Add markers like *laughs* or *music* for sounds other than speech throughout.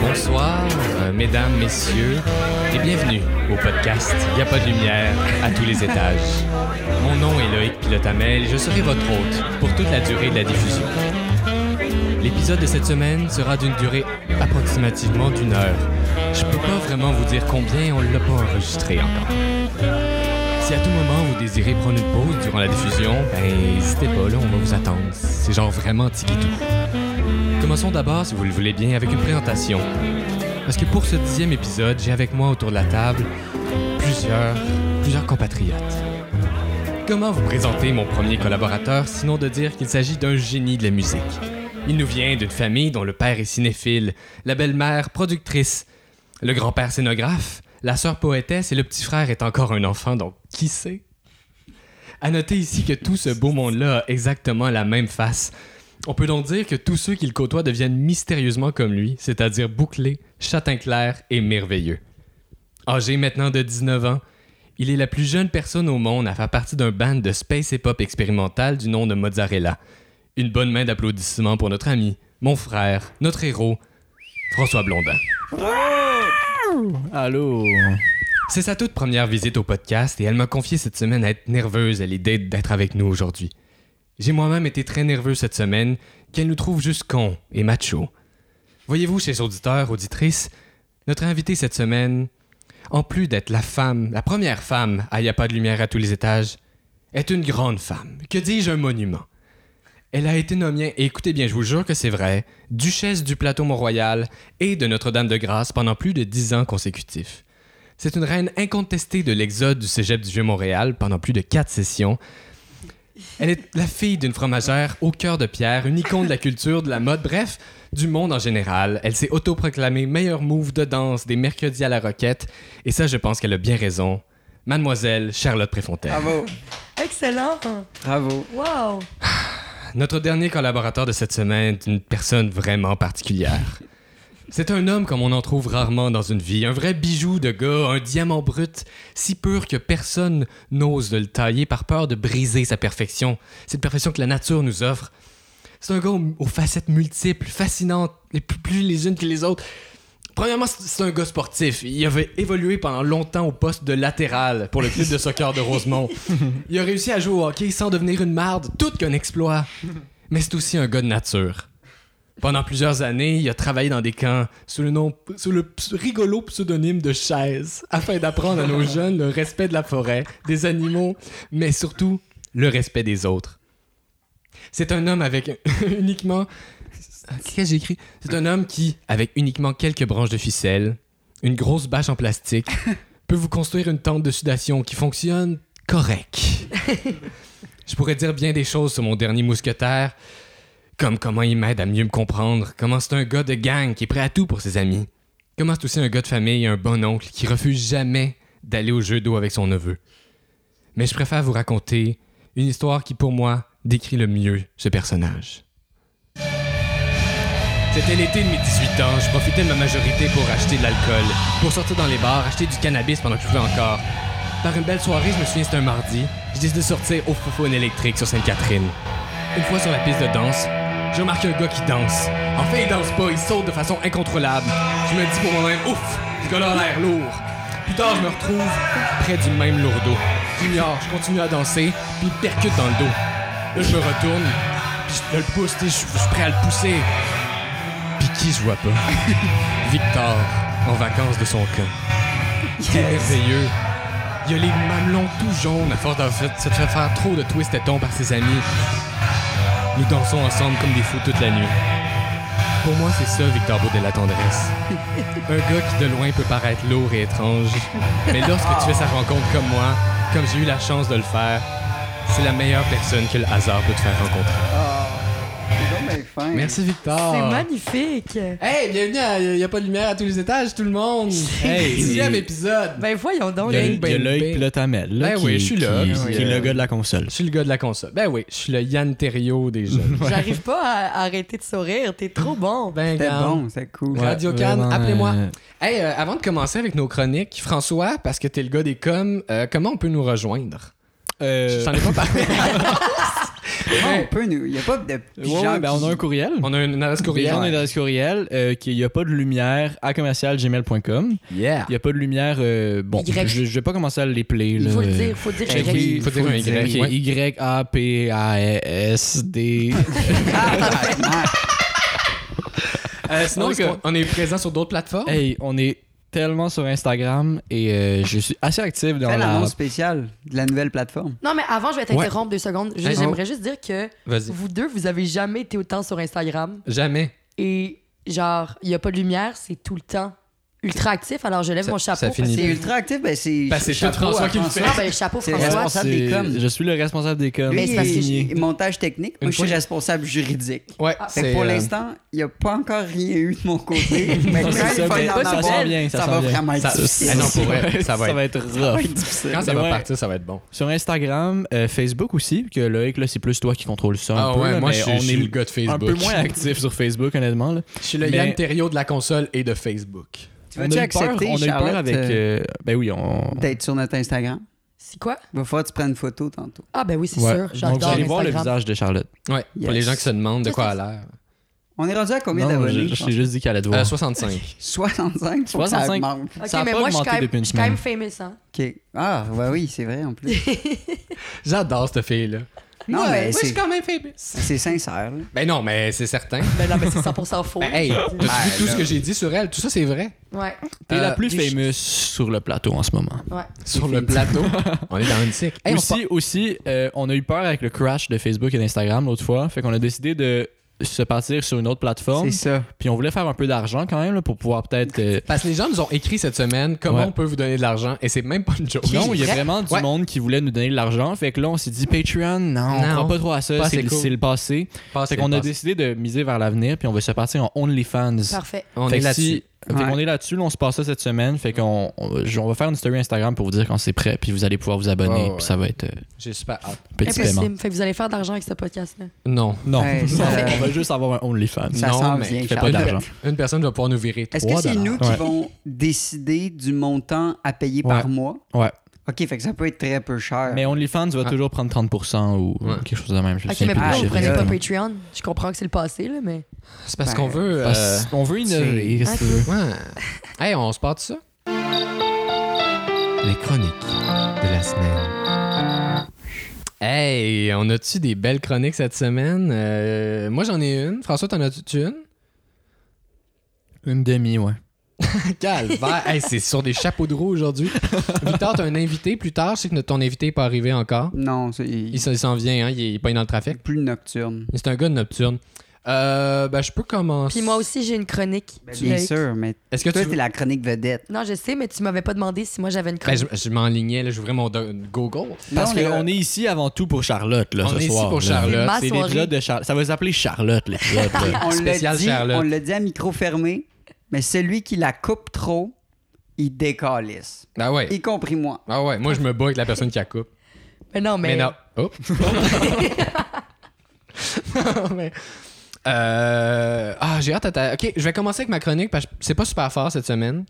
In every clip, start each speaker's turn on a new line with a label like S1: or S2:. S1: Bonsoir, euh, mesdames, messieurs, et bienvenue au podcast Il n'y a pas de lumière à tous les étages. Mon nom est Loïc Pilotamel, et je serai votre hôte pour toute la durée de la diffusion. L'épisode de cette semaine sera d'une durée approximativement d'une heure. Je peux pas vraiment vous dire combien, on l'a pas enregistré encore. Si à tout moment vous désirez prendre une pause durant la diffusion, ben n'hésitez pas, là, on va vous attendre. C'est genre vraiment tiki-tout. Commençons d'abord, si vous le voulez bien, avec une présentation. Parce que pour ce dixième épisode, j'ai avec moi autour de la table plusieurs, plusieurs compatriotes. Comment vous présenter mon premier collaborateur, sinon de dire qu'il s'agit d'un génie de la musique? Il nous vient d'une famille dont le père est cinéphile, la belle-mère productrice, le grand-père scénographe, la sœur poétesse et le petit frère est encore un enfant, donc qui sait? À noter ici que tout ce beau monde-là a exactement la même face. On peut donc dire que tous ceux qui le côtoient deviennent mystérieusement comme lui, c'est-à-dire bouclés, châtain clair et merveilleux. Âgé maintenant de 19 ans, il est la plus jeune personne au monde à faire partie d'un band de space et pop expérimental du nom de Mozzarella. Une bonne main d'applaudissements pour notre ami, mon frère, notre héros, François Blondin.
S2: Allô?
S1: C'est sa toute première visite au podcast et elle m'a confié cette semaine à être nerveuse à l'idée d'être avec nous aujourd'hui. J'ai moi-même été très nerveux cette semaine qu'elle nous trouve juste cons et macho. Voyez-vous, chers auditeurs, auditrices, notre invitée cette semaine, en plus d'être la femme, la première femme à Y a pas de lumière à tous les étages, est une grande femme. Que dis-je, un monument. Elle a été nommée, et écoutez bien, je vous jure que c'est vrai, duchesse du plateau Mont-Royal et de Notre-Dame-de-Grâce pendant plus de dix ans consécutifs. C'est une reine incontestée de l'exode du cégep du Vieux-Montréal pendant plus de quatre sessions. Elle est la fille d'une fromagère au cœur de pierre, une icône de la culture, de la mode, bref, du monde en général. Elle s'est autoproclamée meilleure move de danse des mercredis à la roquette, et ça, je pense qu'elle a bien raison. Mademoiselle Charlotte
S3: Ah,
S1: Préfontaine.
S2: Bravo!
S4: Excellent!
S2: Bravo!
S4: Wow!
S1: Notre dernier collaborateur de cette semaine est une personne vraiment particulière. C'est un homme comme on en trouve rarement dans une vie, un vrai bijou de gars, un diamant brut, si pur que personne n'ose de le tailler par peur de briser sa perfection, cette perfection que la nature nous offre. C'est un gars aux, aux facettes multiples, fascinantes, et plus, plus les unes que les autres. Premièrement, c'est c'est un gars sportif. Il avait évolué pendant longtemps au poste de latéral pour le club de soccer de Rosemont. Il a réussi à jouer au hockey sans devenir une marde, tout qu'un exploit. Mais c'est aussi un gars de nature. Pendant plusieurs années, il a travaillé dans des camps sous le nom, sous le ps- rigolo pseudonyme de Chaise, afin d'apprendre à nos jeunes le respect de la forêt, des animaux, mais surtout le respect des autres. C'est un homme avec *laughs* uniquement. Qu'est-ce que j'ai écrit C'est un homme qui, avec uniquement quelques branches de ficelle, une grosse bâche en plastique, peut vous construire une tente de sudation qui fonctionne correct. Je pourrais dire bien des choses sur mon dernier mousquetaire, comme comment il m'aide à mieux me comprendre, comment c'est un gars de gang qui est prêt à tout pour ses amis, comment c'est aussi un gars de famille, un bon oncle qui refuse jamais d'aller au jeu d'eau avec son neveu. Mais je préfère vous raconter une histoire qui, pour moi, décrit le mieux ce personnage. C'était l'été de mes 18 ans, je profitais de ma majorité pour acheter de l'alcool, pour sortir dans les bars, acheter du cannabis pendant que je pouvais encore. Par une belle soirée, je me souviens, c'était un mardi, je décide de sortir au Foufoune électrique sur Sainte-Catherine. Une fois sur la piste de danse, je remarque un gars qui danse. En fait, il danse pas, il saute de façon incontrôlable. Je me dis pour moi-même, ouf, ce gars-là a l'air lourd. Plus tard, je me retrouve près du même lourdeau. J'ignore, je continue à danser, puis il percute dans le dos. Là, je me retourne, puis je le pousse, tu sais, je je suis prêt à le pousser. Puis qui je vois pas? *laughs* Victor, en vacances de son camp. C'est merveilleux. Il a les mamelons tout jaunes à force de se faire faire trop de twists et tons par ses amis. Nous dansons ensemble comme des fous toute la nuit. Pour moi, c'est ça, Victor Baudel, la tendresse. Un gars qui de loin peut paraître lourd et étrange, mais lorsque tu fais sa rencontre comme moi, comme j'ai eu la chance de le faire, c'est la meilleure personne que le hasard peut te faire rencontrer.
S2: Ah. C'est donc bien fin.
S1: Merci,
S3: Ah.
S1: Victor.
S4: C'est magnifique!
S1: Hey, bienvenue à Y a pas de lumière à tous les étages, tout le monde. Hey, dixième épisode.
S4: Ben voyons donc,
S3: Il y a,
S4: les-
S1: Ben,
S3: il y a l'œil
S1: ben.
S3: pilotamel, là,
S1: Ben
S3: qui,
S1: oui, je suis là.
S3: qui-
S1: Ben oui,
S3: qui est
S2: euh.
S3: le gars de la console.
S1: Je suis le gars de la console. Ben oui, je suis le Yann Terriot des *laughs* jeunes.
S4: *laughs* j'arrive pas à arrêter de sourire, t'es trop bon!
S1: ben,
S2: C'était
S1: garde.
S2: bon, c'était cool.
S1: Ouais. Radio Cannes,
S3: Vraiment,
S1: appelez-moi.
S3: euh,
S1: Hey, euh, avant de commencer avec nos chroniques, François, parce que t'es le gars des coms, euh, comment on peut nous rejoindre?
S3: euh,
S1: Je t'en ai pas parlé.
S2: on peut nous. Il n'y a pas de petits
S3: Ouais,
S2: gens
S3: ouais, ben,
S2: qui-
S3: on a un courriel.
S1: *laughs* On a une adresse
S3: Il y
S1: courriel.
S3: a une adresse courriel euh, qui n'y a pas de lumière à commercialgmail.com.
S1: Yeah.
S3: Il n'y a pas de lumière. euh, bon,
S4: Y.
S3: je ne vais pas commencer à l'épeler.
S4: Il
S3: là.
S4: faut le dire, faut dire
S3: Check
S1: Ok.
S4: que-
S3: it.
S1: Faut dire un
S3: le
S1: Y,
S3: dire.
S1: ouais.
S3: Ok, Y-A-S-D.
S1: Euh, sinon,
S3: Donc,
S1: est-ce qu'on- on est présent sur d'autres plateformes.
S3: hey, on est tellement sur Instagram et euh, je suis assez actif dans
S2: Fais
S3: la.
S2: l'annonce spéciale de la nouvelle plateforme.
S4: Non, mais avant, je vais t'interrompre deux secondes. Je-
S1: Hey, oh.
S4: J'aimerais juste dire que
S1: Vas-y.
S4: vous deux, vous avez jamais été autant sur Instagram.
S1: Jamais.
S4: Et genre, il n'y a pas de lumière, c'est tout le temps ultra actif. Alors, je lève
S1: Ça-
S4: mon chapeau.
S1: ça finit
S2: C'est
S4: parce que-
S2: ultra actif, ben c'est.
S1: Ben, c'est
S2: chapeau
S1: tout François
S2: à
S1: qui le fait.
S4: Ah, ben, chapeau,
S2: C'est
S4: François.
S2: responsable. des
S3: C'est-
S2: coms.
S3: Je suis le responsable des coms.
S2: Ben, Lui,
S4: Mais c'est parce que
S2: il-
S3: Ben, Signé.
S2: il- montage technique.
S1: Une
S2: Moi, je suis
S1: fois-
S2: responsable juridique.
S1: Ouais. euh,
S4: Ah,
S2: Fait que pour l'instant, il n'y a pas encore rien eu de mon côté. mais
S3: Non,
S2: quand il
S3: c'est euh, *laughs* ça,
S2: va
S3: mais
S2: y en
S3: ça
S2: avoir,
S3: sent bien, ça
S2: ça
S3: sent
S2: va
S3: bien.
S2: vraiment être
S1: Ça-
S2: difficile.
S1: Ah
S2: *laughs*
S1: non, pour vrai, ça va être-
S2: Ça va
S3: rough.
S2: être difficile.
S1: Quand ça
S3: Mais
S1: va
S3: ouais.
S1: partir, ça va être bon.
S3: Sur Instagram, euh, Facebook aussi, que Loïc, là, c'est plus toi qui contrôle ça. un
S1: ah
S3: peu,
S1: ouais,
S3: là,
S1: moi
S3: mais
S1: je, suis-
S3: on
S1: je suis
S3: est
S1: le gars de Facebook.
S3: un peu moins actif sur Facebook, honnêtement. là.
S1: Je suis le
S3: Mais-
S1: Yann Terriot de la console et de Facebook.
S2: Tu
S3: On a
S2: vas-tu
S3: eu peur-
S2: accepter,
S3: On a eu
S2: Charlotte,
S3: peur avec. euh, ben oui, on.
S2: D'être sur notre Instagram.
S4: C'est quoi?
S2: Il va falloir que tu prennes une photo tantôt.
S4: Ah, ben oui, c'est
S3: Ouais.
S4: sûr.
S3: Vous
S4: J'adore
S3: allez voir le
S4: Instagram.
S3: visage de Charlotte.
S1: Ouais. Pour
S2: Yes.
S1: les gens qui se demandent de quoi
S4: Qu'est-ce
S1: à l'air.
S2: On est rendu à combien
S3: Non,
S2: d'abonnés?
S3: je- Je
S2: je pense?
S3: t'ai juste dit qu'elle allait te voir.
S1: Euh, 65.
S2: 65? Faut que ça
S3: 65.
S2: augmente.
S4: Ok,
S3: Ça a
S4: mais
S3: pas
S4: moi, je suis
S3: augmenté
S4: quand même-
S3: depuis une
S4: je suis quand même famous, hein.
S2: OK. Ah, ouais, oui, c'est vrai en plus.
S1: *laughs* J'adore cette fille-là.
S2: Non,
S1: Moi,
S2: mais
S1: moi, je
S2: c'est
S1: suis quand même faible.
S2: c'est sincère. là.
S1: Ben non, mais c'est certain.
S4: Ben non, mais c'est 100% faux.
S1: Ben, hey, t'as vu tout ce que j'ai dit sur elle? Tout ça, c'est vrai.
S4: Ouais,
S3: T'es
S1: Euh,
S3: la plus
S1: des-
S3: fameuse sur le plateau en ce moment.
S4: ouais.
S1: Sur le plateau. *laughs* on est dans une sick. Hey, on
S3: aussi, aussi euh, on a eu peur avec le crash de Facebook et d'Instagram l'autre fois. Fait qu'on a décidé de se partir sur une autre plateforme.
S2: C'est ça.
S3: Puis on voulait faire un peu d'argent quand même là, pour pouvoir peut-être. euh,
S1: Parce que les gens nous ont écrit cette semaine comment
S3: Ouais.
S1: on peut vous donner de l'argent et c'est même pas une joke.
S3: Non, il y a
S4: vrai?
S3: vraiment du
S1: Ouais.
S3: monde qui voulait nous donner de l'argent. Fait que là, on s'est dit Patreon, non, on
S1: Non.
S3: croit pas trop à ça,
S1: Pas
S3: c'est
S1: assez cool. Ah,
S3: c'est le passé.
S1: Passe,
S3: Fait qu'on a
S1: passe.
S3: décidé de miser vers l'avenir, puis on va se partir en OnlyFans.
S4: Parfait.
S1: On est
S3: Fait que
S1: là-dessus.
S3: si- fait
S2: Ouais.
S3: qu'on est là-dessus, là, on se passe ça cette semaine. Fait qu'on on, je- on va faire une story Instagram pour vous dire quand c'est prêt, puis vous allez pouvoir vous abonner,
S1: Ouais, ouais.
S3: puis ça va être euh,
S1: J'ai super hâte.
S3: petit paiement.
S4: Impossible. Fait que vous allez faire de l'argent avec ce podcast-là.
S1: Non.
S3: *laughs* Non,
S2: Ouais, ça-
S3: on va juste avoir un OnlyFans.
S2: Ça
S1: non,
S2: s'en
S1: mais
S2: vient,
S1: il
S3: fait pas
S2: Charlotte.
S3: d'argent.
S1: Une personne va pouvoir nous virer.
S2: Est-ce que c'est nous qui
S3: Ouais.
S2: vont décider du montant à payer par
S3: Ouais.
S2: mois?
S3: Ouais.
S2: OK, fait que ça peut être très peu cher.
S3: Mais OnlyFans va
S1: Ah.
S3: toujours prendre 30% ou
S1: Ouais.
S3: quelque chose de même. Je
S4: Ok,
S3: sais Euh,
S4: mais
S3: plus
S4: pourquoi
S3: le
S4: vous
S3: chiffre
S4: prenez pas
S3: exactement.
S4: Patreon? Je comprends que c'est le passé, là, mais.
S1: C'est parce
S2: Ben,
S1: qu'on veut. euh,
S3: Parce qu'on veut innover. qu'est-ce que tu veux?
S1: Ouais. *laughs* Hey, on se part de ça? Les chroniques de la semaine. Hey, on a-tu des belles chroniques cette semaine? Euh, moi, j'en ai une. François, t'en as-tu une?
S3: Une demi, ouais.
S1: Calvaire! hey, c'est sur des chapeaux de roue aujourd'hui. Victor, t'as un invité plus tard. Je sais que ton invité n'est pas arrivé encore.
S2: Non, c'est
S1: Il s'en il s'en vient, hein? il est pas dans le trafic.
S2: plus nocturne.
S1: C'est un gars de nocturne. Euh, ben, je peux commencer.
S4: Puis moi aussi, j'ai une chronique.
S2: Ben,
S4: Tu
S2: bien
S4: l'as-
S2: sûr, mais
S1: Est-ce que
S2: toi,
S1: tu
S2: t'es
S1: veux...
S2: la chronique vedette.
S4: Non, je sais, mais tu m'avais pas demandé si moi j'avais une
S1: Ben,
S4: chronique.
S1: je je m'enlignais, là, j'ouvrais mon do- Google.
S3: Parce
S2: Non,
S3: qu'on
S2: mais-
S3: est ici avant tout pour Charlotte, là,
S1: On
S3: ce
S1: est ici
S3: soir.
S1: pour
S3: là.
S1: Charlotte.
S4: Ma
S3: C'est
S4: soirée.
S3: l'épisode de Charlotte. Ça va s'appeler Charlotte, l'épisode.
S4: *laughs*
S3: là.
S2: On l'a
S1: Spécial
S2: dit,
S1: Charlotte.
S2: on l'a dit à micro fermé, mais celui qui la coupe trop, il décalisse.
S1: Ah ouais.
S2: Y compris moi.
S1: Ah ouais, moi je me bats avec la personne qui a coupe.
S4: Mais Ben, non, mais.
S1: Mais, non.
S4: *laughs*
S1: Oh. Non, mais- Euh, Ah, j'ai hâte à ta... Ok, je vais commencer avec ma chronique parce que c'est pas super fort cette semaine.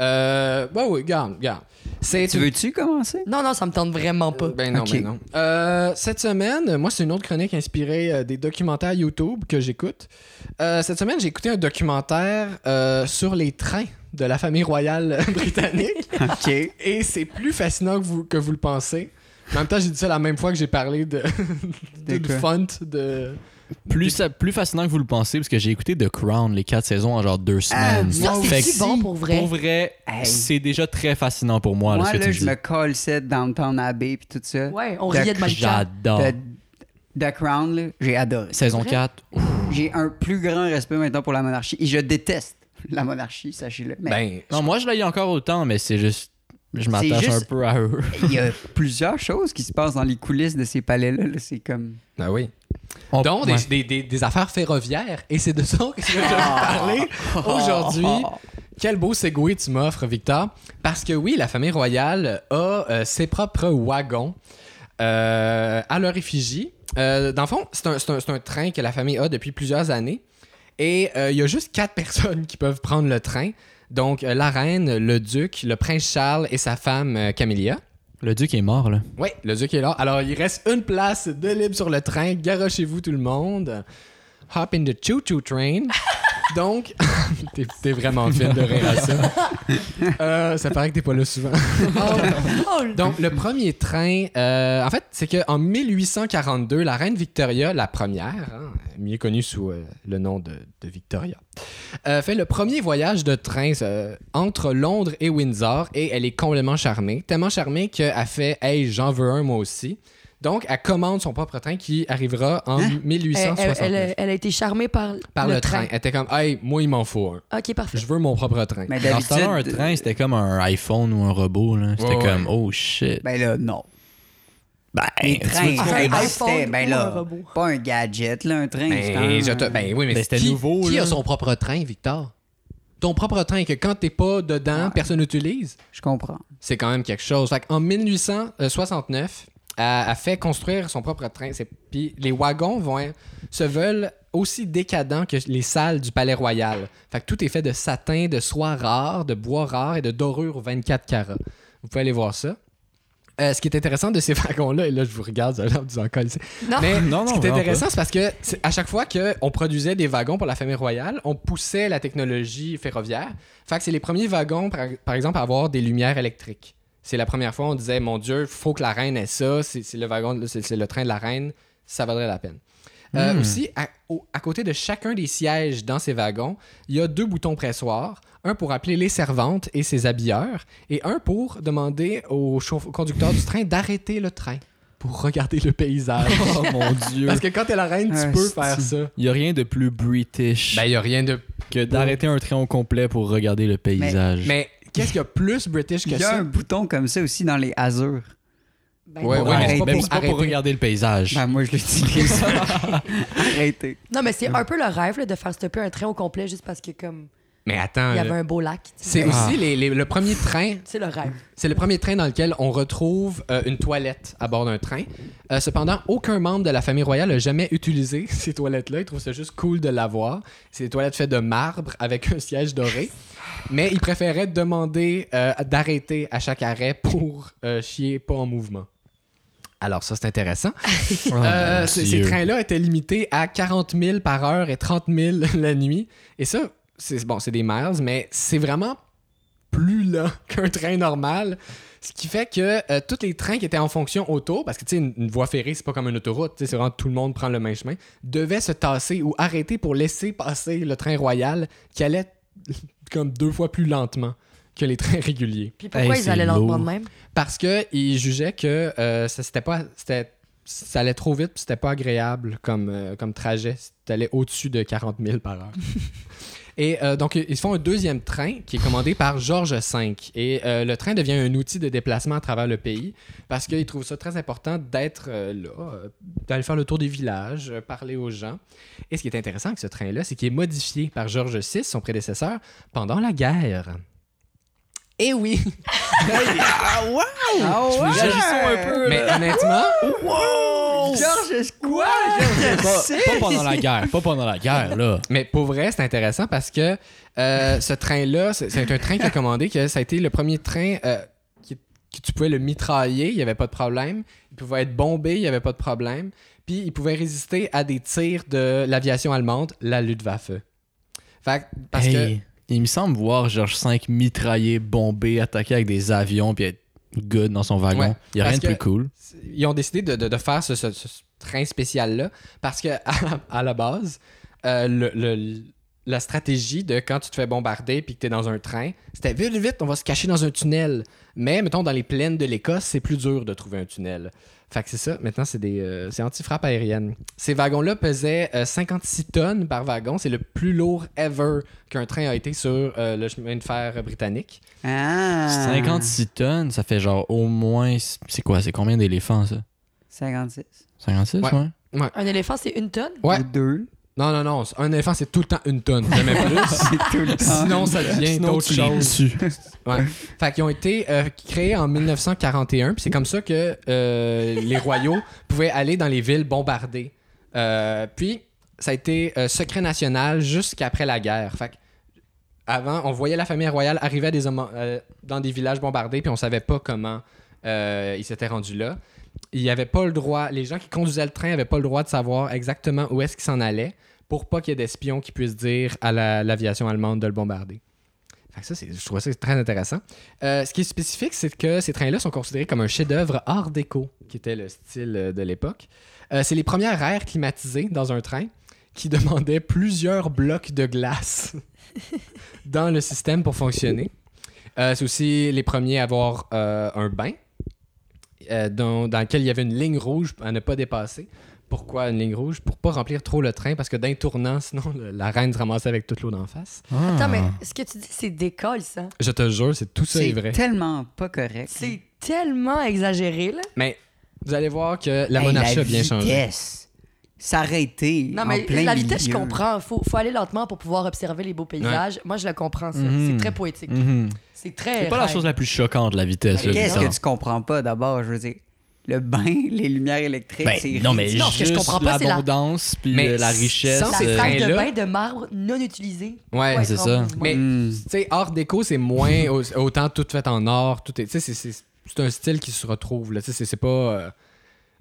S1: Euh... Ouais, oui, garde, garde. C'est
S2: Tu veux-tu commencer?
S4: Non, non, ça me tente vraiment pas.
S1: Ben non,
S2: Ok.
S1: ben non. Euh, cette semaine, moi, c'est une autre chronique inspirée euh, des documentaires YouTube que j'écoute. Euh, cette semaine, j'ai écouté un documentaire euh, sur les trains de la famille royale *laughs* britannique.
S2: OK.
S1: Et c'est plus fascinant que vous, que vous le pensez. En même temps, j'ai dit ça la même fois que j'ai parlé de, *laughs* de,
S2: De
S1: du
S2: quoi?
S1: font de.
S3: plus, ça- plus fascinant que vous le pensez, parce que j'ai écouté The Crown, les quatre saisons, en genre deux semaines.
S4: Ah, Ça,
S2: moi
S3: Fait
S4: c'est
S3: que
S4: si bon pour vrai.
S3: Pour vrai,
S2: Hey.
S3: c'est déjà très fascinant pour moi, là,
S2: Moi,
S3: ce que
S2: là,
S3: tu
S2: je
S3: me
S2: me colle cette Downtown Abbey puis tout ça.
S4: Ouais, on
S2: The-
S4: riait de ma
S3: dis.
S4: chat.
S3: J'adore.
S1: Ah.
S2: The, The Crown, là, j'ai adoré.
S3: Saison
S4: Vrai?
S3: 4,
S1: Hmm.
S2: J'ai un plus grand respect maintenant pour la monarchie et je déteste la monarchie, sachez-le. Mais
S1: Ben,
S3: Non, moi, je l'ai encore autant, mais c'est juste. Je
S2: C'est
S3: m'attache
S2: juste-
S3: un peu à
S4: *laughs*
S3: eux.
S2: il y a plusieurs choses qui se passent dans les coulisses de ces palais-là. là. C'est comme.
S1: ah oui.
S3: On-
S1: Donc, des-
S3: ouais.
S1: des, des- des affaires ferroviaires. Et c'est de ça que je vais vous parler aujourd'hui. Quel beau segway tu m'offres, Victor. Parce que oui, la famille royale a euh, ses propres wagons euh, à leur effigie. Euh, dans le fond, c'est un, c'est un- c'est un train que la famille a depuis plusieurs années. Et euh, il y a juste quatre *laughs* personnes qui peuvent prendre le train. Donc, euh, la reine, le duc, le prince Charles et sa femme euh, Camélia.
S3: Le duc est mort, là.
S1: Oui, le duc est là. Alors, il reste une place de libre sur le train. Garochez-vous, tout le monde. Hop in the choo-choo train. Donc, *laughs* t'es, t'es vraiment fait de rire à ça. Euh, ça paraît que t'es pas là souvent.
S4: Oh, le-
S1: Donc, le premier train, euh, en fait, c'est qu'en 1842, la reine Victoria, la première, hein, mieux connue sous euh, le nom de, de Victoria, euh, fait le premier voyage de train euh, entre Londres et Windsor et elle est complètement charmée. Tellement charmée qu'elle fait Hey, j'en veux un moi aussi. Donc, elle commande son propre train qui arrivera en
S4: elle,
S1: 1869
S4: Hein? elle- elle- elle a été charmée par,
S1: par le, train. Elle était comme Hey, moi, il m'en faut un.
S4: Ok, parfait.
S1: Je veux mon propre train.
S2: Mais
S3: Dans ce temps-là, un
S2: d'habitude.
S3: train, c'était comme un iPhone ou un robot, là. C'était
S1: Ouais, ouais.
S3: comme, oh shit.
S2: Ben là, non.
S3: Ben,
S2: Les
S3: tu
S2: trains,
S3: veux-
S2: ça
S4: iPhone
S2: existait. Ben
S4: ou un
S2: là,
S4: robot?
S2: pas un gadget, là, un train. c'est quand
S1: Ben,
S2: même-
S1: je te- ben oui, mais
S3: Ben, c'était
S1: qui,
S3: nouveau,
S1: qui
S3: là.
S1: a son propre train, Victor? Ton propre train que quand t'es pas dedans,
S3: Ah.
S1: personne n'utilise.
S2: Je comprends.
S1: C'est quand même quelque chose. en 1869, elle a fait construire son propre train. C'est- Puis les wagons vont être- se veulent aussi décadents que les salles du Palais Royal. Fait que tout est fait de satin, de soie rare, de bois rare et de dorure 24 carats. Vous pouvez aller voir ça. Euh, ce qui est intéressant de ces *laughs* wagons-là, et là je vous regarde en me disant colle,
S4: Non.
S1: mais
S3: Non, non,
S1: ce qui est
S3: vraiment
S1: intéressant, c'est parce que c'est- à chaque fois qu'on produisait des wagons pour la famille royale, on poussait la technologie ferroviaire. Fait que c'est les premiers wagons, par, par exemple, à avoir des lumières électriques. C'est la première fois on disait, mon Dieu, faut que la reine ait ça, c'est c'est le wagon, de- c'est c'est le train de la reine, ça vaudrait la peine. Euh, Aussi, à, au- à côté de chacun des sièges dans ces wagons, il y a deux boutons pressoirs, un pour appeler les servantes et ses habilleurs, et un pour demander au chauffe- au conducteur du train d'arrêter le train pour regarder le paysage.
S3: Oh mon dieu.
S1: Parce que quand t'es la reine, tu
S2: Ah,
S1: peux
S2: c'est-
S1: faire ça.
S3: Il n'y a rien de plus british
S1: Ben, y a rien de.
S3: que d'arrêter un train au complet pour regarder le paysage.
S1: Mais qu'est-ce qu'il y a plus british
S2: Il
S1: que
S2: y a un
S1: ça?
S2: bouton comme ça aussi dans les Azures.
S4: Ben,
S1: Ouais,
S4: non.
S1: ouais, mais c'est
S3: Arrête-
S1: pas
S3: même
S1: pour
S3: c'est pas pour
S1: arrêter.
S3: regarder le paysage.
S2: Ben, moi, je
S1: *laughs*
S2: l'utilise. Arrêtez.
S4: Non, mais c'est un peu le rêve là, de faire stopper un train au complet juste parce que comme
S1: Mais attends.
S4: il y
S1: là.
S4: avait un beau lac. tu sais.
S1: C'est
S3: Ah.
S1: aussi les- les- le premier train.
S4: C'est le rêve.
S1: C'est le premier train dans lequel on retrouve euh, une toilette à bord d'un train. Euh, cependant, aucun membre de la famille royale n'a jamais utilisé *laughs* ces toilettes-là. Ils trouvent ça juste cool de l'avoir. C'est des toilettes faites de marbre avec un siège doré. Mais ils préféraient demander euh, d'arrêter à chaque arrêt pour euh, chier pas en mouvement. Alors ça, c'est intéressant.
S3: Oh mon
S1: Euh, c- ces
S3: Dieu.
S1: trains-là étaient limités à 40 000 par heure et 30 000 *laughs* la nuit. Et ça, c'est bon, c'est des miles, mais c'est vraiment plus lent *laughs* qu'un train normal. Ce qui fait que euh, tous les trains qui étaient en fonction autour, parce que tu sais, une, une voie ferrée, c'est pas comme une autoroute, tu sais, c'est vraiment tout le monde prend le même chemin, devaient se tasser ou arrêter pour laisser passer le train royal qui allait *laughs* comme deux fois plus lentement que les trains *laughs* réguliers
S4: Puis pourquoi
S3: Hey,
S4: ils allaient
S3: c'est
S4: lentement de
S3: lourd.
S4: même?
S1: parce que il jugeait que euh, ça c'était pas c'était ça allait trop vite puis c'était pas agréable comme euh, comme trajet c'était au-dessus de 40 000 par heure et euh, donc ils font un deuxième train qui est commandé par Georges V et euh, le train devient un outil de déplacement à travers le pays parce qu'ils trouvent ça très important d'être euh, là euh, d'aller faire le tour des villages euh, parler aux gens et ce qui est intéressant avec ce train là c'est qu'il est modifié par Georges VI son prédécesseur pendant la guerre et oui
S2: Ah ouais?
S1: mais honnêtement
S2: Georges, quoi? Georges
S3: Pas,
S2: VI?
S3: pas pendant la guerre, pas pendant la guerre, là.
S1: Mais pour vrai, c'est intéressant parce que euh, ce train-là, c'est c'est un train qui a commandé, que ça a été le premier train euh, qui, que tu pouvais le mitrailler, il n'y avait pas de problème. Il pouvait être bombé, il n'y avait pas de problème. Puis il pouvait résister à des tirs de l'aviation allemande, la Luftwaffe. Fait que- parce que.
S3: Hey, Il me semble voir George V mitraillé, bombé, attaqué avec des avions, puis être good dans son wagon.
S1: Ouais,
S3: Il n'y a rien
S1: parce
S3: de plus
S1: que-
S3: cool.
S1: ils ont décidé de, de- de faire ce, ce- ce train spécial-là parce que *laughs* à, à la base, euh, le- le- la stratégie de quand tu te fais bombarder puis que tu es dans un train, c'était vite, vite, on va se cacher dans un tunnel. Mais, mettons, dans les plaines de l'Écosse, c'est plus dur de trouver un tunnel. Fait que c'est ça, maintenant, c'est des euh, c'est anti-frappe aérienne. Ces wagons-là pesaient euh, 56 tonnes par wagon. C'est le plus lourd ever qu'un train a été sur euh, le chemin de fer britannique.
S3: Euh.
S2: Ah.
S3: 56 tonnes, ça fait genre au moins. C'est quoi C'est combien d'éléphants, ça
S2: 56.
S3: 56,
S1: Ouais.
S3: ouais.
S4: Un éléphant, c'est une tonne?
S1: Ouais.
S2: Ou deux.
S1: Non, non, non, un éléphant, c'est tout le temps une tonne. Jamais plus.
S2: C'est tout le temps.
S1: Sinon, ça devient
S3: Sinon,
S1: d'autres
S3: tu les
S1: choses.
S3: tues.
S1: Ouais. Fait qu'ils ont été euh, créés en 1941, puis c'est comme ça que euh, les royaux *laughs* pouvaient aller dans les villes bombardées. Euh, puis ça a été euh, secret national jusqu'après la guerre. Fait que avant, on voyait la famille royale arriver à des, homo- euh, dans des villages bombardés, puis on savait pas comment Euh, il s'était rendu là. Il y avait pas le droit, les gens qui conduisaient le train n'avaient pas le droit de savoir exactement où est-ce qu'ils s'en allaient pour pas qu'il y ait d'espions qui puissent dire à la- l'aviation allemande de le bombarder. Fait que ça, c'est- je trouvais ça très intéressant. Euh, ce qui est spécifique, c'est que ces trains-là sont considérés comme un chef-d'œuvre art déco, qui était le style euh, de l'époque. Euh, c'est les premières aires climatisées dans un train qui *laughs* demandaient plusieurs blocs de glace *laughs* dans le système pour fonctionner. Euh, c'est aussi les premiers à avoir euh, un bain euh, dans, dans lequel il y avait une ligne rouge à ne pas dépasser. Pourquoi une ligne rouge Pour pas remplir trop le train, parce que d'un tournant, sinon le- la reine se ramassait avec toute l'eau d'en face.
S3: Ah.
S4: Attends, mais ce que tu dis, c'est décolle, ça.
S1: Je te jure, c'est tout ça est
S2: C'est
S1: vrai.
S2: tellement pas correct.
S4: C'est tellement exagéré, là.
S1: Mais vous allez voir que la
S2: Hey,
S1: monarchie a bien changé.
S2: vitesse. S'arrêter.
S4: Non, mais
S2: en plein
S4: la vitesse,
S2: milieu.
S4: je comprends. Faut, faut aller lentement pour pouvoir observer les beaux paysages. Moi, je le comprends, ça.
S1: Mmh.
S3: Mhm.
S4: C'est très poétique. C'est très.
S3: C'est pas la
S4: rêve.
S3: chose la plus choquante, la vitesse.
S2: Mais
S3: là,
S2: Qu'est-ce
S3: bizarre.
S2: que tu comprends pas d'abord, je veux dire? Le bain, *laughs* les lumières électriques,
S3: Ben,
S2: c'est
S3: non, mais
S2: ridicule.
S4: Non, ce que je
S3: juste
S4: comprends pas, c'est la-
S3: l'abondance, puis
S1: Mais
S3: euh, la
S1: sans ces
S3: richesse.
S4: La
S1: C'est-
S4: salle de
S1: là-
S4: bain de marbre non utilisée.
S1: Ouais,
S4: Ouais,
S3: c'est
S4: non,
S3: ça.
S4: dis-moi.
S1: Mais
S2: Hmm.
S1: tu sais, art déco, c'est moins au- autant tout fait en or. Tout est, tu sais, c'est- c'est c'est un style qui se retrouve. Là. Tu sais, C'est c'est pas. euh,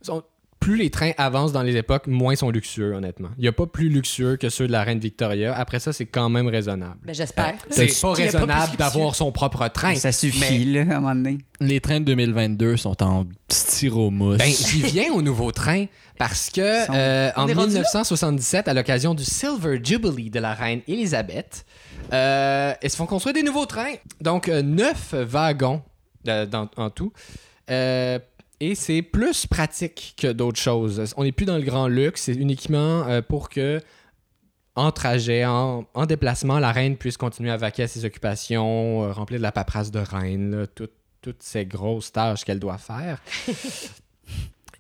S1: sont- plus les trains avancent dans les époques, moins ils sont luxueux, honnêtement. Il n'y a pas plus luxueux que ceux de la reine Victoria. Après ça, c'est quand même raisonnable.
S4: Ben, j'espère.
S1: euh, C'est pas
S4: Qu'il y a pas
S1: raisonnable
S4: plus
S1: d'avoir son propre train.
S2: Ça suffit, là, à un moment donné.
S3: Les trains de 2022 sont en styromousse.
S1: Ben, j'y viens au nouveau train parce que
S2: Son-
S1: euh, en
S4: On est rendu là?
S1: 1977, à l'occasion du Silver Jubilee de la reine Elizabeth, euh, ils se font construire des nouveaux trains. Donc, euh, neuf wagons euh, dans- en tout. Euh, et c'est plus pratique que d'autres choses. On n'est plus dans le grand luxe, c'est uniquement euh, pour que, en trajet, en, en déplacement, la reine puisse continuer à vaquer à ses occupations, euh, remplir de la paperasse de reine, là, tout- toutes ces grosses tâches qu'elle doit faire. *laughs*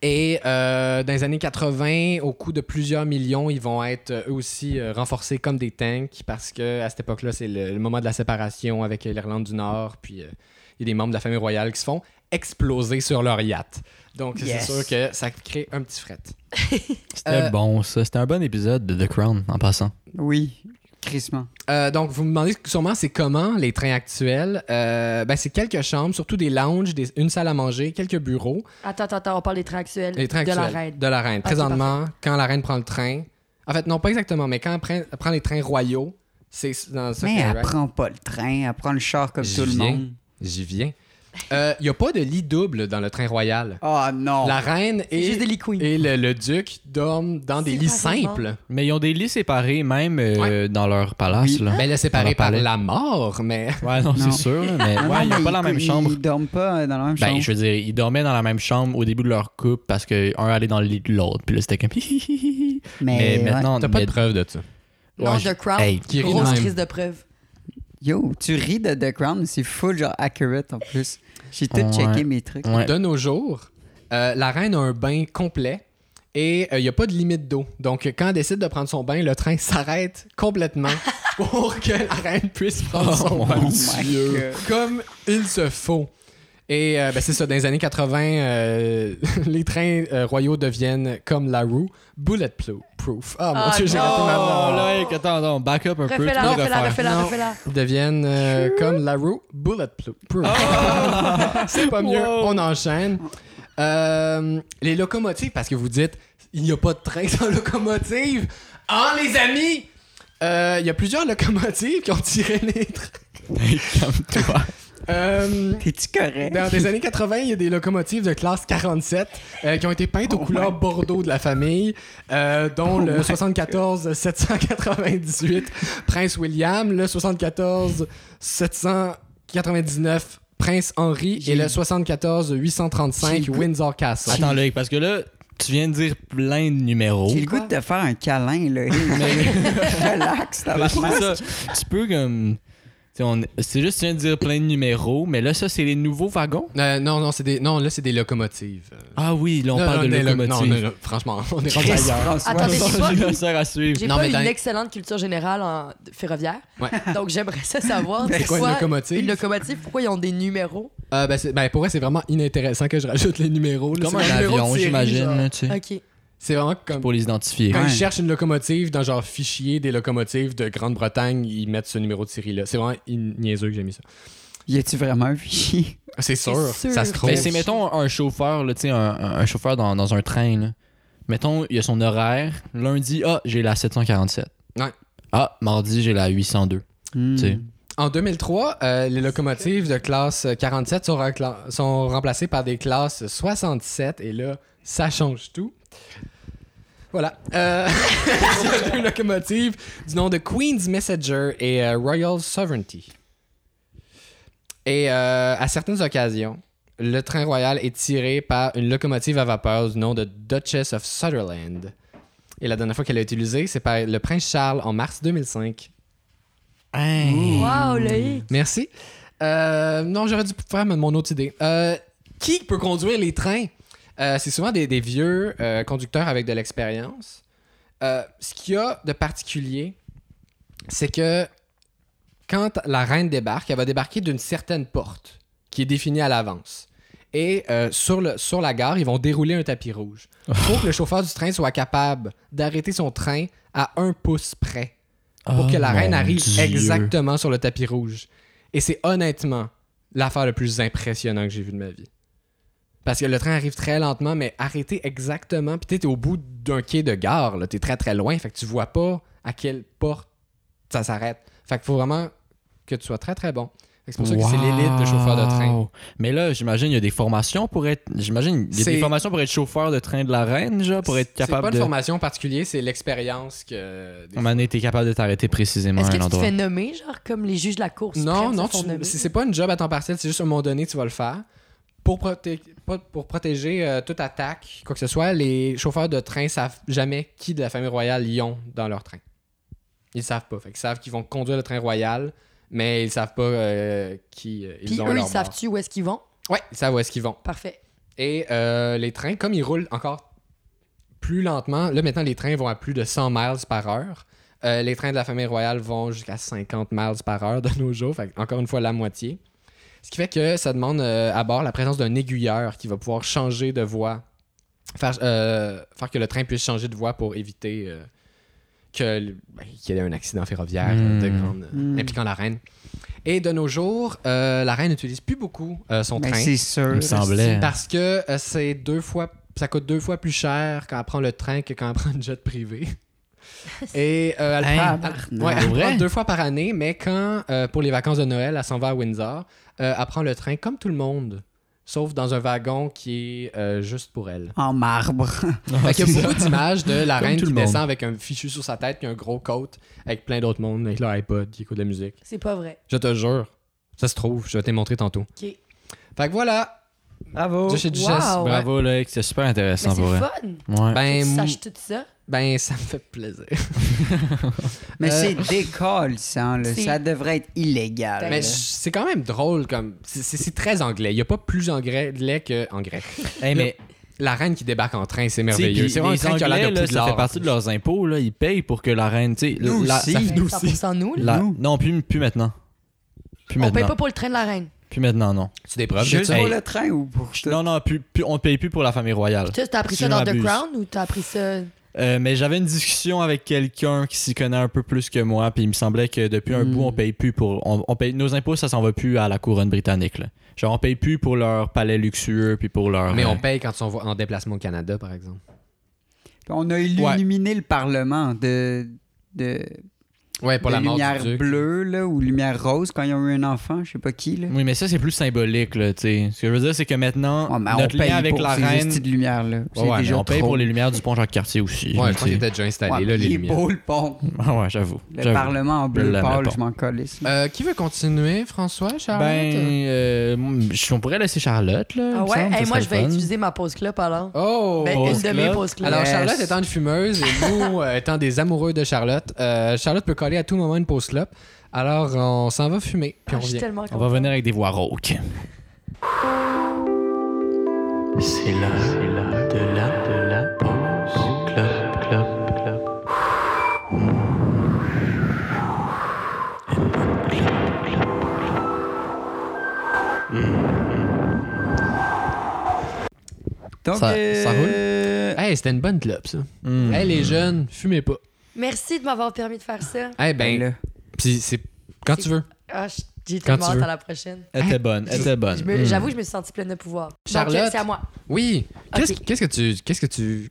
S1: Et euh, dans les années 80, au coût de plusieurs millions, ils vont être euh, eux aussi euh, renforcés comme des tanks parce que à cette époque-là, c'est le, le moment de la séparation avec euh, l'Irlande du Nord. Puis euh, il y a des membres de la famille royale qui se font exploser sur leur yacht. Donc
S2: Yes.
S1: c'est sûr que ça crée un petit fret.
S3: C'était
S1: euh,
S3: bon, ça. C'était un bon épisode de The Crown, en passant.
S2: Oui, crissement.
S1: Euh, donc, vous me demandez sûrement c'est comment les trains actuels. Euh, ben, c'est quelques chambres, surtout des lounges, des- une salle à manger, quelques bureaux.
S4: Attends, attends, attends, on parle des trains actuels.
S1: Les trains
S4: de
S1: actuels.
S4: la reine.
S1: De la reine. Présentement, quand la reine prend le train. En fait, non, pas exactement, mais quand elle prend, elle prend les trains royaux, c'est dans ça
S2: Mais
S1: qu'elle
S2: elle
S1: ride.
S2: prend pas le train, elle prend le char comme
S1: J'y
S2: tout le
S1: viens.
S2: monde.
S1: J'y viens. Euh, Il n'y a pas de lit double dans le train royal.
S2: Ah non!
S1: La reine
S4: C'est
S1: et,
S4: juste des liquides.
S1: et le, le duc dorment dans des lits
S4: Séparément.
S1: simples.
S3: Mais ils ont des lits séparés, même euh,
S1: Ouais.
S3: dans leur palace.
S2: Oui.
S1: *laughs*
S4: Hein?
S3: Là.
S1: Mais le Ben, séparé
S3: leur
S1: par
S3: palais.
S1: la mort, mais.
S3: Ouais, non,
S2: Non.
S3: c'est sûr. là,
S2: *laughs*
S3: Mais
S2: Ah non,
S3: ouais, ils
S2: mais
S3: n'ont pas la même chambre.
S2: Ils dorment pas dans la même
S3: Ben,
S2: chambre.
S3: je veux dire, ils dormaient dans la même chambre au début de leur couple parce que un allait dans le lit de l'autre. Puis là, c'était comme. *laughs* hihihihi. Mais,
S2: Mais, ouais.
S3: maintenant,
S1: T'as pas
S3: mais-
S1: de preuve de ça.
S4: Non,
S3: Ouais,
S4: The Crown.
S3: Hey,
S1: qui rit de
S4: grosse
S1: même.
S4: crise de preuve.
S2: Yo, tu ris de The Crown, mais c'est full genre accurate en plus. J'ai tout
S3: Ouais.
S2: checké mes trucs.
S3: ouais.
S1: De nos jours, euh, la reine a un bain complet et il n'y a pas de limite d'eau. Donc, quand elle décide de prendre son bain, le train *laughs* s'arrête complètement pour que la reine puisse prendre son
S3: Oh
S1: bain.
S2: Oh my God.
S1: Comme il se faut. Et euh, ben, c'est ça, dans les années 80, euh, *laughs* les trains euh, royaux deviennent, comme la roue, bulletproof. Proof. Ah, mon
S4: Ah,
S1: Dieu, j'ai
S3: Oh,
S1: raté ma blague.
S3: là, hey, attends, attends, back up un peu.
S4: Refais-la,
S3: tu peux
S4: refais-la,
S3: refaire.
S4: refais-la,
S1: Non.
S4: refais-la.
S1: Ils deviennent euh, comme la roue bulletproof. *laughs* c'est pas mieux,
S3: Wow.
S1: on enchaîne. Euh, les locomotives, parce que vous dites, il n'y a pas de train sans locomotive. Ah, les amis! Euh, Il y a plusieurs locomotives qui ont tiré les trains.
S3: *laughs* Calme-toi.
S1: Euh,
S2: T'es-tu correct?
S1: dans les années 80, il y a des locomotives de classe 47 euh, qui ont été peintes aux
S3: Oh
S1: couleurs Bordeaux de la famille, euh, dont le 74 798 Prince William, le 74 799 Prince Henry et le 74 835
S2: J'ai le goût-
S1: Windsor Castle.
S3: Attends, là, parce que là, tu viens de dire plein de numéros.
S2: J'ai le goût de te faire un
S3: *laughs*
S2: câlin, là. *laughs* Relax, t'as
S3: Mais c'est ça. Tu peux comme. tu sais, on- C'est juste, tu viens de dire plein de numéros, mais là, ça, c'est les nouveaux wagons.
S1: Euh, non, non, c'est des, non, là c'est des locomotives. Euh,
S3: Ah oui, là, on
S1: non,
S3: parle
S1: non,
S3: de
S1: des lo-
S3: locomotives.
S1: non, non, non, franchement, on est rendu
S2: Chris
S1: ailleurs.
S2: François.
S3: *laughs*
S4: Attendez, j'ai pas-
S3: Ça, ça sert à suivre.
S4: J'ai
S1: Non,
S4: pas
S1: mais
S4: une
S1: dans-
S4: excellente culture générale en ferroviaire.
S1: Ouais.
S4: Donc, j'aimerais
S1: *laughs*
S4: ça savoir.
S1: C'est quoi une
S4: pourquoi-
S1: locomotive?
S4: Une locomotive, pourquoi ils ont des numéros?
S1: Euh, ben, c'est- ben, pour vrai, c'est vraiment inintéressant que je rajoute les numéros. là.
S3: Comme
S1: C'est
S3: un
S1: des numéros de
S3: avion,
S1: série,
S3: j'imagine,
S1: genre.
S3: là, tu sais,
S4: OK.
S1: C'est vraiment comme
S3: pour les identifier. Ben,
S1: Quand
S2: Ouais.
S1: ils cherchent une locomotive dans genre fichier des locomotives de Grande-Bretagne, ils mettent ce numéro de série-là. C'est vraiment in- niaiseux que j'ai mis ça.
S2: Y a-tu vraiment un fichier?
S1: C'est sûr. Ben,
S4: sûr.
S1: Ça se
S4: Oh,
S3: Mais
S1: croise.
S3: c'est, mettons, un chauffeur, là, tu sais, un, un- un chauffeur dans, dans un train. là. Mettons, il y a son horaire. Lundi, ah, j'ai la 747.
S1: Ouais.
S3: Ah, mardi, j'ai la 802.
S2: Hmm.
S3: sais.
S1: En 2003, euh, les locomotives de classe 47 sont, recla- sont remplacées par des classes 67 et là, ça change tout. Voilà. Euh, *laughs* il y a deux locomotives du nom de Queen's Messenger et euh, Royal Sovereignty. Et euh, à certaines occasions, le train royal est tiré par une locomotive à vapeur du nom de Duchess of Sutherland. Et la dernière fois qu'elle a été utilisée, c'est par le prince Charles en mars 2005.
S3: Hein?
S4: Wow, Loïc.
S1: Merci. Euh, non, j'aurais dû faire mon autre idée. Euh, qui peut conduire les trains? Euh, c'est souvent des, des vieux euh, conducteurs avec de l'expérience. Euh, ce qu'il y a de particulier, c'est que quand la reine débarque, elle va débarquer d'une certaine porte qui est définie à l'avance. Et euh, sur, le, sur la gare, ils vont dérouler un tapis rouge. Il faut que le chauffeur du train soit capable d'arrêter son train à un pouce près pour que la
S3: Oh
S1: reine arrive exactement sur le tapis rouge. Et c'est honnêtement l'affaire le plus impressionnant que j'ai vu de ma vie. Parce que le train arrive très lentement, mais arrêté exactement. Puis t'es- t'es au bout d'un quai de gare, là. T'es très très loin, fait que tu vois pas à quelle porte ça s'arrête. Fait qu'il faut vraiment que tu sois très très bon. Fait que C'est pour ça que c'est l'élite de chauffeur de train.
S3: Mais là, j'imagine, il y a des formations pour être. J'imagine, il y a
S1: C'est-
S3: des formations pour être chauffeur de train de la reine, genre, pour être
S1: C'est pas
S3: capable
S1: une
S3: de. Ah,
S1: formation particulière, c'est l'expérience que. des
S3: À un moment donné, t'es capable de t'arrêter précisément
S4: Est-ce
S3: à
S4: que
S3: un
S4: tu te
S3: endroit.
S4: fais nommer, genre, comme les juges de la Cour
S1: Non,
S4: suprême
S1: non,
S4: se font
S1: tu-
S4: nommer?
S1: c'est c'est pas une job à temps partiel, c'est juste à un moment donné, tu vas le faire. Pour, proté- pas- pour protéger euh, toute attaque, quoi que ce soit, les chauffeurs de train savent jamais qui de la famille royale y ont dans leur train. Ils savent pas. Fait qu'ils savent qu'ils vont conduire le train royal, mais ils savent pas euh, qui euh, ils
S4: Puis
S1: ont à
S4: eux,
S1: leur
S4: ils
S1: bord.
S4: savent-tu où est-ce qu'ils vont?
S1: Ouais, ils savent où est-ce qu'ils vont.
S4: Parfait.
S1: Et euh, les trains, comme ils roulent encore plus lentement, là maintenant les trains vont à plus de 100 miles par heure. Euh, les trains de la famille royale vont jusqu'à 50 miles par heure de nos jours, fait que, encore une fois la moitié. Ce qui fait que ça demande euh, à bord la présence d'un aiguilleur qui va pouvoir changer de voie, faire, euh, faire que le train puisse changer de voie pour éviter euh, que le- ben, qu'il y ait un accident ferroviaire euh, de
S3: Mm.
S1: grande,
S2: Mm.
S1: impliquant la reine. Et de nos jours, euh, la reine n'utilise plus beaucoup euh, son
S2: Ben,
S1: train.
S2: c'est sûr.
S3: Il me semblait. hein.
S1: Parce que euh, c'est deux fois, ça coûte deux fois plus cher quand elle prend le train que quand elle *laughs* prend le jet
S4: *laughs*
S1: privé. Et euh, elle,
S2: Hein?
S4: Ah,
S1: prend, elle- ouais, elle
S3: Pour
S1: prend
S3: vrai?
S1: deux fois par année, mais quand, euh, pour les vacances de Noël, elle s'en va à Windsor, euh, elle prend le train comme tout le monde, sauf dans un wagon qui est euh, juste pour elle.
S2: En marbre.
S1: Fait qu'il y a beaucoup d'images de la
S3: Ah, Comme
S1: reine
S3: tout
S1: qui
S3: le monde.
S1: descend avec un fichu sur sa tête puis un gros coat avec plein d'autres mondes, avec leur iPod qui écoute de la musique.
S4: C'est pas vrai.
S1: Je te jure, ça se trouve, je vais te les montrer tantôt.
S4: OK. Mais
S1: Fait que voilà,
S2: Bravo.
S1: du chez Duchesse.
S4: Wow.
S1: Ouais.
S3: Bravo, là, c'est super
S4: c'est
S3: intéressant pour vrai.
S4: fun.
S3: Ouais.
S1: Ben,
S4: Tu
S1: mou-
S4: saches tout ça.
S1: Ben, ça me fait plaisir.
S2: Mais
S1: Euh,
S2: c'est décalissant, là.
S4: c'est-
S2: Ça devrait être illégal.
S1: Mais
S2: là.
S1: je- c'est quand même drôle comme. c'est- C'est c'est très anglais. Il n'y a pas plus anglais que anglais.
S3: Hey, mais
S1: La reine qui débarque en train, c'est
S3: Tu sais,
S1: merveilleux.
S3: puis
S1: C'est vraiment un
S3: les
S1: train qui a l'air
S3: Anglais,
S1: de
S3: là,
S1: Poudlard,
S3: Ça fait
S1: en
S3: partie de
S1: plus.
S3: leurs impôts, là. Ils payent pour que la reine, tu sais.
S2: Nous
S3: la-
S2: aussi.
S3: ça-
S4: Ben,
S1: nous
S4: 100% nous. là.
S3: la-
S2: Nous.
S3: Non, plus, plus maintenant. Plus
S4: On paye
S3: maintenant. Ah.
S4: pas pour le train de la reine.
S3: Plus maintenant, non.
S1: Tu des preuves de
S2: Juste
S1: ça?
S2: pour
S1: Hey,
S2: le train ou pour tout?
S3: Non, non, plus, plus- on ne paye plus pour la famille royale.
S4: Tu sais, t'as appris
S3: Si
S4: ça
S3: je
S4: dans The
S3: m'abuse.
S4: Crown ou t'as appris ça...
S3: Euh, mais j'avais une discussion avec quelqu'un qui s'y connaît un peu plus que moi, puis il me semblait que depuis un
S2: Hmm.
S3: bout, on paye plus pour. On, on paye, nos impôts, ça s'en va plus à la couronne britannique. Là. Genre, on paye plus pour leur palais luxueux, puis pour leur.
S1: Mais
S3: euh,
S1: on paye quand on va en déplacement au Canada, par exemple.
S2: On a illuminé le Parlement de, de,
S1: Ouais, pour
S2: de
S1: la mort
S2: lumière
S1: du duc.
S2: bleue là, ou lumière rose quand ils ont eu un enfant, je sais pas qui. Là.
S3: Oui, mais ça, c'est plus symbolique, là, tu sais. Ce que je veux dire, c'est que maintenant,
S2: Ouais, Oh, mais
S3: notre
S2: on paye
S3: lien avec
S2: pour
S3: la
S2: ces
S3: reine.
S2: hosties de lumière là.
S3: Ouais,
S2: C'est
S3: ouais, mais
S2: déjà
S3: on paye
S2: trop.
S3: pour les lumières du pont Jacques-Cartier aussi.
S1: Ouais,
S3: tu
S1: je pense qu'il
S3: sais.
S1: était déjà installé,
S2: Ouais,
S1: là, les
S2: il est
S1: lumières.
S2: beau le pont.
S3: Ah ouais, j'avoue.
S2: Le
S3: j'avoue.
S2: Parlement en bleu
S3: l'aime, le
S2: pâle,
S3: pont.
S2: je m'en calisse. là.
S1: Euh, qui veut continuer, François, Charlotte?
S3: Ben, euh, je- on pourrait laisser Charlotte, là. il
S4: Ah
S3: me
S4: ouais?
S3: semble, ça
S4: Hey, moi,
S3: serait
S4: je vais
S3: le fun.
S4: utiliser ma pause clope alors.
S1: Oh!
S4: Ben,
S3: pause
S4: une de mes Ah,
S3: clope.
S4: pauses clopes.
S1: Alors,
S2: Yes.
S1: Charlotte étant une fumeuse et
S4: *laughs*
S1: nous euh, étant des amoureux de Charlotte, euh, Charlotte peut coller à tout moment une pause clope. Alors, on s'en va fumer, puis
S4: Ah,
S1: on
S4: je suis
S1: revient.
S4: tellement
S3: On va
S4: contente.
S3: venir avec des voix rauques.
S5: C'est là, c'est là, de là, de la pause. Club, club, club.
S2: Donc,
S1: ça- ça
S2: euh,
S1: Hey, c'était une bonne clope, ça.
S3: Hmm.
S1: Hey, les jeunes, fumez pas.
S4: Merci de m'avoir permis de faire ça.
S1: Eh
S2: ben,
S1: ben,
S2: là,
S1: puis c'est quand tu veux.
S4: Ah, je- J'ai
S1: Quand
S4: tellement
S1: tu
S4: hâte
S1: veux.
S4: à la prochaine.
S3: Elle
S2: Hein?
S3: était bonne, elle était bonne.
S4: Je me-
S1: Mm.
S4: J'avoue, je me suis sentie pleine de pouvoir. Donc,
S3: Charlotte?
S4: C'est à moi.
S1: Oui. Qu'est-ce
S4: Ok.
S1: qu'est-ce que tu. Qu'est-ce que tu.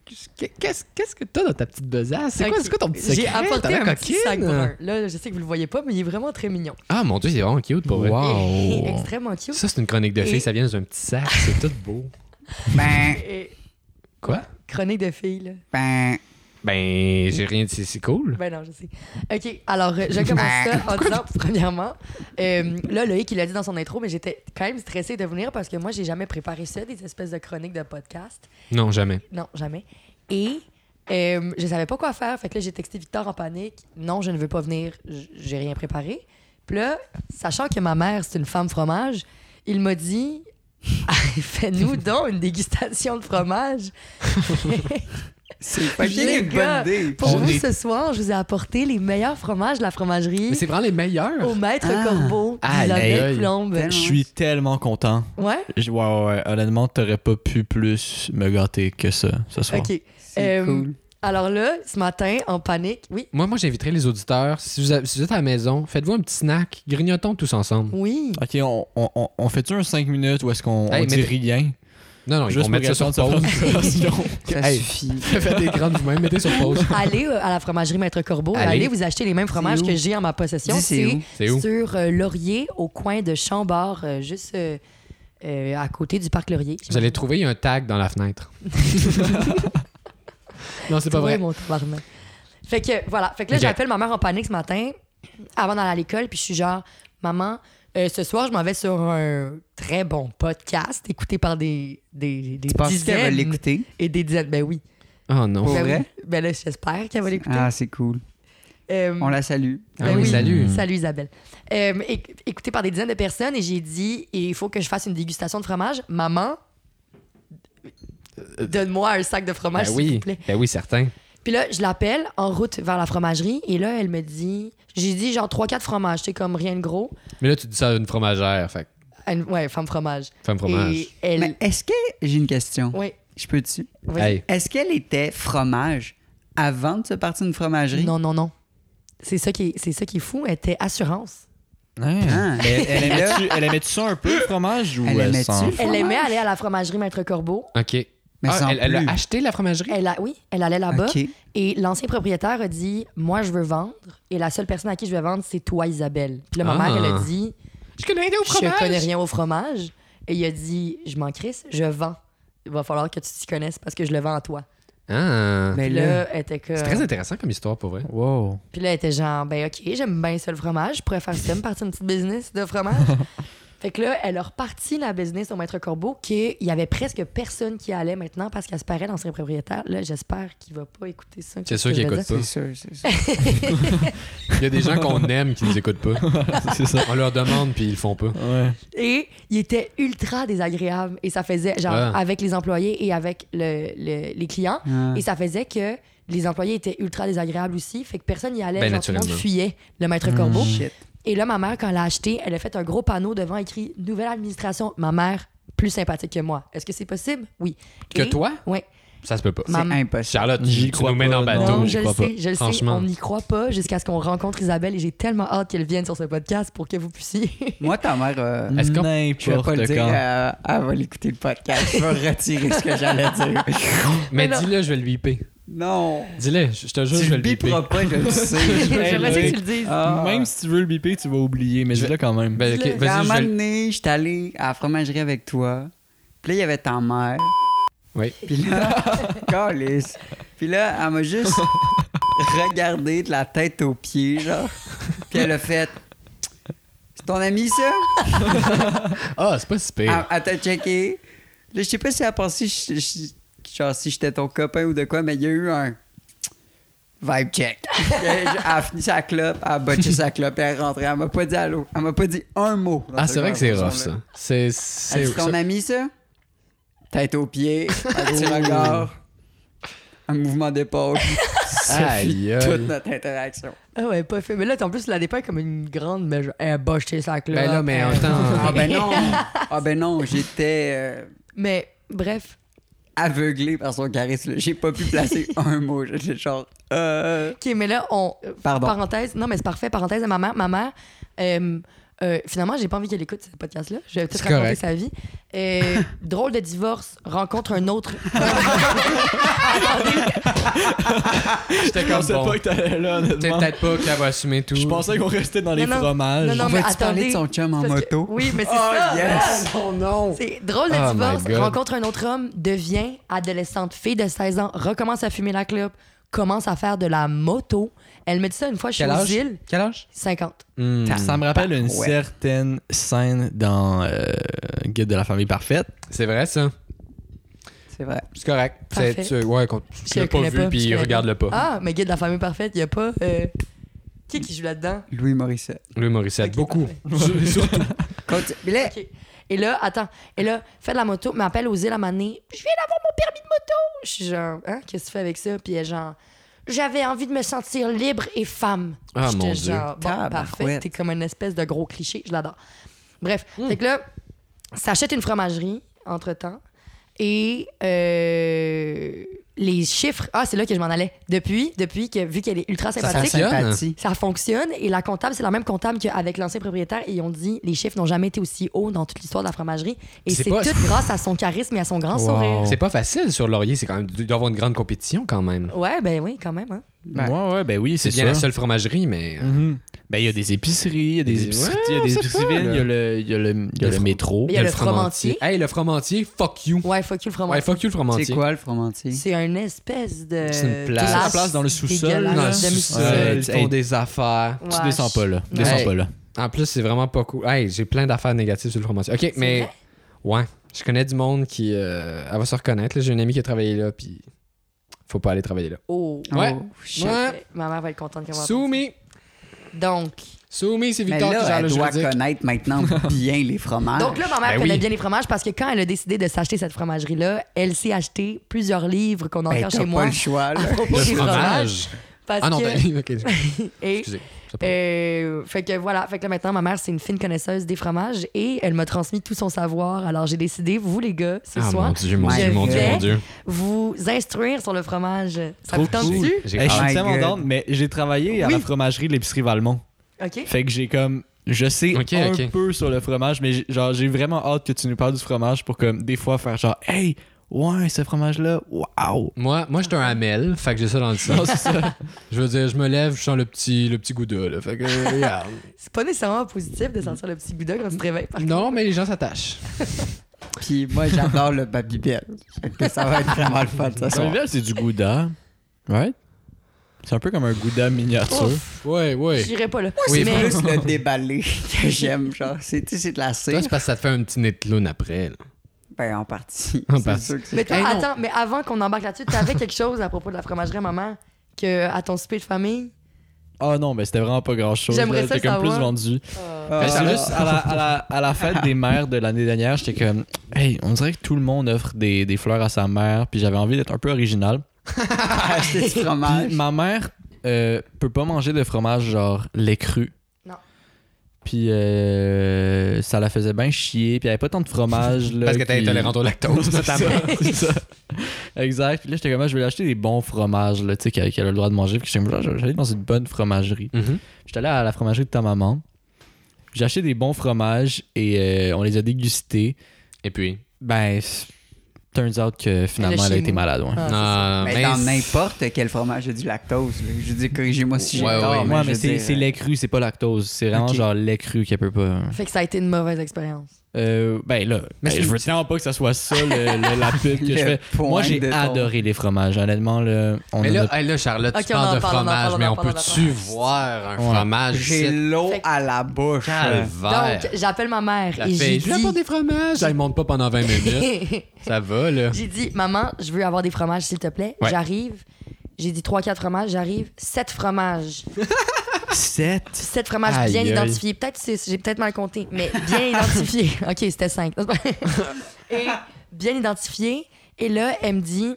S1: Qu'est-ce qu'est-ce que t'as dans ta petite besace? C'est quoi,
S4: Ok.
S1: c'est quoi ton petit secret?
S4: J'ai apporté
S1: T'as
S4: un
S1: la
S4: petit
S1: coquine?
S4: sac brun. Là, je sais que vous le voyez pas, mais il est vraiment très mignon.
S1: Ah mon dieu, c'est vraiment cute pour vrai.
S4: *laughs*
S1: Oh.
S4: Et- Extrêmement cute.
S1: Ça, c'est une chronique de
S4: Et-
S1: filles, ça vient dans un petit sac, c'est tout beau.
S2: Ben,
S4: Et
S1: Quoi?
S4: chronique de filles, là.
S2: ben,
S1: Ben, j'ai rien dit, c'est cool.
S4: Ben non, je sais. OK, alors, euh, je commence
S1: Ah.
S4: ça en disant, premièrement, euh, là, Loïc, il a dit dans son intro, mais j'étais quand même stressée de venir parce que moi, j'ai jamais préparé ça, des espèces de chroniques de podcast.
S1: Non, jamais.
S4: Non, jamais. Et euh, je savais pas quoi faire. Fait que là, j'ai texté Victor en panique. Non, je ne veux pas venir. J- J'ai rien préparé. Puis là, sachant que ma mère, c'est une femme fromage, il m'a dit *laughs* Fais-nous donc une dégustation de fromage.
S2: c'est fucking
S4: Les
S2: une
S4: gars,
S2: bonne idée.
S4: Pour
S1: On
S4: vous,
S1: est-
S4: ce soir, je vous ai apporté les meilleurs fromages de la
S1: Mais
S4: fromagerie
S1: c'est vraiment les meilleurs.
S4: au maître
S2: Ah.
S4: corbeau.
S3: Ah,
S4: de la
S3: hey.
S4: belle plombe.
S3: Je suis tellement content.
S4: Ouais?
S3: Je- Ouais, ouais, ouais. Honnêtement, t'aurais pas pu plus me gâter que ça ce soir.
S4: OK.
S2: C'est
S4: Euh,
S2: cool.
S4: Alors là, ce matin, en panique, oui,
S1: Moi, moi j'inviterais les auditeurs, si vous, a- si vous êtes à la maison, faites-vous un petit snack, grignotons tous ensemble.
S4: oui.
S3: Ok, on, on- on- on fait-tu un 5 minutes ou est-ce qu'on
S1: Hey,
S3: on dit
S1: mais-
S3: rien?
S1: Non, non, ils vont mettre ça sur pause.
S2: Ça
S1: Hey.
S2: suffit.
S1: *laughs* Faites des grandes vous-même, mettez sur pause.
S4: *laughs* allez euh, à la fromagerie Maître Corbeau, allez,
S1: Oh. Allez.
S4: vous acheter les mêmes fromages
S2: où?
S4: que j'ai en ma possession.
S2: Dis, c'est où?
S1: C'est où?
S4: sur euh, Laurier, au coin de Chambord, euh, juste euh, euh, à côté du parc Laurier.
S1: Vous allez trouver il y a un tag dans la
S4: *laughs*
S1: fenêtre. non, c'est pas vrai.
S4: mon tabarnak. Fait que voilà, fait que là
S1: Ok.
S4: j'appelle ma mère en panique ce matin avant d'aller à l'école puis je suis genre maman, euh, ce soir je m'en vais sur un très bon podcast écouté par des des, des
S2: Tu penses qu'elle va
S4: dizaines
S2: l'écouter?
S4: et des dizaines ben oui.
S1: Oh non.
S2: Pour
S4: ben,
S2: vrai?
S4: oui. ben là j'espère qu'elle va l'écouter.
S2: Ah, c'est cool.
S4: Euh,
S2: On la salue.
S1: Ah
S4: Ben
S1: oui,
S4: oui.
S1: salut.
S4: Salut Isabelle. Euh, éc- écoutée par des dizaines de personnes et j'ai dit il faut que je fasse une dégustation de fromage. Maman, donne-moi un sac de fromage,
S1: Euh, Ben
S4: s'il
S1: oui,
S4: vous plaît.
S1: ben oui, certain.
S4: Puis là, je l'appelle en route vers la fromagerie et là, elle me dit j'ai dit genre 3-4 fromages, c'est comme rien de gros.
S1: Mais là, tu dis ça à une fromagère, fait que
S4: À une- ouais, femme fromage.
S1: femme fromage.
S4: Et elle.
S2: Mais est-ce que. J'ai une question.
S4: Ouais,
S2: Je peux-tu?
S4: vas-y.
S1: Hey,
S2: Est-ce qu'elle était fromage avant de se partir d'une fromagerie?
S4: Non, non, non. C'est ça, qui est, c'est ça qui est fou. Elle était assurance.
S2: Ah.
S3: Elle, elle
S2: Et là-
S3: aimait-tu, elle aimait-tu ça un peu, le fromage? Ou
S2: Elle
S3: elle
S2: aimait-tu?
S3: s'en-
S4: Elle
S2: Fromage?
S4: aimait aller à la fromagerie Maître Corbeau.
S1: ok.
S2: Mais
S1: Ah,
S2: sans
S1: elle, elle
S2: plus.
S1: a acheté la fromagerie?
S4: Elle a, oui, elle allait là-bas.
S2: OK.
S4: Et l'ancien propriétaire a dit Moi, je veux vendre. Et la seule personne à qui je vais vendre, c'est toi, Isabelle. Puis là, ma
S1: Ah.
S4: mère, elle a dit
S1: Je connais rien au
S4: Je connais rien au fromage. Et il a dit Je m'en crisse, je vends. Il va falloir que tu t'y connaisses parce que je le vends à toi.
S1: Ah.
S2: Mais
S4: Puis
S2: là,
S4: là, elle était comme.
S1: C'est très intéressant comme histoire, pour vrai.
S3: Wow.
S4: Puis là, elle était genre Ben, OK, j'aime bien ça le fromage. Je pourrais faire ça, me partir une petite business
S1: *laughs*
S4: de fromage. fait que là, elle a reparti la business au maître Corbeau, qu'il y avait presque personne qui allait maintenant parce qu'elle se paraît l'ancien propriétaire. Là, j'espère qu'il va pas écouter ça.
S1: C'est sûr
S4: que je
S1: qu'il
S4: vais
S1: écoute
S4: dire.
S2: c'est sûr, c'est sûr.
S1: Il y a des
S4: *laughs*
S1: gens qu'on aime qui nous écoutent pas.
S3: C'est ça.
S1: On leur demande, puis ils le font pas.
S3: Ouais.
S4: Et il était ultra désagréable. Et ça faisait, genre,
S1: Ah.
S4: avec les employés et avec le- le- les clients.
S2: Ah.
S4: Et ça faisait que les employés étaient ultra désagréables aussi. Fait que personne n'y allait.
S1: Ben,
S4: genre, tout le monde
S1: naturellement.
S4: fuyait le maître corbeau.
S2: Mm. Shit.
S4: Et là, ma mère, quand elle l'a acheté, elle a fait un gros panneau devant écrit Nouvelle administration. Ma mère, plus sympathique que moi. Est-ce que c'est possible? Oui.
S1: Que
S4: Et-
S1: toi?
S4: Oui.
S1: Ça se peut pas.
S2: C'est
S4: Maman.
S2: impossible.
S1: Charlotte,
S3: J'y
S1: tu
S3: crois
S1: nous mets
S3: pas,
S1: dans le
S3: non.
S1: bateau.
S4: Non,
S3: j'y
S4: je le
S3: crois pas.
S4: sais, je le sais.
S1: Franchement.
S4: On n'y croit pas jusqu'à ce qu'on rencontre Isabelle et j'ai tellement hâte qu'elle vienne sur ce podcast pour que vous *laughs* puissiez.
S2: Moi, ta mère. euh,
S1: Est-ce qu'on-
S2: Je vais pas
S3: N'importe
S2: le dire,
S3: quand.
S2: euh, elle va l'écouter le podcast. Je vais retirer ce que j'allais dire.
S1: Mais
S4: Mais non.
S1: dis-le, je vais le biper.
S2: Non.
S1: Dis-le, je je te jure,
S2: Tu
S1: je vais
S2: le
S1: le biper.
S2: biperas pas, je
S1: *laughs*
S2: le sais.
S3: vais
S4: J'aimerais ça Eh, que
S3: le-
S4: tu le dises.
S2: Ah.
S3: Même si tu veux le biper, tu vas oublier, mais
S1: Je-
S3: dis-le quand même.
S1: Ben, ok,
S4: Dis-le.
S2: Puis à un
S1: vas-y, je vais
S2: moment
S1: le-
S2: donné, j'étais allé à la fromagerie avec toi. Puis là, il y avait ta mère.
S1: Oui.
S2: Puis là, *laughs* calisse. Puis là, elle m'a *laughs* juste regardé de la tête aux pieds, genre. Puis elle a fait C'est ton ami, ça
S1: Ah, c'est pas si
S2: Elle,
S1: pire.
S2: elle t'a checké. Là, je sais pas si elle pensait que je- je- genre, si j'étais ton copain ou de quoi, mais il y a eu un vibe
S1: *laughs*
S2: check. elle a fini sa clope, elle a botché sa clope, elle est rentrée. Elle m'a pas dit allô. Elle m'a pas dit un mot. dans
S1: Ah,
S2: cette
S1: c'est vrai que c'est rough,
S2: conversation-là.
S1: ça. C'est.
S2: C'est
S1: c'est-
S2: ton
S1: ça-
S2: ami, ça? Tête
S1: *laughs*
S2: aux pieds, un petit regard, un mouvement d'épaule. Ça
S1: Aïe,
S2: fit
S1: aïe.
S2: *laughs* toute notre interaction.
S4: Ah ouais, pas fait. Mais là, en plus, tu la dépeins comme une grande, Eh, mais genre, elle bosse chez sa clope.
S1: Ben là, mais
S4: *laughs* elle-
S1: attends.
S2: Ah ben non! Ah ben non, j'étais euh,
S4: Mais bref,
S2: aveuglé par son charisme. J'ai pas
S4: *laughs*
S2: pu placer un mot. J'étais genre... Euh...
S4: ok, mais là, on.
S2: Pardon.
S4: Parenthèse, non, mais c'est parfait, parenthèse de ma mère. Ma mère, euh, Euh, finalement, j'ai pas envie qu'elle écoute ce podcast-là. Je vais peut-être
S1: C'est
S4: raconter
S1: correct.
S4: sa vie.
S1: *laughs*
S4: Euh, drôle de divorce, rencontre un autre.
S1: J'étais
S3: *laughs*
S1: comme bon.
S3: que t'allais là,
S1: Peut-être peut-être pas qu'elle va assumer tout.
S3: qu'on restait dans
S4: Non, non.
S3: fromages.
S4: Non, non,
S2: On
S4: mais
S2: va-tu parler
S4: attendez,
S2: de son chum en
S4: Parce que-
S2: moto?
S4: Oui, mais c'est
S2: Oh
S4: ça. Ah,
S2: yes! Oh non!
S4: C'est drôle
S3: Oh
S4: de
S3: my
S4: divorce,
S3: God.
S4: rencontre un autre homme, devient adolescente, fille de 16 ans, recommence à fumer la clope, commence à faire de la moto. Elle me dit ça une fois, je suis
S1: Quel
S4: aux
S1: âge?
S4: îles,
S1: Quel âge?
S4: 50.
S3: Hmm. Ça me rappelle une
S2: Ouais.
S3: certaine scène dans euh, Guide de la famille parfaite.
S1: C'est vrai, ça.
S2: C'est vrai.
S1: C'est correct.
S4: Parfait.
S1: C'est- tu- ouais, qu'on-
S4: Je
S1: tu l'as
S4: le
S1: pas
S4: connais
S1: vu,
S4: pas, je
S1: puis
S4: connais
S1: regarde-le pas.
S4: Ah, mais Guide de la famille parfaite, il y a pas... euh, Qui qui joue là-dedans?
S2: Louis Morissette.
S1: Louis Morissette,
S4: Ok,
S1: beaucoup. Surtout.
S4: *laughs*
S2: Continue. Mais là,
S4: Ok. Et là, attends, et là, fait de la moto, m'appelle aux îles à Mané. Je viens d'avoir mon permis de moto. Je suis genre, hein, qu'est-ce que tu fais avec ça? Puis elle est genre, j'avais envie de me sentir libre et femme.
S1: Ah,
S4: J'étais
S1: mon Dieu.
S4: genre, bon,
S2: Tabarouette.
S4: parfait, t'es comme une espèce de gros cliché, je l'adore. Bref,
S1: Hmm.
S4: fait que là, s'achète une fromagerie entre-temps et euh, les chiffres. Ah, c'est là que je m'en allais. Depuis, depuis que, vu qu'elle est ultra sympathique,
S1: s'affectionne.
S2: sympathie.
S4: ça fonctionne et la comptable, c'est la même comptable qu'avec l'ancien propriétaire et ils ont dit les chiffres n'ont jamais été aussi hauts dans toute l'histoire de la fromagerie et
S1: C'est
S4: c'est
S1: pas-
S4: tout grâce à son charisme et à son grand sourire.
S1: C'est pas facile sur Laurier, c'est quand même d'avoir une grande compétition quand même.
S4: Ouais, ben oui, quand même. Hein.
S2: Ouais.
S3: Ouais, ouais, ben oui,
S1: C'est
S3: c'est
S1: bien
S3: ça.
S1: la seule fromagerie, mais. euh,
S3: Mhm. Ben, il y a des épiceries, il y a des
S1: Des-
S3: épiceries, il
S1: Ouais,
S3: y a
S1: on
S3: des
S1: sait
S3: épiceries
S1: pas,
S3: villes, il y a
S1: là.
S3: le, il y a le, il y a
S1: Oh, Le
S3: le
S1: fro-
S3: métro.
S4: Mais il y a le fromantier.
S1: Hey, le fromantier, fuck you.
S4: Ouais, fuck you le
S1: Ouais,
S4: fromage.
S1: fuck you le fromantier.
S2: C'est quoi le fromantier?
S4: c'est un espèce de.
S1: C'est une place.
S4: glace
S1: C'est la
S3: place dans le sous-sol,
S4: dégueulasse,
S1: Dans le
S3: Ouais.
S1: sous-sol,
S3: Ouais.
S1: ils
S3: Hey.
S1: font des affaires.
S4: demi-
S3: Tu
S4: Ouais.
S3: descends pas là.
S4: Non.
S3: Descends
S1: Hey.
S3: pas là.
S1: En plus, c'est vraiment pas cool. Hey, j'ai plein d'affaires négatives sur le fromager. OK, mais
S4: vrai?
S1: ouais, je connais du monde qui euh, elle va se reconnaître, là. j'ai une amie qui a travaillé là puis faut pas aller travailler là.
S4: Oh.
S1: Ouais.
S2: Oh, shit.
S1: Ouais.
S4: Parfait. Ma mère va être contente qu'elle va entendre
S1: Soumis,
S4: ça. Donc,
S1: soumis, c'est
S2: Mais
S1: Victor qui
S2: là,
S1: gère
S2: elle
S1: le
S2: doit
S1: juridique.
S2: connaître
S4: *laughs*
S2: maintenant bien les fromages.
S4: donc là, ma mère
S1: Ben
S4: connaît
S1: oui.
S4: bien les fromages parce que quand elle a décidé de s'acheter cette fromagerie-là, elle s'est acheté plusieurs livres qu'on a
S2: ben,
S4: encore
S2: t'as
S4: chez
S2: pas
S4: moi. Ah,
S2: le choix,
S4: *laughs*
S2: là.
S4: à propos
S1: Le
S4: des fromages.
S1: fromage.
S4: Parce
S1: Ah non,
S4: que-
S1: ben, *laughs* OK.
S4: *laughs* et-
S1: Excusez. Ça peut-
S4: Euh, fait que voilà, fait que là maintenant ma mère c'est une fine connaisseuse des fromages et elle m'a transmis tout son savoir. Alors j'ai décidé vous les gars ce
S1: Ah mon
S4: soir
S1: dieu, mon
S2: je
S1: dieu, mon dieu,
S4: vais-
S1: mon dieu.
S4: vous instruire sur le fromage. Ça vous tente
S1: J'ai-
S4: tu
S1: j'ai-
S3: Hey, je
S1: ah,
S3: suis
S2: My
S3: tellement
S2: God.
S3: down, mais j'ai travaillé à
S4: Oui.
S3: la fromagerie de l'épicerie Valmont.
S4: OK.
S3: Fait que j'ai comme. Je sais
S1: Ok,
S3: un
S1: ok.
S3: peu sur le fromage, mais j'ai- genre j'ai vraiment hâte que tu nous parles du fromage pour comme des fois faire genre Hey, ouais, ce fromage-là, waouh!
S1: Moi, moi j'étais un Hamel, fait que j'ai ça dans le sang.
S3: Non, c'est ça.
S1: *laughs* Je veux dire, je me lève, je sens le petit, le petit goût de là. Fait que, euh, regarde.
S4: C'est pas nécessairement positif de sentir le petit gouda quand tu te réveilles.
S1: *laughs*
S4: par
S1: non, mais les gens s'attachent.
S2: Puis moi, j'adore le Babybel. Fait que ça va être vraiment le fun
S4: *laughs*
S2: ce soir.
S3: Babybel, c'est du gouda. Right? C'est un peu comme un gouda miniature.
S4: Ouf,
S1: Ouais, ouais.
S4: J'irai pas là.
S1: Oui,
S4: mais
S2: Plus le déballer que j'aime, genre. C'est tu sais, c'est de la
S1: Toi,
S2: cire.
S1: c'est parce que ça te fait un petit nez de clown après. là.
S2: Ben, en partie.
S1: En
S2: C'est
S1: partie.
S2: sûr que c'est-
S4: mais toi,
S1: Hey, non.
S4: attends, mais avant qu'on embarque là-dessus, t'avais quelque chose à propos de la fromagerie maman que à ton souper de famille
S3: Ah non, mais c'était vraiment pas grand chose.
S4: J'aimerais ça
S3: J'étais comme plus
S4: savoir.
S3: vendu.
S2: Ah.
S3: Mais c'est juste à la, à la- à la fête des mères de l'année dernière, j'étais comme Hey, on dirait que tout le monde offre des, des fleurs à sa mère, puis j'avais envie d'être un peu original.
S4: *laughs*
S2: acheter du
S3: Puis
S2: fromage.
S3: ma mère euh, peut pas manger de fromage genre lait cru.
S4: Non.
S3: Puis euh, ça la faisait bien chier, puis elle avait pas tant de fromage. là,
S1: Parce que t'es
S3: puis-
S1: intolérante au *laughs*
S3: *laughs*
S1: lactose,
S3: C'est ça,
S1: notamment.
S3: c'est ça. Exact. Puis là, j'étais comme, Ah, je vais lui acheter des bons fromages, là, tu sais, qu'elle qu'elle a le droit de manger. Puis j'étais comme, Ah, genre, j'allais dans une bonne fromagerie.
S1: Mhm.
S3: J'étais allé à la fromagerie de ta maman. J'ai acheté des bons fromages et euh, on les a dégustés.
S1: Et puis.
S3: Ben, f- turns out que finalement,
S4: Elle a
S3: elle a
S4: chez
S3: été
S4: nous.
S3: malade, ouais.
S4: Ah,
S1: Non,
S2: Mais dans n'importe quel fromage, j'ai du lactose. là. Je dis, corrigez-moi si j'ai
S1: Ouais,
S2: tort.
S1: ouais,
S3: Ouais,
S1: mais
S2: je
S3: mais
S2: veux
S3: c'est
S2: dire, euh,
S3: c'est lait cru, c'est pas lactose. C'est vraiment
S2: Ok.
S3: genre lait cru qu'elle peut pas.
S4: Fait que ça a été une mauvaise expérience.
S3: Euh, ben là,
S1: Mais
S3: ben,
S1: c'est-
S3: je veux tellement pas que ça soit ça le- le- la pub que
S2: Le
S3: je fais.
S2: point
S3: Moi, j'ai
S2: de ton-
S3: adoré les fromages, honnêtement. Là, on
S1: Mais
S3: en
S1: là,
S3: a-
S1: hey, là, Charlotte,
S4: Ok,
S1: tu
S4: on en
S1: parles de
S4: parle, on en
S1: fromage,
S4: parle, on
S1: mais
S4: en
S1: on
S4: parle, on en
S1: peut-tu
S4: parle.
S1: voir un
S3: Ouais.
S1: fromage
S2: J'ai
S1: ici?
S2: l'eau
S4: Fait que-
S2: à la bouche. là.
S1: Calvaire.
S4: Donc j'appelle ma mère
S1: La
S4: et j'ai
S1: fille,
S4: dit
S1: je vais des fromages. Elle monte pas
S4: *laughs*
S1: pendant 20 minutes. ça va, là.
S4: J'ai dit, maman, je veux avoir des fromages, s'il te plaît.
S1: Ouais.
S4: J'arrive. J'ai dit 3-4 fromages, j'arrive. 7 fromages.
S3: 7.
S4: 7 fromages bien
S1: Aïe, aïe.
S4: identifiés. Peut-être 6, j'ai peut-être mal compté, mais
S1: *laughs*
S4: bien identifiés. OK, c'était 5. *laughs* Et bien identifiés. Et là, elle me dit,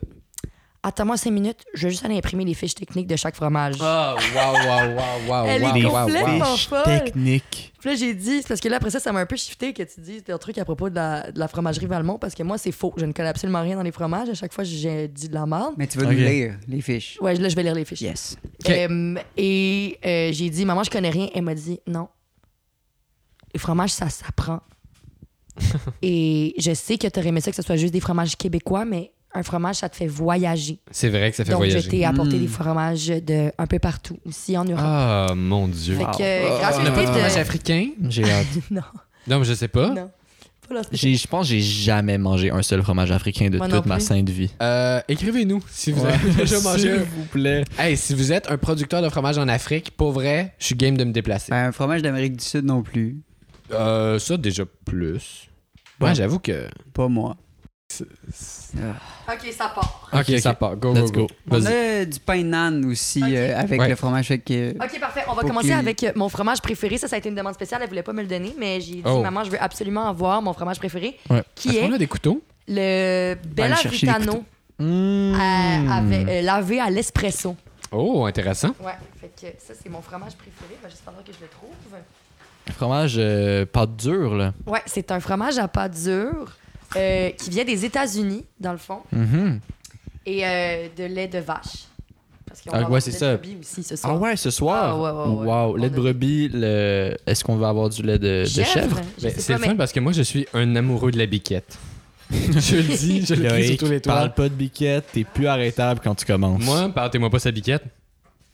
S4: attends-moi 5 minutes, je vais juste aller imprimer les fiches techniques de chaque fromage.
S1: Oh, wow, wow, wow, wow,
S4: Elle
S1: wow,
S4: est
S1: wow, wow.
S4: complètement folle.
S3: technique.
S4: Puis là, j'ai dit, c'est parce que là, après ça, ça m'a un peu shifté que tu dises un truc à propos de la, de la fromagerie Valmont, parce que moi, c'est faux. Je ne connais absolument rien dans les fromages. À chaque fois, j'ai dit de la merde.
S2: Mais tu vas
S3: Ok.
S2: nous lire les fiches.
S4: Ouais, là, je vais lire les fiches.
S2: Yes.
S1: Ok.
S4: Euh, et euh, j'ai dit, maman, je connais rien. Elle m'a dit, non. les fromages,
S1: *laughs*
S4: ça s'apprend. Et je sais que t'aurais aimé ça que ce soit juste des fromages québécois, mais un fromage, ça te fait voyager.
S1: C'est vrai que ça fait
S4: Donc, je
S1: voyager.
S4: t'ai apporté
S2: Mm.
S4: des fromages de un peu partout, aussi en Europe.
S1: Ah, mon Dieu.
S4: Fait que,
S2: Wow.
S4: grâce
S2: Ah,
S4: au
S2: on a
S4: thé
S2: pas de fromage
S4: de...
S3: africain. J'ai hâte.
S4: *laughs* non,
S1: Non, mais je sais pas.
S4: non. Pas la-
S3: J'ai- Je pense que j'ai jamais mangé un seul fromage africain de
S4: Moi non
S3: toute ma
S4: plus.
S3: sainte vie.
S1: Euh, Écrivez-nous si vous
S3: Ouais.
S1: avez déjà *laughs*
S3: S'il
S1: mangé.
S3: vous plaît.
S1: Hey, si vous êtes un producteur de fromage en Afrique, pour vrai, je suis game de me déplacer.
S2: Ben, un fromage d'Amérique du Sud non plus.
S1: Euh, ça, déjà plus.
S2: Ouais.
S1: Ouais, j'avoue que.
S2: Pas moi.
S4: Ok, ça part.
S1: Ok,
S3: ok.
S1: ça part. Go,
S3: Let's
S1: go,
S3: go.
S1: go.
S2: On
S1: Vas-y.
S2: a du pain nan aussi
S4: Ok.
S2: euh, avec euh,
S1: Ouais.
S2: le fromage. Fait que,
S4: Ok, parfait. On va
S2: Faut
S4: commencer
S2: qu'il-
S4: avec euh, mon fromage préféré. Ça, ça a été une demande spéciale. Elle voulait pas me le donner, mais j'ai dit,
S1: Oh.
S4: maman, je veux absolument avoir mon fromage préféré,
S3: Ouais.
S4: qui
S1: Est-ce
S4: est
S1: qu'on a des couteaux?
S4: le Bella
S2: aller chercher les
S4: Vitano à- avec- euh, lavé à l'espresso.
S1: Oh, intéressant.
S4: Ouais, fait que ça, c'est mon fromage préféré. Il va juste falloir que je le trouve.
S3: Fromage euh, pâte dure, là.
S4: Ouais, c'est un fromage à pâte dure euh, qui vient des États-Unis, dans le fond,
S1: Mm-hmm.
S3: Mhm.
S4: et euh, de lait de vache. Parce qu'on
S3: Ah,
S4: va avoir
S3: ouais,
S4: du
S3: c'est
S4: lait de
S3: ça.
S4: brebis aussi ce soir.
S3: Ah ouais, ce soir.
S4: Ah ouais, ouais, ouais.
S3: Wow, lait de
S4: On a-
S3: brebis, le... est-ce qu'on va avoir du lait de, de chèvre?
S4: Je
S1: Ben,
S4: sais
S1: c'est
S4: pas,
S1: le fun
S4: mais-
S1: parce que moi, je suis un amoureux de la *laughs* biquette. je le dis, *laughs* je le crie sur
S3: Loïc,
S1: tous les toits.
S3: parle pas de biquette, t'es plus arrêtable quand tu commences.
S1: Moi, partez-moi pas sa biquette.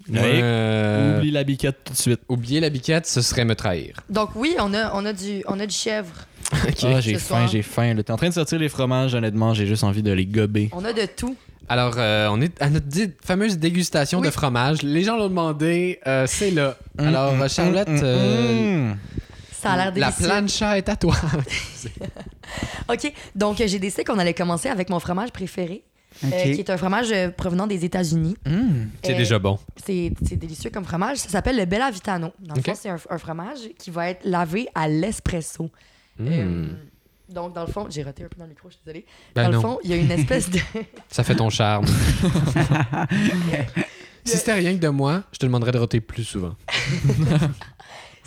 S1: Moi,
S3: Loïc,
S1: euh,
S3: oublie la biquette tout de *laughs* suite.
S1: oublier la biquette, ce serait me trahir.
S4: Donc oui, on a, on a, du, on a du chèvre.
S1: Ok.
S3: Ah, j'ai
S4: Ce
S3: faim,
S4: soir.
S3: j'ai faim. là. T'es en train de sortir les fromages, honnêtement, j'ai juste envie de les gober.
S4: On a de tout.
S1: Alors, euh, on est à notre di- fameuse dégustation
S4: Oui. Mm,
S1: de fromage. Les gens l'ont demandé, euh, c'est là. Alors, euh, Charlotte, euh,
S3: Mm.
S4: Ça a l'air
S1: la
S4: délicieux.
S1: plancha est à toi.
S4: OK, donc euh, j'ai décidé qu'on allait commencer avec mon fromage préféré,
S2: OK.
S4: euh, qui est un fromage euh, provenant des États-Unis.
S3: Mm.
S1: C'est
S4: Euh,
S1: déjà bon.
S4: C'est c'est délicieux comme fromage. Ça s'appelle le Bella Vitano. Dans le
S1: Ok.
S4: fond, c'est un, un fromage qui va être lavé à l'espresso.
S1: Mm. Hmm.
S4: Euh, donc, dans le fond, j'ai raté un peu dans le micro, je suis désolée.
S1: Ben
S4: dans
S1: non,
S4: le fond, il y a une espèce
S1: *laughs*
S4: de.
S1: ça fait ton
S4: *laughs*
S1: charme. *laughs* si c'était rien que de moi, je te demanderais de roter plus souvent.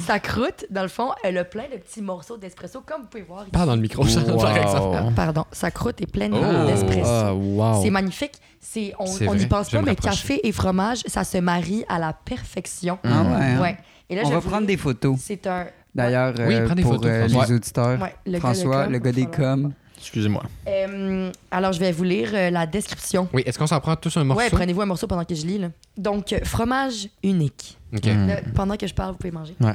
S4: Sa croûte, dans le fond, elle a plein de petits morceaux d'espresso, comme vous pouvez voir ici.
S1: Pas dans le micro, Charlotte, par
S3: Wow.
S1: exemple.
S4: Ah, Pardon, sa croûte est pleine
S1: Oh.
S4: d'espresso.
S3: Ah, wow.
S4: C'est magnifique. C'est, on
S1: C'est
S4: on n'y
S1: vrai,
S4: pense
S1: je vais
S4: pas,
S1: me
S4: mais
S1: rapprocher.
S4: café et fromage, ça se marie à la perfection.
S2: Ah ouais, hein?
S4: Ouais. Et là,
S2: on
S4: je
S2: va
S4: vous-
S2: prendre des photos.
S4: C'est un.
S2: D'ailleurs,
S1: Oui,
S2: euh,
S1: prends des
S2: pour
S1: photos,
S2: euh,
S1: François.
S2: les auditeurs,
S4: Ouais, le gars de
S2: François,
S4: com,
S2: le gars des
S4: va falloir-
S2: coms.
S3: Excusez-moi.
S4: Euh, alors, je vais vous lire euh, la description.
S1: Oui, est-ce qu'on s'en prend tous un morceau?
S4: Ouais, prenez-vous un morceau pendant que je lis. là. Donc, euh, fromage unique.
S1: Ok.
S3: Mm.
S4: Là, pendant que je parle, vous pouvez manger.
S3: Ouais.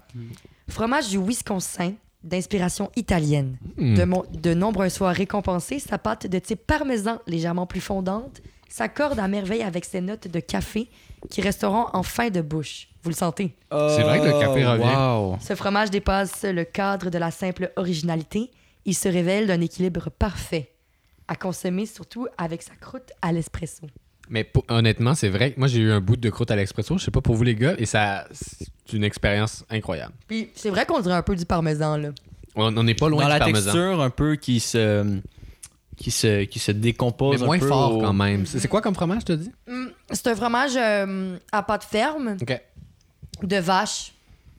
S4: Fromage du Wisconsin, d'inspiration italienne.
S3: Mm.
S4: De, mon- de nombreuses fois récompensée, sa pâte de type parmesan légèrement plus fondante s'accorde à merveille avec ses notes de café qui resteront en fin de bouche. Vous le sentez?
S1: C'est vrai que le café
S3: Oh,
S1: revient.
S3: wow.
S4: Ce fromage dépasse le cadre de la simple originalité. Il se révèle d'un équilibre parfait, à consommer surtout avec sa croûte à l'espresso.
S1: Mais pour- honnêtement, c'est vrai. que Moi, j'ai eu un bout de croûte à l'expresso. Je sais pas pour vous, les gars, et ça, c'est une expérience incroyable.
S4: Puis c'est vrai qu'on dirait un peu du parmesan, là.
S1: On on n'est pas loin
S3: Dans
S1: du
S3: la
S1: parmesan.
S3: texture un peu qui se, qui se, qui se décompose
S1: mais moins
S3: un peu
S1: fort
S3: au-
S1: quand même. C'est c'est quoi comme fromage, je te dis?
S4: Mm, C'est un fromage euh, à pâte ferme,
S1: Ok.
S4: de vache.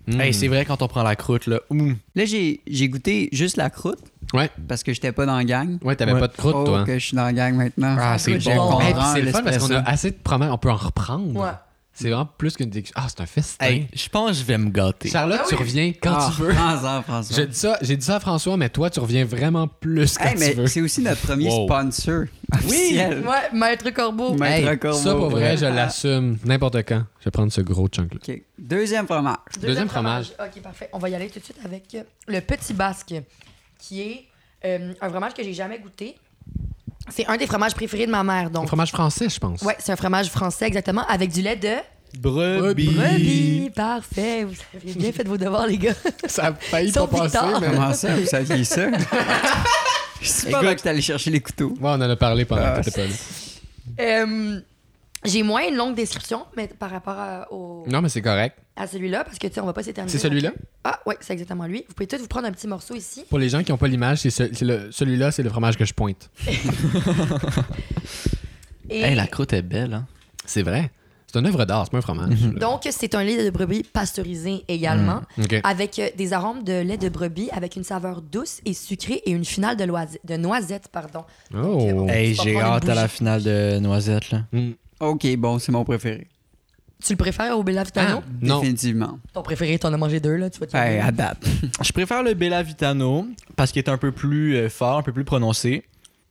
S3: Hey, c'est vrai quand on prend la croûte là. Mm.
S2: Là, j'ai j'ai goûté juste la croûte
S1: Ouais,
S2: parce que j'étais pas dans la gang.
S1: ouais t'avais
S3: Ouais.
S1: pas de croûte,
S2: oh,
S1: toi. hein.
S2: que je suis dans la gang maintenant.
S1: Ah,
S4: c'est
S2: Je
S4: bon.
S2: comprends
S1: Hey, puis c'est le fun parce
S2: l'espresso.
S1: qu'on a assez de promesses. On peut en reprendre.
S4: Ouais.
S1: C'est vraiment plus qu'une déguste- Ah, c'est un festin.
S3: Hey, je pense que je vais me gâter.
S1: Charlotte, tu reviens quand
S2: Ah,
S1: tu veux.
S2: prends-en, François.
S1: J'ai dit, ça, j'ai dit ça à François, mais toi, tu reviens vraiment plus quand
S2: Hey,
S1: tu
S2: mais
S1: veux.
S2: c'est aussi notre premier
S1: Wow.
S2: sponsor officiel.
S4: *laughs* Ouais, Maître Corbeau.
S2: Maître
S1: Hey,
S2: Corbeau.
S1: ça, pour vrai, je
S2: Ah.
S1: l'assume. N'importe quand, je vais prendre ce gros chunk-là.
S2: OK. Deuxième fromage.
S1: Deuxième fromage.
S4: Ok, parfait. On va y aller tout de suite avec euh, le Petit Basque, qui est euh, un fromage que j'ai jamais goûté. C'est un des fromages préférés de ma mère,
S1: Un
S4: donc.
S1: fromage français, je pense.
S4: Ouais, c'est un fromage français, exactement, avec du lait de
S3: Brebis.
S4: brebis. Parfait. Vous avez *laughs* bien fait vos devoirs, les gars.
S1: Ça a failli
S4: Ils sont
S1: pas passer,
S4: victoires.
S1: mais...
S2: Comment ça, vous
S1: *laughs*
S2: saviez ça? Je sais pas
S1: Écoute.
S2: là que t'allais chercher les couteaux.
S1: Ouais, on en a parlé pendant
S2: Ah,
S1: que t'étais pas là.
S4: Euh, j'ai moins une longue description mais par rapport à, au-
S1: Non, mais c'est correct.
S4: à celui-là, parce que, tu sais, on va pas s'éterniser.
S1: C'est celui-là?
S4: Ah, ouais, c'est exactement lui. Vous pouvez tous vous prendre un petit morceau ici.
S1: Pour les gens qui n'ont pas l'image, c'est ce- c'est le- celui-là, c'est le fromage que je pointe.
S4: Et...
S3: Hey, la croûte est belle. Hein?
S1: C'est vrai. Mhm. C'est une œuvre d'art, c'est pas un fromage. là.
S4: Donc, c'est un lait de brebis pasteurisé également,
S1: OK.
S4: avec euh, des arômes de lait de brebis, avec une saveur douce et sucrée et une finale de, loise- de noisette. Pardon.
S1: Oh.
S4: Donc, euh,
S3: Hey,
S4: Tu vas
S3: j'ai
S4: prendre une
S3: hâte à la
S4: bougie.
S3: finale de Noisette là.
S1: Mm.
S2: OK, bon, c'est mon préféré.
S4: Tu le préfères au Bella Vitano?
S1: Non.
S2: Définitivement.
S4: Ton préféré, t'en as mangé deux, là. Tu vois, tu
S2: Ouais, à date.
S3: Je préfère le Bella Vitano parce qu'il est un peu plus euh, fort, un peu plus prononcé.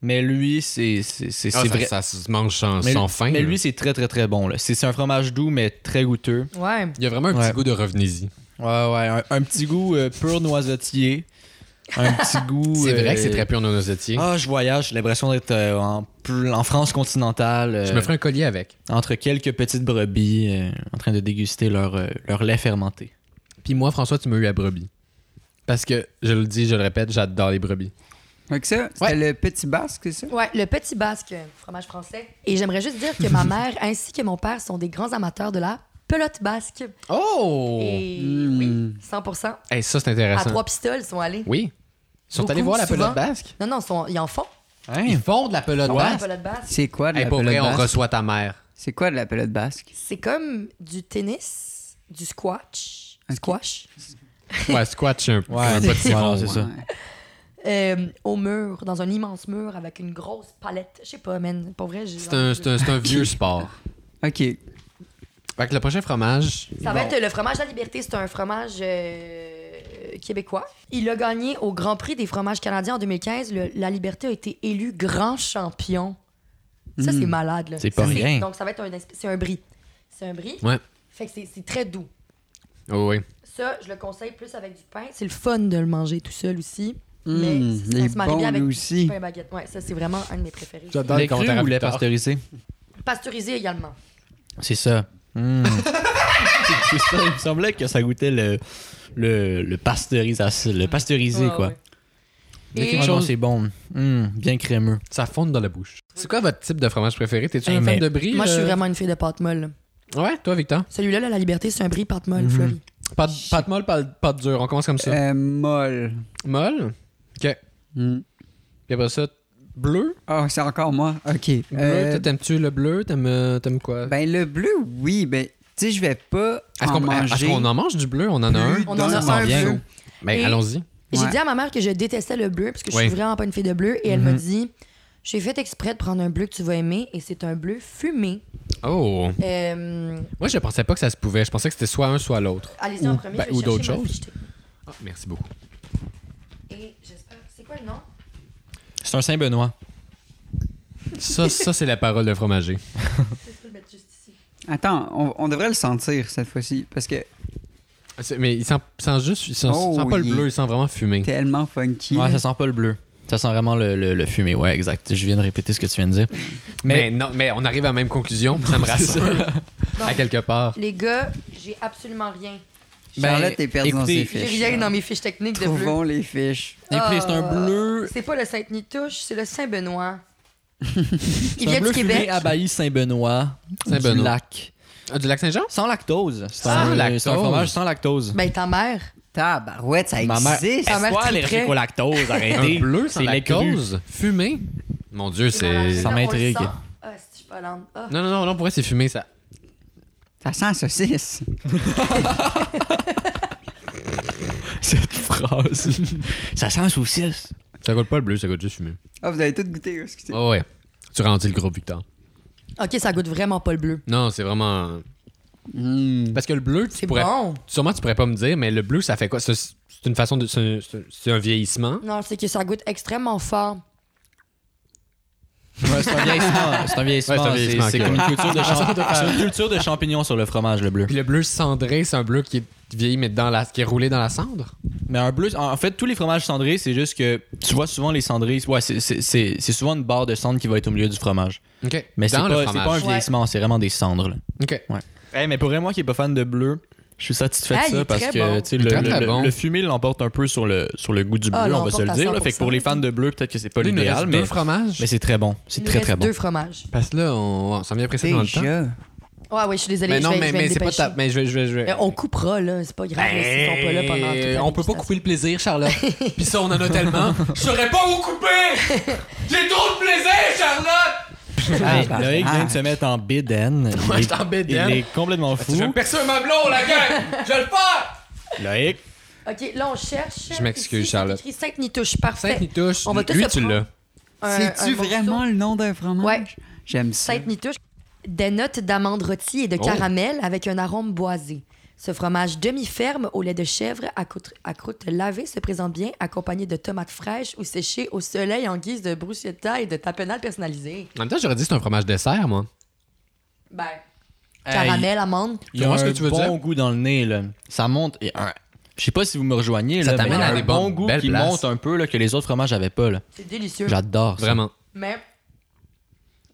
S3: Mais lui, c'est c'est- c'est-
S1: Ah,
S3: c'est
S1: ça,
S3: vrai.
S1: ça se mange sans,
S3: mais,
S1: sans fin.
S3: mais
S1: là.
S3: lui, c'est très très très bon. là. C'est c'est un fromage doux, mais très goûteux.
S4: Ouais.
S1: il y a vraiment un petit
S3: Ouais.
S1: goût de revenez-y.
S3: Ouais, ouais, un, un petit goût euh, pur noisetier. Un petit
S1: *laughs*
S3: goût.
S1: C'est vrai que c'est
S3: euh,
S1: très pur noisetier.
S3: Ah, je voyage, j'ai l'impression d'être euh, en, pl- en France continentale, euh,
S1: Je me ferai un collier avec.
S3: entre quelques petites brebis euh, en train de déguster leur, euh, leur lait fermenté.
S1: Puis moi, François, tu m'as eu à brebis. Parce que, je le dis, je le répète, j'adore les brebis.
S2: Donc ça, c'était
S1: Ouais.
S2: le petit basque, c'est ça?
S4: Ouais, le petit basque, fromage français. Et j'aimerais juste dire que ma mère ainsi que mon père sont des grands amateurs de la pelote basque.
S1: Oh!
S4: Et
S2: Mm.
S4: oui, 100
S1: Hey, ça, c'est
S4: À
S1: intéressant.
S4: trois pistoles, ils sont allés.
S1: Oui. Ils sont
S4: Beaucoup,
S1: allés voir la
S4: souvent.
S1: pelote basque.
S4: Non, non, ils sont- ils en font.
S1: Ils font de la pelote
S4: Ils font la
S1: basque.
S4: pelote basque.
S2: C'est quoi de
S1: Hein? Hey,
S2: la
S1: pour
S2: pelote
S1: vrai, on
S2: basque?
S1: reçoit ta mère.
S2: C'est quoi de la pelote basque?
S4: C'est comme du tennis, du squash.
S2: Ok.
S4: Squash.
S1: Ouais, squatch un,
S3: Ouais, un petit rond, c'est ça.
S2: Ouais.
S4: Euh, au mur, dans un immense mur avec une grosse palette. Je sais pas, man. Pour vrai, j'ai.
S1: C'est un, c'est un- c'est un vieux sport.
S2: OK.
S1: Fait que le prochain fromage,
S4: Ça va être le fromage à la liberté. C'est un fromage euh, québécois. Il a gagné au Grand Prix des fromages canadiens en 2015. Le- la liberté a été élu grand champion. Ça, c'est malade. là.
S3: C'est pas
S4: Ça,
S3: rien.
S4: Donc, ça va être un, insp- c'est un brie. C'est un brie.
S1: Ouais.
S4: Fait que c'est- c'est très doux.
S1: Oh oui.
S4: Ça, je le conseille plus avec du pain. C'est le fun de le manger tout seul aussi.
S2: Mmh,
S4: Mais
S2: il est
S4: ça se marie
S2: bon,
S4: bien avec
S2: lui
S4: du
S2: aussi.
S4: pain baguette. Ouais, ça, c'est vraiment un de mes préférés.
S1: J'adore
S3: Lait cru ou lait pasteurisé?
S4: Pasteurisé également.
S3: C'est ça. Hmm. *laughs* C'est ça, Il me semblait que ça goûtait le, le, le, pasteurisation- le pasteurisé,
S4: Ouais,
S3: quoi.
S4: ouais.
S3: Mais
S4: Et-
S3: quelque chose, c'est bon. Mm, bien crémeux.
S1: Ça fonde dans la bouche. C'est quoi votre type de fromage préféré? T'es-tu
S2: Eh,
S3: Hey,
S1: un
S3: mais-
S1: fan de brie?
S4: Moi, je suis
S1: euh?
S4: vraiment une fille de pâte molle.
S1: Ouais, toi, Victor?
S4: Celui-là, là, la liberté, c'est un brie pâte molle,
S3: Mhm.
S4: fleurie.
S1: Pâte, pâte molle, pâte, pâte dure. On commence comme ça.
S2: Euh, molle.
S1: Molle. OK.
S2: Mm.
S1: Puis après ça, bleu.
S2: Ah, c'est encore moi. OK.
S1: Bleu,
S2: Euh,
S1: t'a- t'aimes-tu le bleu? T'aimes euh, t'aimes quoi?
S2: ben, le bleu, oui. Ben, tu sais, je vais pas
S1: Est-ce
S2: en
S1: qu'on
S2: manger.
S1: est-ce qu'on en mange du bleu? On en a un.
S2: plus
S4: On en
S2: d'un
S4: a
S2: morceau.
S4: un bleu.
S1: Ben,
S4: Et-
S1: allons-y.
S4: Et J'ai
S2: Ouais.
S4: dit à ma mère que je détestais le bleu parce que je
S1: Oui.
S4: suis vraiment pas une fille de bleu et elle m'a dit j'ai fait exprès de prendre un bleu que tu vas aimer et c'est un bleu fumé.
S1: Oh.
S4: Euh,
S1: Moi, je pensais pas que ça se pouvait. Je pensais que c'était soit un, soit l'autre.
S4: Allez-y
S1: Ou-
S4: en premier.
S1: ben,
S4: je vais
S1: ou
S4: chercher
S1: d'autres
S4: ma
S1: choses.
S4: fiche technique.
S1: Ah, merci beaucoup.
S4: Et j'espère. C'est quoi le nom
S3: C'est un Saint-Benoît.
S1: Ça, ça c'est la parole de fromager.
S4: Je peux le mettre juste ici.
S2: Attends, on, on devrait le sentir cette fois-ci parce que
S1: C'est- Mais il sent, sent juste. Il sent,
S2: Oh,
S1: sent pas le
S2: il est-
S1: bleu, il sent vraiment fumé.
S2: tellement funky.
S3: Ouais,
S2: là.
S3: ça sent pas le bleu. Ça sent vraiment le, le, le fumé. Ouais, exact. Je viens de répéter ce que tu viens de dire.
S1: Mais, non, mais on arrive à la même conclusion. Ça *laughs* me rassure. à quelque part.
S4: Les gars, j'ai absolument rien.
S2: Charlotte est perdue dans
S3: écoutez,
S2: ses
S4: J'ai
S2: fiches.
S4: rien
S2: là.
S4: dans mes fiches techniques de bleu.
S2: Trouvons les fiches.
S3: Écoutez, c'est un
S4: Ah,
S3: bleu.
S4: C'est pas le Sainte-Nitouche, c'est le Saint-Benoît. Il
S3: c'est un
S4: vient
S3: bleu
S4: du
S3: fumé
S4: Québec.
S3: abahi Saint-Benoît.
S1: Saint-Benoît.
S3: Du lac.
S1: Ah, du lac Saint-Jean?
S3: Sans lactose. C'est
S1: Sans
S3: un,
S1: lactose.
S3: c'est un fromage sans lactose.
S4: Ben ta mère.
S2: Tabarouette, ça
S3: Ma mère-
S2: existe.
S4: Ta mère
S3: Quoi,
S4: triperait.
S3: allergique au lactose?
S1: Un
S3: Arrêtez.
S1: bleu, c'est la
S3: lait cru.
S1: cause. Fumé. Mon Dieu, c'est.
S3: Ça
S4: On le
S3: m'intrigue.
S4: sent. Ah, c'est je suis pas lente. Ah.
S1: Non, non, non, non, pour vrai, c'est fumé, ça.
S2: Ça sent la saucisse.
S3: *laughs* Cette phrase. ça sent un saucisse.
S1: Ça goûte pas le bleu, ça goûte juste fumé.
S2: Ah, vous avez tout goûté, excusez.
S1: Oh, ouais. Tu rendis le groupe, Victor.
S4: Ok, ça goûte vraiment pas le bleu.
S1: Non, c'est vraiment.
S2: Mm.
S1: Parce que le bleu,
S4: Hmm. C'est
S1: tu pourrais.
S4: bon.
S1: Sûrement, tu pourrais pas me dire, mais le bleu, ça fait quoi? C'est c'est une façon de. C'est un- c'est un- c'est un vieillissement.
S4: Non, c'est que ça goûte extrêmement fort.
S3: Ouais, c'est un *laughs* vieillissement. C'est un vieillissement.
S1: Ouais, c'est un
S3: c'est-
S1: vieillissement,
S3: c'est
S1: ok,
S3: comme une
S1: ouais.
S3: culture de champignons. C'est une culture de champignons sur le fromage, le bleu.
S1: Puis le bleu cendré, c'est un bleu qui est vieilli, mais dans la, qui est roulé dans la cendre.
S3: Mais un bleu, en en fait, tous les fromages cendrés, c'est juste que tu vois souvent les cendrés. Ouais, c'est- c'est c'est- c'est souvent une barre de cendre qui va être au milieu du fromage.
S1: OK.
S3: Mais c'est
S1: dans le
S3: pas, c'est
S1: fromage.
S3: pas un
S4: Ouais.
S3: vieillissement, c'est vraiment des cendres. là.
S1: OK.
S3: Hey, mais pour vrai, moi qui est pas fan de bleu, je suis satisfait
S4: Ah,
S3: de
S4: il est
S3: ça parce
S4: très
S3: que
S4: bon.
S3: tu sais,
S1: Il est
S3: le,
S1: très, très
S3: le-
S1: bon.
S3: le fumé l'emporte un peu sur le, sur le goût du bleu,
S4: Ah,
S3: on va se le
S4: l'emporte à
S3: dire. là. Fait que pour les fans de bleu, peut-être que c'est pas
S1: Là, il nous
S3: l'idéal,
S1: reste
S3: mais,
S1: deux fromages.
S3: mais c'est très bon.
S4: Il
S3: C'est
S4: nous
S3: très
S4: reste
S3: très bon.
S4: deux fromages.
S1: Parce que là, on, on s'en vient pressé dans le temps.
S2: Déjà.
S4: Ouais, ouais, je suis désolée.
S1: mais
S4: je
S1: non,
S4: vais-
S1: mais,
S4: je vais
S1: mais
S4: me
S1: c'est pas
S4: dépêcher.
S1: ta... Mais je vais... Je vais, je vais- Ben,
S4: Mais on coupera, là. C'est pas grave. là, s'ils sont pas là pendant toute la
S1: on peut pas
S4: dégustation.
S1: couper le plaisir,
S4: *laughs*
S1: Charlotte. Puis ça, on en a tellement. Je saurais pas vous couper!
S4: *laughs*
S1: J'ai trop de plaisir, Charlotte!
S3: Hey,
S2: Ah,
S3: Loïc
S2: bah,
S3: vient de
S2: ah.
S3: se mettre en bédaine.
S1: Moi,
S3: Il
S1: je suis en bédaine. Ah,
S3: Il est complètement fou.
S1: percer ma blonde, la gueule! Je le perds!
S3: Loïc,
S4: Ok, là, on cherche.
S1: Je m'excuse,
S4: Ici, c'est
S1: Charlotte.
S4: écrit Sainte-Nitouche, parfait.
S1: Sainte-Nitouche,
S4: Ben, On va tous
S1: lui,
S4: le
S1: tu
S4: prendre.
S1: l'as.
S4: Un-
S2: C'est-tu
S4: un bon
S2: vraiment
S4: saut.
S2: le nom d'un fromage?
S4: Ouais.
S2: J'aime ça.
S4: Sainte-Nitouche. des notes d'amande rôtie et de
S1: Oh.
S4: caramel avec un arôme boisé. Ce fromage demi-ferme au lait de chèvre à croûte, à croûte lavée se présente bien accompagné de tomates fraîches ou séchées au soleil en guise de bruschetta et de tapenade personnalisée.
S1: En même temps, j'aurais dit c'est un fromage dessert, moi.
S4: Ben, caramel, amande.
S3: Il y a
S1: Comment est-ce
S3: un
S1: que tu veux
S3: bon
S1: dire?
S3: goût dans le nez, là. Ça monte et un. Je sais pas si vous me rejoignez,
S1: Ça
S3: là, mais
S1: t'amène
S3: il y a
S1: à
S3: un
S1: des
S3: bon
S1: bonnes-
S3: goût
S1: belles
S3: qui
S1: places.
S3: monte un peu là, que les autres fromages avaient pas. là.
S4: C'est délicieux.
S3: J'adore ça.
S1: Vraiment.
S4: Mais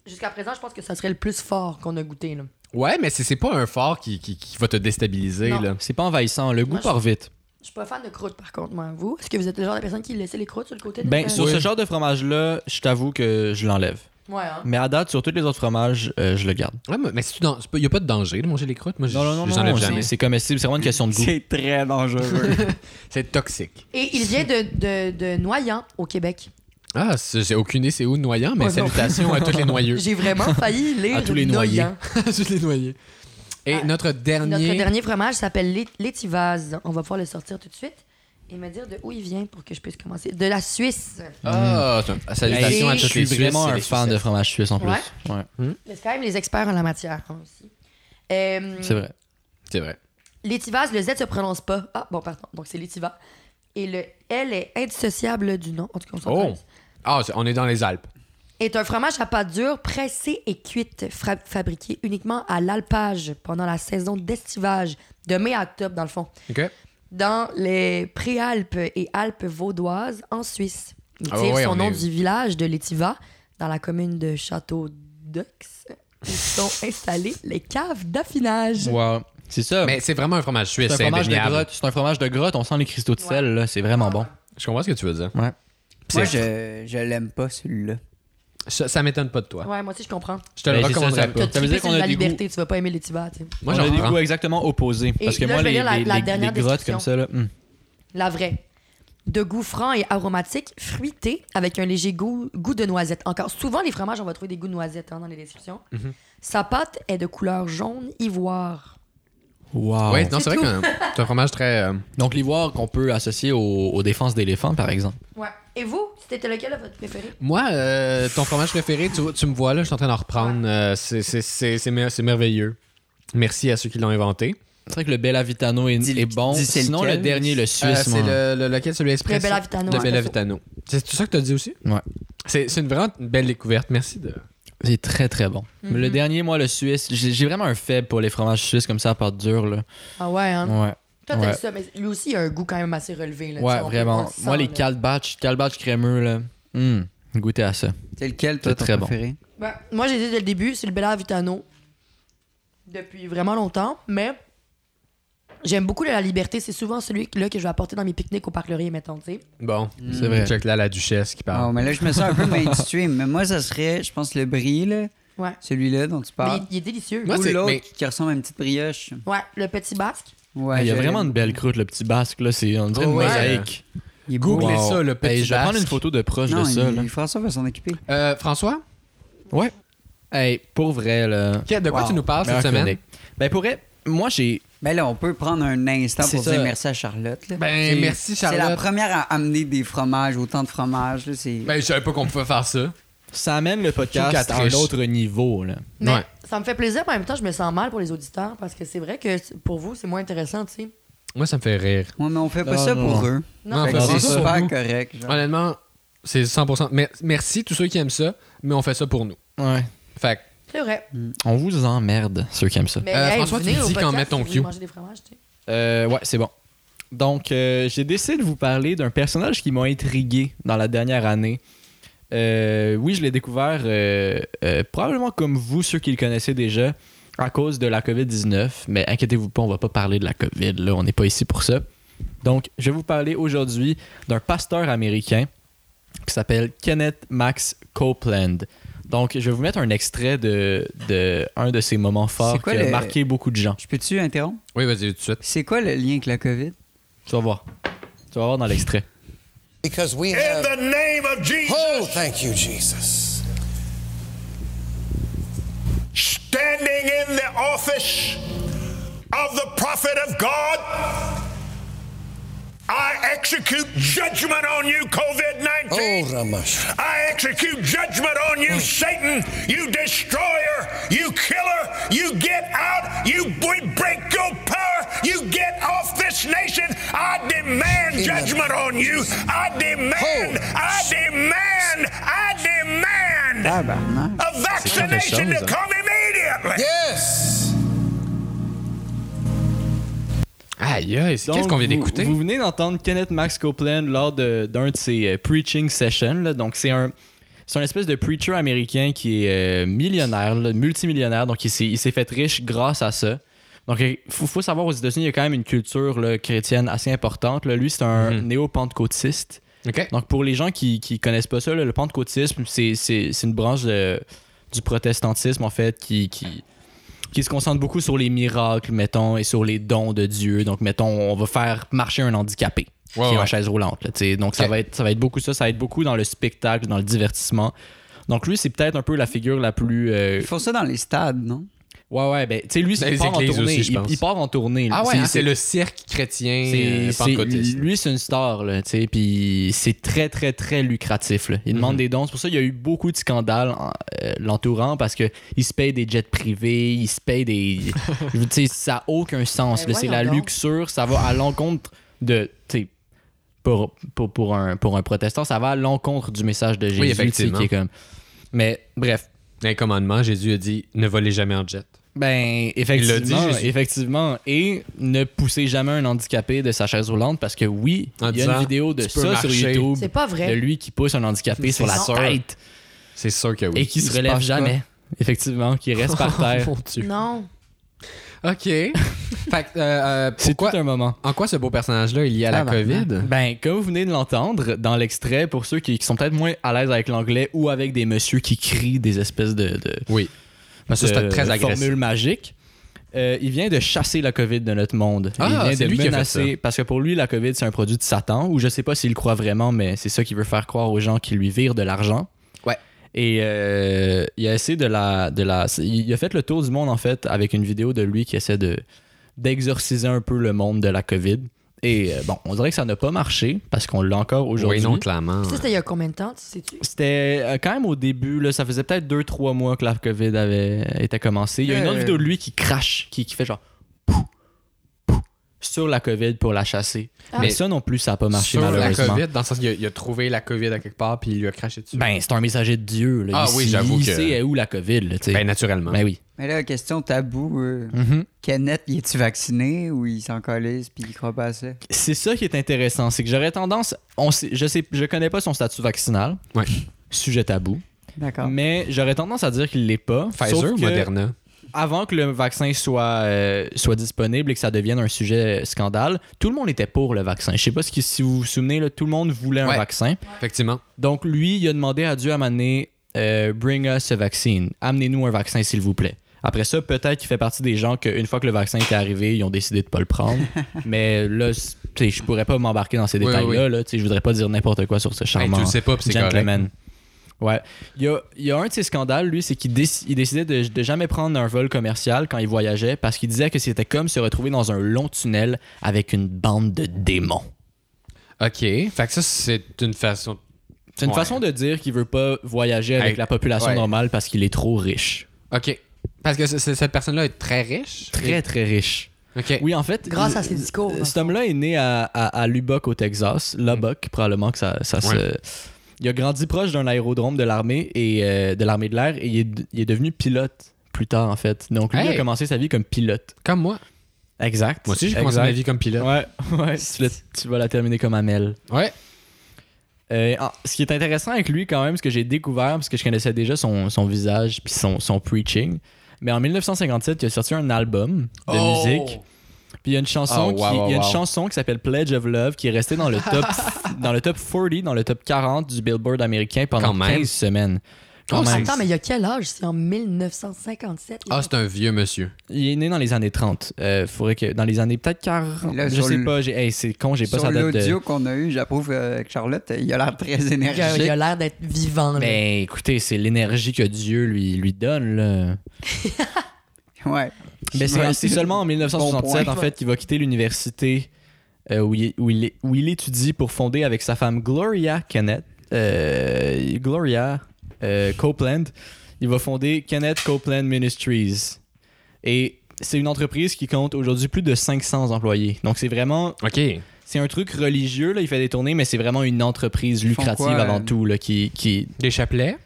S4: jusqu'à présent, je pense que ça serait le plus fort qu'on a goûté. Là.
S1: Ouais, mais c'est c'est pas un fort qui, qui- qui va te déstabiliser,
S4: Non.
S1: là.
S3: C'est pas envahissant, le goût
S4: Moi, je-
S3: part vite.
S4: Je suis pas fan de croûte, par contre, moi. Vous, est-ce que vous êtes le genre de personne qui laissait les croûtes sur le côté de
S3: Ben,
S4: la-
S3: sur
S1: Oui.
S3: ce genre de fromage-là, je t'avoue que je l'enlève.
S4: Ouais, hein?
S3: Mais à date, sur tous les autres fromages, euh, je le garde.
S1: Ouais, mais- mais si tu dans... c'est pas- y a pas de danger de manger les croûtes. Moi, je je les enlève
S3: c'est-
S1: jamais.
S3: C'est comestible, c'est vraiment une question de goût.
S2: C'est très dangereux.
S1: C'est toxique.
S4: Et il vient de, de, de Noyant, au Québec.
S1: Ah, c'est- j'ai aucune idée c'est où noyant, mais
S4: Oh, non.
S1: salutations à tous les
S4: *laughs*
S1: noyeux.
S4: J'ai vraiment
S3: *laughs*
S4: failli lire
S3: À tous les noyés.
S4: Noyant.
S1: à tous les noyés. Et
S4: Ah.
S1: notre
S4: Notre
S1: dernier.
S4: dernier fromage s'appelle l'é- l'Étivaz. On va pouvoir le sortir tout de suite et me dire de où il vient pour que je puisse commencer. De la Suisse.
S1: Ah, salutations
S4: Hey,
S1: à
S3: je
S1: tous
S3: suis
S1: les Suisses Mm.
S3: vraiment
S1: et
S3: un
S1: les
S3: fan de
S1: Suissettes.
S3: fromage suisse en plus.
S4: Ouais.
S3: Ouais,
S4: Mais C'est quand même les experts en la matière, hein, aussi. Euh,
S3: c'est vrai.
S1: C'est vrai.
S4: L'étivaz, le Z se prononce pas. Ah, bon, pardon. Donc, c'est l'étiva. Et le L est indissociable du nom. En tout cas, on s'en
S1: Oh!
S4: calisse.
S1: Ah, c'est- on est dans les Alpes.
S4: Est un fromage à pâte dure, pressé et cuite, fra- fabriqué uniquement à l'alpage pendant la saison d'estivage, de mai à octobre, dans le fond,
S1: OK?
S4: dans les Préalpes et Alpes vaudoises en Suisse. Il
S1: Ah
S4: tire
S1: ouais,
S4: son
S1: on
S4: nom
S1: est-
S4: du village de l'Étiva, dans la commune de Château d'Ox,
S3: *laughs*
S4: où sont installées les caves d'affinage.
S3: Wow. C'est ça.
S1: Mais c'est vraiment un fromage suisse,
S3: C'est un
S1: c'est
S3: fromage de
S1: indéniable.
S3: grotte. C'est un fromage de grotte. On sent les cristaux de sel, là. C'est vraiment bon.
S1: Je comprends ce que tu veux dire.
S2: Moi, je, je l'aime pas, celui-là.
S1: Ça, ça m'étonne pas de toi.
S4: Ouais, moi aussi, je comprends.
S1: Je te le
S3: Ben, c'est ça,
S1: recommanderais
S3: ça-
S1: pas.
S3: Ça veut
S4: Triper
S3: dire
S4: sur
S3: qu'on a
S4: la
S3: des goûts-
S4: liberté, tu vas pas aimer les Tibas, tu sais.
S1: Moi,
S3: on a
S1: j'en
S3: des
S1: prends.
S3: goûts exactement opposés.
S4: Et
S3: parce que
S4: là,
S3: moi,
S4: je vais
S3: les,
S4: lire la-
S3: les-
S4: la
S3: les-
S4: dernière
S3: les grottes
S4: description.
S3: comme ça, là, hum.
S4: La vraie. De goût franc et aromatique, fruité, avec un léger goût, goût de noisette. Encore, souvent, les fromages, on va trouver des goûts de noisette hein, dans les descriptions.
S3: Mm-hmm.
S4: Sa pâte est de couleur jaune ivoire.
S3: Wow.
S1: Ouais, non, c'est
S4: C'est
S1: vrai que c'est un fromage très. euh,
S3: Donc, l'ivoire qu'on peut associer aux, aux défenses d'éléphants, par exemple.
S4: Ouais. Et vous, c'était lequel votre préféré?
S1: Moi, euh, ton fromage préféré, tu, tu me vois là, je suis en train d'en reprendre. euh, c'est- c'est- c'est c'est mer- c'est merveilleux. Merci à ceux qui l'ont inventé.
S3: C'est vrai que le Bellavitano est,
S2: Dis-
S3: est bon.
S2: dis c'est
S3: Sinon, le
S2: lequel?
S3: dernier, le
S1: Euh,
S3: suisse,
S1: c'est
S3: moi.
S1: le, le- lequel celui
S4: Le
S1: express
S4: Bellavitano.
S1: Le
S4: ouais.
S1: Bellavitano. C'est tout ça que tu as dit aussi?
S3: Ouais.
S1: C'est c'est une vraiment une belle découverte. Merci de.
S3: C'est très, très bon.
S4: Mm-hmm.
S3: Mais Le dernier, moi, le suisse, j'ai j'ai vraiment un faible pour les fromages suisses comme ça à part dure, là.
S4: Ah ouais, hein?
S3: Ouais.
S4: Toi, t'as
S3: Ouais.
S4: ça, mais lui aussi, il a un goût quand même assez relevé. Là, tu sais,
S3: Ouais,
S4: on peut- on
S3: vraiment.
S4: le sent,
S3: Moi, les
S4: là.
S3: calbatch, calbatch crémeux, là. Hum, goûtez à ça.
S2: C'est lequel, toi,
S3: C'est
S2: ton
S3: très bon.
S2: préféré?
S4: Ben, moi, j'ai dit dès le début, c'est le Bellavitano. Depuis vraiment longtemps, mais j'aime beaucoup le la liberté. C'est souvent celui-là que je vais apporter dans mes pique-niques au parc Laurier, mettons, tu sais.
S1: Bon,
S3: C'est vrai.
S1: Check là la duchesse qui
S2: Ah,
S1: parle.
S2: mais là, je me sens un peu mainstream. Mais moi, ça serait, je pense, le brie, là.
S4: Ouais.
S2: Celui-là dont tu
S4: Mais
S2: parles.
S4: il, il est délicieux.
S1: Moi,
S2: Ou
S1: c'est-
S2: l'autre
S1: mais-
S2: qui ressemble à une petite brioche.
S4: Ouais, le petit basque.
S2: Ouais,
S3: il y a
S2: je
S3: vraiment
S2: l'aime.
S3: une belle croûte, le petit basque, là. C'est, on dirait une
S1: Ouais.
S3: mosaïque.
S2: Il est beau.
S1: Googlez ça, le petit
S3: Hey, je vais prendre
S1: basque.
S3: une photo de proche
S2: Non,
S3: de ça,
S2: il-
S3: là.
S2: François va s'en occuper.
S3: Ah.
S1: Euh, François,
S3: Ouais. Hey, pour vrai, là.
S1: Kat, de quoi
S3: Wow.
S1: tu nous parles cette
S3: Meilleure
S1: semaine?
S3: chronique. Ben, pour vrai, moi, j'ai.
S2: Ben là, on peut prendre un instant
S3: C'est
S2: pour
S3: ça.
S2: dire merci à Charlotte. là.
S1: Ben,
S2: C'est-
S1: merci,
S2: C'est
S1: Charlotte.
S2: la première à amener des fromages, autant de fromages. là, c'est-
S1: Ben, je savais pas qu'on pouvait faire ça.
S3: Ça amène le podcast
S1: Quatre
S3: à un
S1: riches.
S3: autre niveau, là.
S4: Mais
S1: Ouais.
S4: ça me fait plaisir, mais en même temps, je me sens mal pour les auditeurs parce que c'est vrai que c- pour vous, c'est moins intéressant, tu sais.
S1: Moi, ça me fait rire.
S2: Ouais, mais on fait pas
S3: Non,
S2: ça
S3: non,
S2: pour
S3: non.
S2: eux.
S1: Non,
S3: Ben,
S2: Fait
S1: on fait
S2: que c'est
S1: ça pour
S2: super
S1: nous.
S2: correct. genre.
S1: Honnêtement, c'est 100%. Mer- merci tous ceux qui aiment ça, mais on fait ça pour nous.
S3: Ouais.
S1: Fait que,
S4: C'est vrai.
S3: On vous emmerde, ceux qui aiment ça.
S4: Mais
S1: Euh, François,
S4: venez
S1: tu
S4: au
S1: dis quand
S4: podcast,
S1: met ton
S4: vous voulez
S1: cue.
S4: manger des fromages, tu sais.
S3: Euh, ouais, c'est bon. Donc, euh, j'ai décidé de vous parler d'un personnage qui m'a intrigué dans la dernière année. Euh, oui, je l'ai découvert euh, euh, probablement comme vous, ceux qui le connaissez déjà, à cause de la COVID-19. Mais inquiétez-vous pas, on va pas parler de la COVID, là, on n'est pas ici pour ça. Donc, je vais vous parler aujourd'hui d'un pasteur américain qui s'appelle Kenneth Max Copeland. Donc, je vais vous mettre un extrait de, de un de ses moments forts
S2: C'est quoi
S3: qui a
S2: le-
S3: marqué beaucoup de gens.
S2: Je peux-tu interrompre?
S1: oui, vas-y, tout de suite.
S2: C'est quoi le lien avec la COVID?
S3: Tu vas voir. Tu vas voir dans l'extrait.
S6: Because we
S7: In
S6: have.
S7: the name of Jesus,
S6: oh, thank you, Jesus.
S7: standing in the office of the prophet of God, I execute judgment on you, COVID 19.
S6: Oh, Mm. Ramesh.
S7: I execute judgment on you, Satan, you destroyer, you killer. You get out. You we break your power. You get off this nation. I demand
S6: Amen.
S7: judgment on you. I demand.
S6: Oh.
S7: I demand. I demand
S2: Ah, Tabarnak.
S7: a vaccination to
S3: chose, hein.
S7: come immediately.
S6: Yes!
S1: Aïe, aïe, c'est
S3: Donc,
S1: qu'est-ce qu'on vient
S3: vous-
S1: d'écouter?
S3: Vous venez d'entendre Kenneth Max Copeland lors de- d'un de, ses euh, preaching sessions. là. Donc, c'est un. C'est un espèce de preacher américain qui est euh, millionnaire, là, multimillionnaire, donc il s'est il s'est fait riche grâce à ça. Donc, il faut, faut savoir, aux États-Unis, il y a quand même une culture là, chrétienne assez importante. là. Lui, c'est un
S1: Mhm.
S3: néo-pentecôtiste.
S1: OK.
S3: Donc, pour les gens qui, qui connaissent pas ça, là, le pentecôtisme, c'est, c'est- c'est une branche de- du protestantisme, en fait, qui, qui, qui se concentre beaucoup sur les miracles, mettons, et sur les dons de Dieu. Donc, mettons, on va faire marcher un handicapé
S1: Ouais,
S3: qui est en
S1: ouais.
S3: chaise roulante. là, tu sais. Donc, ça,
S1: Ok.
S3: va être, ça va être beaucoup ça. Ça va être beaucoup dans le spectacle, dans le divertissement. Donc, lui, c'est peut-être un peu la figure la plus. euh,
S2: Ils font ça dans les stades, non?
S3: Ouais, ouais, ben, tu sais, lui,
S1: Dans
S3: il
S1: les
S3: part, en
S1: églises
S3: tournée,
S1: aussi, je
S3: il-
S1: pense.
S3: il, part en tournée. là.
S1: Ah ouais,
S3: C'est-
S1: hein,
S3: c'est-
S1: c'est le cirque chrétien
S3: c'est,
S1: euh,
S3: c'est-
S1: pentecôtiste.
S3: lui, c'est une star, là, tu sais, puis c'est très, très, très lucratif. là. Il demande
S1: Mhm.
S3: des dons. C'est pour ça qu'il y a eu beaucoup de scandales en- euh, l'entourant parce que il se paye des jets privés, il se
S1: *laughs*
S3: paye des. je veux dire, tu sais, ça n'a aucun sens.
S4: Ben
S3: là. c'est la
S4: voyons donc.
S3: luxure, ça va à l'encontre de. tu sais, Pour, pour, pour, un, pour un protestant, ça va à l'encontre du message de Jésus. tu sais,
S1: effectivement.
S3: Qui est comme... Mais bref,
S1: Un commandement, Jésus a dit ne volez jamais en jet.
S3: ben,
S1: Il
S3: effectivement,
S1: l'a dit, Jésus.
S3: effectivement. Et ne poussez jamais un handicapé de sa chaise roulante parce que oui,
S1: En
S3: il y a
S1: disant,
S3: une vidéo de
S1: tu peux
S3: ça sur
S1: marcher.
S3: YouTube.
S4: C'est pas vrai.
S3: De lui qui pousse un handicapé sur la
S1: sûr.
S3: tête
S1: C'est sûr que oui.
S3: et qui
S1: Il
S3: se relève
S1: passe
S3: jamais. Effectivement, qui
S1: *laughs*
S3: reste par
S1: pas.
S3: terre.
S1: Mon Dieu.
S4: Non.
S1: *laughs* OK. fait que, euh, euh,
S3: C'est tout
S1: pourquoi-
S3: un moment.
S1: en quoi ce beau personnage-là est lié à la
S2: Tabarnak.
S1: COVID?
S3: Ben, comme vous venez de l'entendre dans l'extrait, pour ceux qui, qui sont peut-être moins à l'aise avec l'anglais ou avec des messieurs qui crient des espèces de, de,
S1: Oui. Mais ça,
S3: de
S1: c'était très agressif.
S3: formule magique. Euh, il vient de chasser la COVID de notre monde.
S1: Ah,
S3: il
S1: c'est
S3: vient de
S1: lui qui a fait
S3: menacer. Parce que pour lui, la COVID, c'est un produit de Satan, ou je sais pas s'il le croit vraiment, mais c'est ça qu'il veut faire croire aux gens qui lui virent de l'argent.
S1: Ouais.
S3: Et euh, il a essayé de la, de la. Il a fait le tour du monde, en fait, avec une vidéo de lui qui essaie de d'exorciser un peu le monde de la COVID. Et euh, bon, on dirait que ça n'a pas marché parce qu'on l'a encore
S1: Oui,
S3: aujourd'hui.
S1: non, clairement.
S4: Ça, c'était il y a combien de temps, tu sais-tu?
S3: C'était euh, quand même au début, là, ça faisait peut-être 2-3 mois que la COVID avait était commencée. Il y a une
S2: Euh.
S3: autre vidéo de lui qui crache, qui, qui fait genre pouf, pouf sur la COVID pour la chasser.
S4: Ah.
S3: Mais ça non plus, ça n'a pas marché
S1: Sur la
S3: malheureusement.
S1: COVID, dans le sens qu'il a, il a trouvé la COVID à quelque part puis il lui a craché dessus.
S3: Ben, c'est un messager de Dieu. là.
S1: Ah
S3: il
S1: oui,
S3: sait-
S1: j'avoue
S3: il
S1: que-
S3: sait où la COVID. Là, tu sais.
S1: Ben, naturellement.
S3: Ben oui.
S2: Mais là, question tabou. euh,
S3: Mhm.
S2: Kenneth, il est-tu vacciné ou il s'en colisse puis il croit pas à ça?
S3: C'est ça qui est intéressant, c'est que j'aurais tendance, on sait- je sais, je connais pas son statut vaccinal,
S1: Ouais.
S3: sujet tabou,
S2: D'accord.
S3: mais j'aurais tendance à dire qu'il l'est pas. sauf
S1: Pfizer ou
S3: que-
S1: Moderna?
S3: avant que le vaccin soit, euh, soit disponible et que ça devienne un sujet euh, scandale, tout le monde était pour le vaccin. Je sais pas ce qui- si vous vous souvenez, là, tout le monde voulait un
S1: Ouais.
S3: vaccin.
S1: Effectivement.
S3: Donc lui, il a demandé à Dieu à m'amener euh, Bring us a vaccine. Amenez-nous un vaccin, s'il vous plaît. Après ça, peut-être qu'il fait partie des gens qu'une fois que le vaccin était arrivé, ils ont décidé de pas
S1: *laughs*
S3: le prendre. Mais là, c'est- tu sais, je pourrais pas m'embarquer dans ces
S1: Oui,
S3: détails-là.
S1: oui, oui.
S3: là. Tu sais, je voudrais pas dire n'importe quoi sur ce
S1: Hey,
S3: charmant
S1: tu le sais pas, puis c'est correct.
S3: gentleman. Ouais. Il y, a, il y a un de ses scandales, lui, c'est qu'il déc- il décidait de, de jamais prendre un vol commercial quand il voyageait parce qu'il disait que c'était comme se retrouver dans un long tunnel avec une bande de démons.
S1: OK. Fait que ça, c'est une façon.
S3: C'est une
S1: Ouais.
S3: façon de dire qu'il veut pas voyager avec
S1: Hey,
S3: la population
S1: ouais.
S3: normale parce qu'il est trop riche.
S1: OK. Parce que c- c- cette personne-là est très riche.
S3: Très, très riche.
S1: OK.
S3: Oui, en fait.
S4: Grâce
S3: le-
S4: à ses discours.
S3: Cet homme-là est né à, à, à Lubbock, au Texas. Lubbock, probablement que ça, ça se.
S1: Ouais.
S3: Il a grandi proche d'un aérodrome de l'armée et euh, de l'armée de l'air et il est, de- il est devenu pilote plus tard, en fait. Donc, lui il a
S1: Hey.
S3: commencé sa vie comme pilote.
S1: Comme moi.
S3: Exact.
S1: Moi aussi, j'ai commencé ma vie comme pilote.
S3: Ouais, ouais. Tu, l'as- tu vas la terminer comme Amel.
S1: Ouais.
S3: Euh, en- ce qui est intéressant avec lui, quand même, ce que j'ai découvert, parce que je connaissais déjà son, son visage puis son, son preaching, mais en 1957, il a sorti un album de
S1: Oh!
S3: musique. Puis il y a une chanson,
S1: Oh, wow,
S3: qui,
S1: wow,
S3: il y a une
S1: wow.
S3: chanson qui s'appelle Pledge of Love qui est restée dans le top, dans le top 40, dans le top 40 du Billboard américain pendant
S1: Quand même.
S3: 15 semaines. Quand
S1: Oh,
S3: même.
S4: Attends, mais il y a quel âge? C'est en 1957.
S1: Ah, c'est un vieux monsieur.
S3: Il est né dans les années 30. Euh, faudrait que dans les années peut-être 40.
S2: Là,
S3: je
S2: sur
S3: sais
S2: le-
S3: pas. j'ai- hey, c'est con, j'ai pas
S2: Sur
S3: sa date de.
S2: l'audio qu'on a eu, j'approuve euh, avec Charlotte, il a l'air très
S4: Il a,
S2: énergique.
S4: il a l'air d'être vivant. là.
S3: Mais écoutez, c'est l'énergie que Dieu lui, lui donne. Là.
S2: Ouais.
S3: Mais c'est
S2: *laughs* Ouais.
S3: c'est seulement en 1967,
S2: Bon
S3: en
S2: point.
S3: fait, qu'il va quitter l'université euh, où, il, où il- où il étudie pour fonder avec sa femme Gloria Kenneth. euh, Gloria euh, Copeland. Il va fonder Kenneth Copeland Ministries. Et c'est une entreprise qui compte aujourd'hui plus de 500 employés. Donc c'est vraiment
S1: OK.
S3: c'est un truc religieux, là, il fait des tournées, mais c'est vraiment une entreprise
S2: font
S3: lucrative
S2: quoi,
S3: avant
S2: euh,
S3: tout, là, qui... qui
S1: Des chapelets.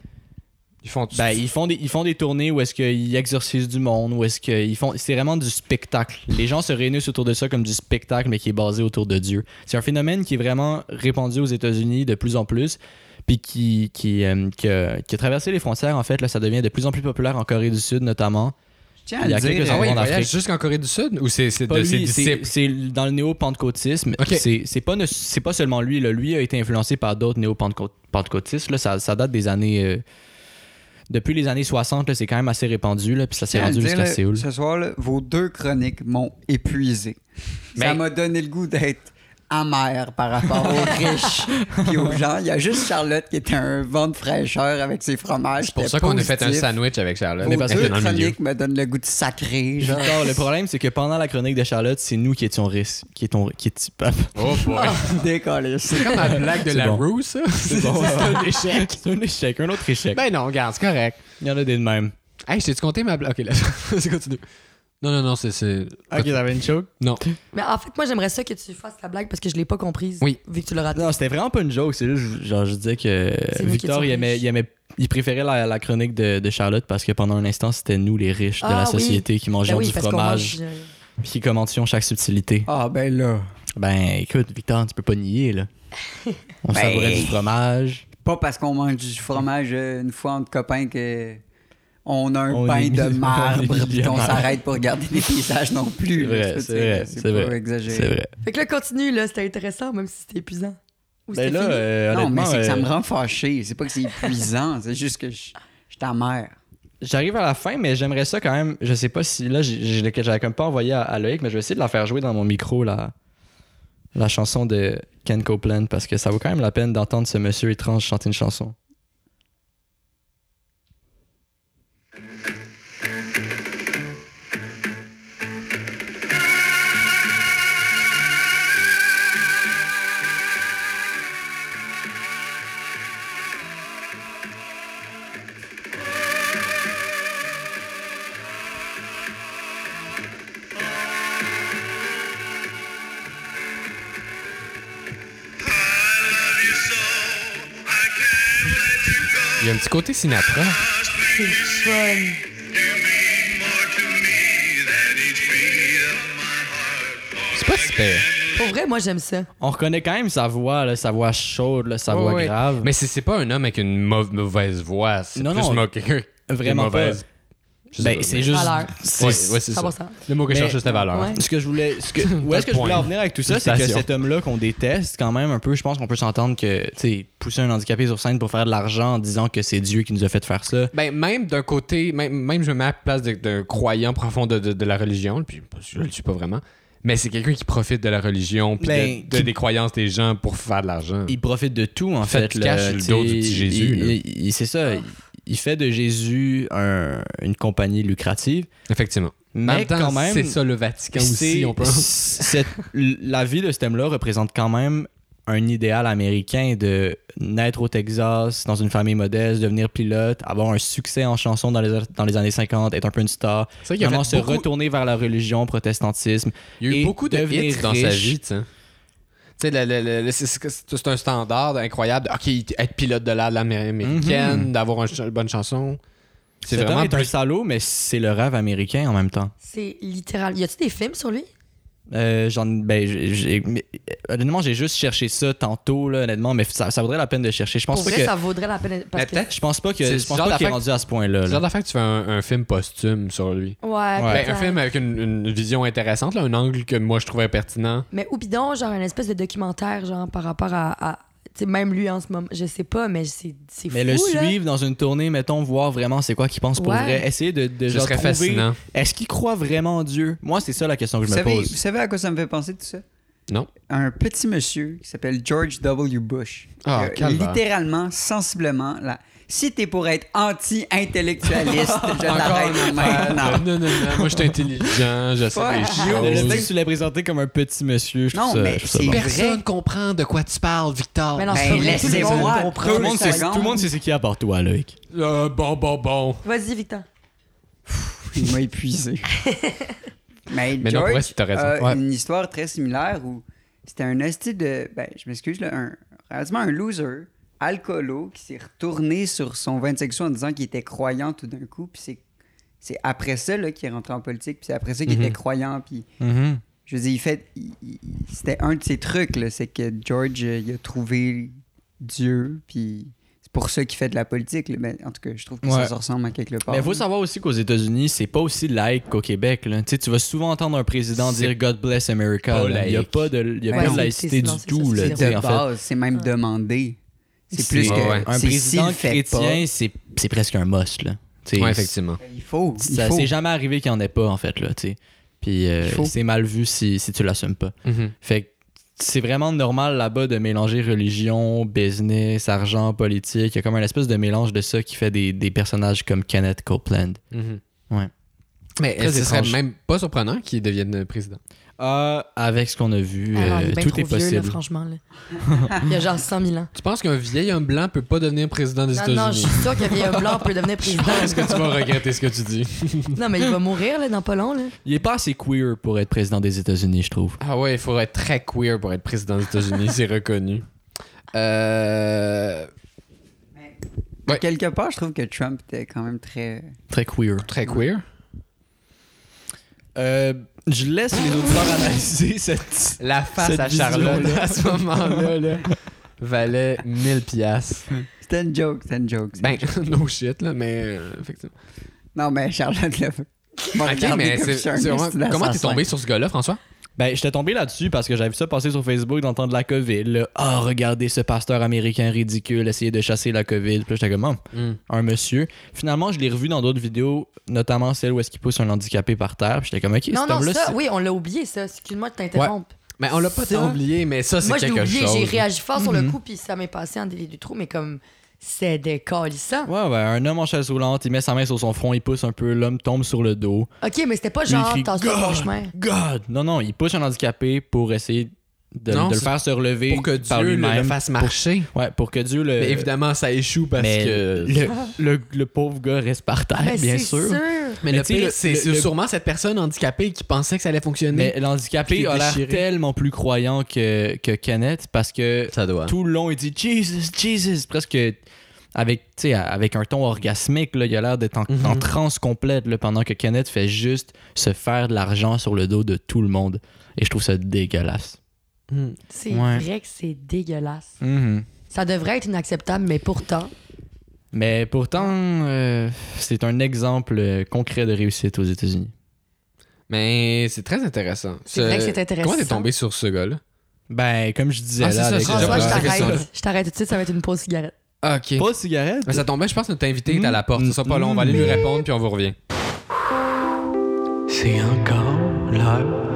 S1: Ils font du-
S3: ben, ils font, des, ils font des tournées où est-ce qu'ils exorcisent du monde, où est-ce qu'ils font... C'est vraiment du spectacle. Les gens se réunissent autour de ça comme du spectacle, mais qui est basé autour de Dieu. C'est un phénomène qui est vraiment répandu aux États-Unis de plus en plus, puis qui, qui, euh, qui a, qui a traversé les frontières, en fait. Là, ça devient de plus en plus populaire en Corée du Sud, notamment.
S2: Je tiens à
S3: Il y a
S2: le dire,
S3: quelques
S1: Ah
S2: euh,
S1: oui,
S3: en
S1: ils voyagent
S3: Afrique.
S1: jusqu'en Corée du Sud ou c'est c'est
S3: Pas
S1: de ses
S3: lui, c'est-
S1: disciples?
S3: c'est dans le néo-pentecôtisme.
S1: Ok.
S3: C'est- C'est pas, ne- c'est pas seulement lui. là. Lui a été influencé par d'autres néo-pentecôtistes. là. Ça, ça date des années. euh, depuis les années 60, là, c'est quand même assez répandu. Là, puis ça
S2: je
S3: s'est
S2: tiens à le
S3: rendu
S2: dire,
S3: jusqu'à
S2: là,
S3: Séoul.
S2: Ce soir, là, vos deux chroniques m'ont épuisé. Ça
S1: Ben-
S2: m'a donné le goût d'être amer par
S3: *laughs*
S2: rapport aux riches et aux gens. Il y a juste Charlotte qui était un vent de fraîcheur avec ses fromages.
S1: C'est pour ça qu'on a fait un sandwich avec Charlotte.
S2: Les
S3: Mais parce que
S2: deux
S1: dans le milieu.
S2: chroniques me donnent le goût de sacré. Genre.
S3: Victor, le problème, c'est que pendant la chronique de Charlotte, c'est nous qui étions riches. Qui étions, qui étions- *laughs*
S1: Oh boy.
S2: *laughs* Décollé.
S1: C'est comme la blague de
S3: C'est
S1: la
S3: bon.
S1: roue, ça. C'est
S3: bon.
S1: un échec.
S3: C'est un échec, un autre échec.
S1: Ben non, regarde, c'est correct.
S3: Il y en a des de même.
S1: Hey, je t'ai-tu compté ma blague? Ok, là, *laughs* c'est continue. Non, non, non, c'est- c'est...
S3: t'avais une joke?
S1: Non.
S4: Mais en fait, moi, j'aimerais ça que tu fasses la blague parce que je l'ai pas comprise.
S1: Oui.
S4: Vu que tu l'as raté.
S3: Ah, Non, c'était vraiment pas une joke. C'est juste, genre, je disais que
S4: nous qui étions
S3: Victor, il aimait,
S4: riches.
S3: il aimait- il préférait la, la chronique de, de Charlotte parce que pendant un instant, c'était nous, les riches de la
S4: Ah oui.
S3: société, qui
S4: Ben
S3: mangeons
S4: oui,
S3: du
S4: parce qu'on
S3: fromage,
S4: mange, euh,
S3: puis qui commentions chaque subtilité.
S2: Ah ben là,
S3: Ben, écoute, Victor, tu peux pas nier, là. On
S2: Ben.
S3: savourait du fromage.
S2: pas parce qu'on mange du fromage euh, une fois entre copains que on a un
S3: On
S2: pain
S3: est- *laughs*
S2: de
S3: on est
S2: marbre et qu'on
S3: millionnaire.
S2: s'arrête pour regarder les paysages non plus.
S3: C'est vrai, c'est
S2: Tu sais,
S3: vrai,
S2: c'est
S3: c'est
S2: pas
S3: vrai,
S2: exagéré.
S3: C'est vrai.
S4: Fait que là, continue, là. C'était intéressant, même si c'était épuisant. Ou
S3: Ben
S4: c'était
S3: là,
S4: fini.
S3: euh,
S2: Non, mais
S3: honnêtement,
S2: c'est que ça
S3: euh,
S2: me rend fâché. C'est pas que c'est épuisant, *laughs* c'est juste que je, je t'amère.
S3: j'arrive à la fin, mais j'aimerais ça quand même. Je sais pas si. Là, j'ai- j'ai- j'avais comme pas envoyé à, à Loïc, mais je vais essayer de la faire jouer dans mon micro, la, la chanson de Ken Copeland, parce que ça vaut quand même la peine d'entendre ce monsieur étrange chanter une chanson.
S1: Il y a un petit côté Sinatra.
S4: C'est le
S3: euh,
S4: fun.
S1: C'est pas super.
S4: Pour vrai, moi, j'aime ça.
S3: On reconnaît quand même sa voix, là, sa voix chaude, là, sa voix grave.
S1: Mais c'est c'est pas un homme avec une mauve- mauvaise voix. C'est
S3: Non,
S1: plus
S3: non,
S1: mo- quelqu'un qui est
S3: vraiment pas.
S1: mauvaise. Je sais
S3: Ben,
S1: pas,
S3: c'est
S1: mais-
S3: juste.
S4: Valeur.
S3: c'est-
S1: Ouais, ouais, c'est ça.
S4: 100%.
S1: Le mot que je
S3: Mais-
S1: cherche, c'était valeur.
S4: Ouais.
S3: Ce que je voulais. ce
S1: *laughs*
S3: que- où est-ce que je voulais
S1: Point.
S3: en venir avec tout ça, c'est que
S1: Félicitations.
S3: cet homme-là qu'on déteste quand même un peu, je pense qu'on peut s'entendre que, tu sais, pousser un handicapé sur scène pour faire de l'argent en disant que c'est Dieu qui nous a fait faire ça.
S1: Ben, même d'un côté, même, même je me mets à la place de- d'un croyant profond de, de- de la religion, puis je le suis pas vraiment, mais c'est quelqu'un qui profite de la religion, puis
S3: Ben,
S1: de- de-
S3: qui-
S1: des croyances des gens pour faire de l'argent.
S3: Il profite de tout, en
S1: Fait
S3: fait.
S1: du
S3: là,
S1: cash sur le
S3: tu sais,
S1: dos du petit Jésus,
S3: il-
S1: là.
S3: il- il- C'est ça. il- Il fait de Jésus un- une compagnie lucrative.
S1: Effectivement.
S3: Mais
S1: en même temps,
S3: quand même,
S1: c'est ça le Vatican aussi,
S3: C'est-
S1: on peut.
S3: *laughs* cette- la vie de cet homme-là représente quand même un idéal américain de naître au Texas, dans une famille modeste, devenir pilote, avoir un succès en chanson dans les, dans les années 50, être un peu une star,
S1: *laughs* C'est vrai qu'il a
S3: vraiment
S1: fait
S3: se
S1: beaucoup-
S3: retourner vers la religion, protestantisme.
S1: Il y a eu
S3: et
S1: beaucoup de hits
S3: devenir
S1: dans sa
S3: riche.
S1: vie, tu sais. Tu sais, le- le- le- le- c'est- c'est c'est un standard incroyable. de, OK, être pilote de l'air de l'Amérique américaine, d'avoir un ch- une bonne chanson. C'est
S3: Mhm. Cet homme
S1: vraiment
S3: est un
S1: plus-
S3: salaud, mais c'est le rêve américain en même temps.
S4: C'est littéral. Y a-tu des films sur lui?
S3: Euh, j'en, ben, j'ai- j'ai- mais, euh, honnêtement, j'ai juste cherché ça tantôt, là, honnêtement, mais ça, ça vaudrait la peine de chercher. Je pense
S4: Pour
S3: pas
S4: vrai,
S3: que.
S4: ça vaudrait la peine. Parce
S1: Mais
S4: que...
S1: peut-être-
S3: Je pense pas que.
S1: C'est
S3: Je
S1: ce
S3: pense
S1: genre
S3: pas qu'il est
S1: d'affaire-
S3: rendu à ce point-là.
S1: C'est
S3: là.
S1: genre l'affaire que tu fais un, un film posthume sur lui.
S4: Ouais.
S3: Ouais.
S1: Ben, un
S4: peut-être.
S1: film avec une, une vision intéressante, là, un angle que moi je trouvais pertinent.
S4: Mais ou bidon, genre, une espèce de documentaire, genre, par rapport à. à- tu sais, même lui en ce moment, je sais pas, mais c'est c'est fou.
S3: Mais le
S4: là.
S3: suivre dans une tournée, mettons, voir vraiment c'est quoi qu'il pense pour
S4: Ouais.
S3: vrai. Essayer de, de
S1: Ce
S3: genre
S1: serait
S3: trouver,
S1: fascinant.
S3: Est-ce qu'il croit vraiment en Dieu? Moi, c'est ça la question que je
S2: Vous
S3: me
S2: savez, vous
S3: pose.
S2: savez à quoi ça me fait penser tout ça?
S1: Non?
S2: Un petit monsieur qui s'appelle George W. Bush.
S1: Ah,
S2: qui a
S1: calvaire.
S2: littéralement, sensiblement, la- Si t'es pour être
S3: *laughs*
S2: anti-intellectualiste, je t'arrête maintenant.
S1: Euh, non, non, non. Moi, je suis intelligent, j'essaie
S2: Ouais,
S1: des
S2: yo,
S3: Le
S1: choses.
S3: fait que tu l'as présenté comme un petit monsieur, je
S2: Non,
S3: trouve ça-
S2: mais
S3: je trouve ça
S2: c'est-
S3: bon.
S1: Personne
S2: vrai.
S1: comprend de quoi tu parles, Victor.
S4: Mais non, c'est
S2: Ben,
S4: pas vrai. Tout le
S2: laissez-moi
S4: monde
S2: deux
S4: comprend.
S3: Tout le, monde sait,
S2: secondes.
S3: tout le monde sait c'est qui à part toi, Loïc.
S1: Euh, bon, bon, bon.
S4: Vas-y, Victor.
S3: Euh,
S2: Il m'a épuisé. *laughs* Mais,
S8: Mais non,
S2: George
S8: pour vrai, c'est- t'as raison.
S2: a
S8: Ouais.
S2: une histoire très similaire où c'était un hostie de... Ben, je m'excuse, là, un, relativement un loser, alcoolo, qui s'est retourné sur son 25 sous en disant qu'il était croyant tout d'un coup. Puis c'est, c'est après ça là, qu'il est rentré en politique. Puis c'est après ça qu'il
S3: Mhm.
S2: était croyant. Puis
S1: Mm-hmm.
S2: je veux dire, il fait... il- il- c'était un de ses trucs, là, c'est que George, euh, il a trouvé Dieu. Puis c'est pour ça qu'il fait de la politique. là. Mais en tout cas, je trouve que ça
S3: Ouais.
S2: se ressemble à quelque part.
S3: Mais il faut savoir aussi qu'aux États-Unis, c'est pas aussi laïque qu'au Québec. là. Tu sais, tu vas souvent entendre un président
S8: C'est
S3: dire God bless America.
S8: pas
S3: là. Il n'y a
S8: laïque.
S3: pas de, il y a
S2: Ben
S3: pas de
S2: non,
S4: c'est-
S3: laïcité
S4: non,
S3: du
S4: c'est
S3: tout.
S4: ça,
S3: là,
S4: c'est
S3: tu
S2: de
S3: sais, en fait.
S2: base, c'est même demandé. C'est plus
S8: Ouais,
S2: que
S8: ouais.
S3: un
S2: c'est s'il
S3: président
S2: le fait
S3: chrétien, c'est c'est presque un must. Là. Tu sais,
S8: Ouais, effectivement.
S2: pas, Ben, il faut. il
S3: Ça
S2: faut.
S3: c'est jamais arrivé qu'il n'y en ait pas, en fait. Là, tu sais. Puis euh,
S2: Il faut.
S3: c'est mal vu si, si tu l'assumes pas.
S8: Mm-hmm.
S3: Fait que c'est vraiment normal là-bas de mélanger religion, business, argent, politique. Il y a comme un espèce de mélange de ça qui fait des, des personnages comme Kenneth Copeland. Ouais.
S1: Mais
S3: Très
S1: ce serait
S3: étrange.
S1: même pas surprenant qu'il devienne euh, président.
S3: Ah, avec ce qu'on a vu,
S4: Alors,
S3: euh,
S4: Ah il est bien
S3: tout
S4: trop
S3: est
S4: vieux,
S3: possible.
S4: là, franchement. Là. il y a genre 100 000 ans.
S1: Tu penses qu'un vieil homme blanc peut pas devenir président des
S4: Non, non, je
S1: États-Unis?
S4: suis sûr qu'un vieil homme blanc peut devenir
S1: Est-ce que
S4: président.
S1: tu vas regretter ce que tu dis?
S4: non, mais il va mourir là, dans pas long. Là.
S3: Il est pas assez queer pour être président des États-Unis, je trouve.
S1: Ah ouais, il faut être très queer pour être président des États-Unis, c'est reconnu. Euh, Ouais.
S2: Quelque part, je trouve que Trump était quand même très.
S3: Très queer.
S1: très queer.
S3: Euh, je laisse les auditeurs analyser *laughs* cette.
S1: La face
S3: Cette
S1: à Charlotte *laughs*
S3: vision-là.
S1: à ce moment-là là, valait 1000 piastres.
S2: C'était une joke, c'était une joke. c'était
S1: Ben, *laughs*
S2: une joke.
S1: no shit, là, mais euh, effectivement.
S2: Non, mais Charlotte le veut. M'a
S1: Ok,
S2: regardé
S1: mais
S2: comme
S1: c'est-
S2: je suis un
S1: c'est vraiment-
S2: esti d'assassin.
S1: comment t'es tombé sur ce gars-là, François?
S3: Ben, j'étais tombé là-dessus parce que j'avais vu ça passer sur Facebook d'entendre la COVID. là. Ah, regardez ce pasteur américain ridicule essayer de chasser la COVID. Puis là, j'étais comme, Oh,
S1: Mm.
S3: un monsieur. Finalement, je l'ai revu dans d'autres vidéos, notamment celle où est-ce qu'il pousse un handicapé par terre. Puis j'étais comme, ok,
S4: Non,
S3: cet
S4: non,
S3: homme-là,
S4: ça,
S3: c'est-
S4: oui, on l'a oublié, ça. Excuse-moi de t'interrompre.
S1: Mais Ben, on l'a pas
S4: Ça-
S1: tant oublié, mais ça, Ah, c'est
S4: Moi, je l'ai
S1: quelque
S4: oublié, j'ai
S1: chose. Mm-hmm.
S4: réagi fort sur le coup, puis ça m'est passé en délai du trou, mais comme c'est décalissant.
S3: Ouais, ouais, un homme en chaise roulante, il met sa main sur son front, il pousse un peu, l'homme tombe sur le dos.
S4: Ok, mais c'était pas
S3: Puis il
S4: genre,
S3: crie,
S4: t'as sur mon
S3: God,
S4: chemin.
S3: God! Non, non, il pousse un handicapé pour essayer de,
S1: Non,
S3: de le
S1: c'est
S3: faire se relever
S1: Pour que
S3: par
S1: Dieu le-
S3: lui-même.
S1: le fasse marcher.
S3: Ouais, pour que Dieu le.
S1: Mais évidemment, ça échoue parce
S3: mais
S1: que.
S3: le, le, le pauvre gars reste par
S1: Ah,
S3: terre,
S4: Ben,
S3: bien
S4: c'est
S3: sûr.
S1: Mais,
S3: Mais
S1: le
S3: tu sais,
S1: pire,
S3: le-
S1: c'est
S3: le-
S1: c'est
S3: le-
S1: sûrement cette personne handicapée qui pensait que ça allait fonctionner.
S3: Mais l'handicapé
S1: Puis
S3: a l'air
S1: déchiré.
S3: tellement plus croyant que, que Kenneth parce que
S1: ça doit.
S3: tout le long, il dit Jesus, Jesus, presque avec, tu sais, avec un ton orgasmique. Là, il a l'air d'être en,
S1: Mhm.
S3: en transe complète là, pendant que Kenneth fait juste se faire de l'argent sur le dos de tout le monde. Et je trouve ça dégueulasse.
S4: C'est
S3: Ouais.
S4: vrai que c'est dégueulasse.
S1: Mhm.
S4: Ça devrait être inacceptable, mais pourtant,
S3: Mais pourtant, euh, c'est un exemple euh, concret de réussite aux États-Unis.
S1: Mais c'est très intéressant.
S4: C'est
S1: Ce-
S4: vrai que c'est intéressant.
S1: Comment t'es tombé sur ce gars-là?
S3: Ben, comme je disais
S1: Ah, c'est
S3: là,
S1: ça,
S3: avec
S1: c'est
S3: le-
S1: déjà
S4: François,
S1: posé
S4: je
S1: la question,
S4: t'arrête. Je t'arrête tout de suite, ça va être une pause cigarette.
S1: Ok.
S3: Pas de cigarette?
S1: Mais Ben, ça tombait, je pense que notre invité est à la porte. Ce sera pas long, on va aller lui répondre puis on vous revient.
S9: C'est encore l'heure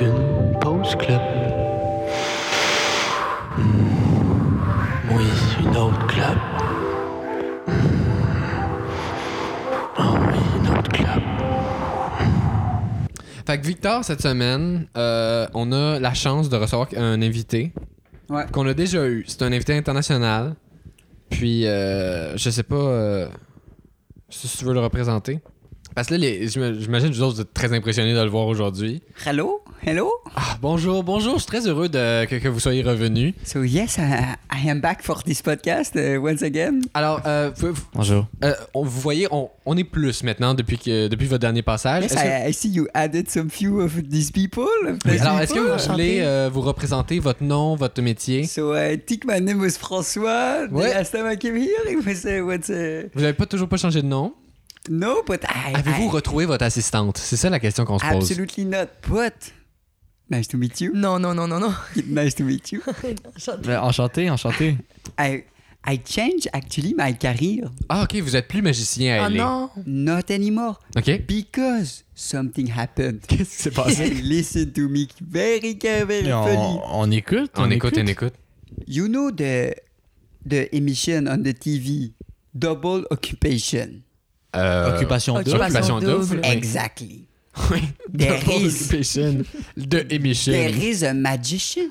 S9: d'une pause club. Hmm. Oui, une autre club. Hmm. Ah oui, une autre club.
S1: Fait que Victor, cette semaine, euh, on a la chance de recevoir un invité
S2: Ouais.
S1: qu'on a déjà eu. C'est un invité international. Puis, euh, je sais pas euh, si tu veux le représenter. Parce que là, les- j'im- j'imagine que vous autres, vous êtes très impressionnés de le voir aujourd'hui.
S2: Hello? Hello?
S1: Ah, bonjour, bonjour. Je suis très heureux de, que, que vous soyez revenu.
S2: So, yes, I, I am back for this podcast uh, once again.
S1: Alors, euh, vous, vous-
S3: Bonjour.
S1: euh, on- vous voyez, on, on est plus maintenant depuis, que, depuis votre dernier passage.
S2: Yes,
S1: Est-ce que-
S2: I, I see you added some few of these people.
S1: Alors, est-ce que vous
S4: Enchanté.
S1: voulez euh, vous représenter votre nom, votre métier?
S2: So I think my name was François. The
S1: Ouais.
S2: last time I came here, it was uh, what? Uh,
S1: Vous n'avez pas toujours pas changé de nom?
S2: no, but I.
S1: Avez-vous
S2: I-
S1: retrouvé votre assistante? C'est ça la question qu'on se pose.
S2: Absolutely not. But nice to meet you. *laughs*
S4: Non, non, non, non, *laughs* non.
S2: nice to meet you.
S3: Ben, enchanté, enchanté.
S2: I I changed actually my career.
S1: Ah, ok, vous êtes plus magicien à
S4: Ah
S1: LA.
S4: non.
S2: Not anymore.
S1: Ok.
S2: Because something happened.
S1: *laughs* Qu'est-ce qui s'est passé?
S2: Listen to me very carefully.
S3: Mais on, on écoute.
S1: on écoute, on écoute.
S2: You know the the emission on the TV double occupation.
S1: Euh,
S3: Occupation double.
S1: Occupation double. Oui.
S2: Exactly.
S1: Oui.
S2: There
S1: *laughs* Double
S2: is.
S1: Occupation de Emission.
S2: There is a magician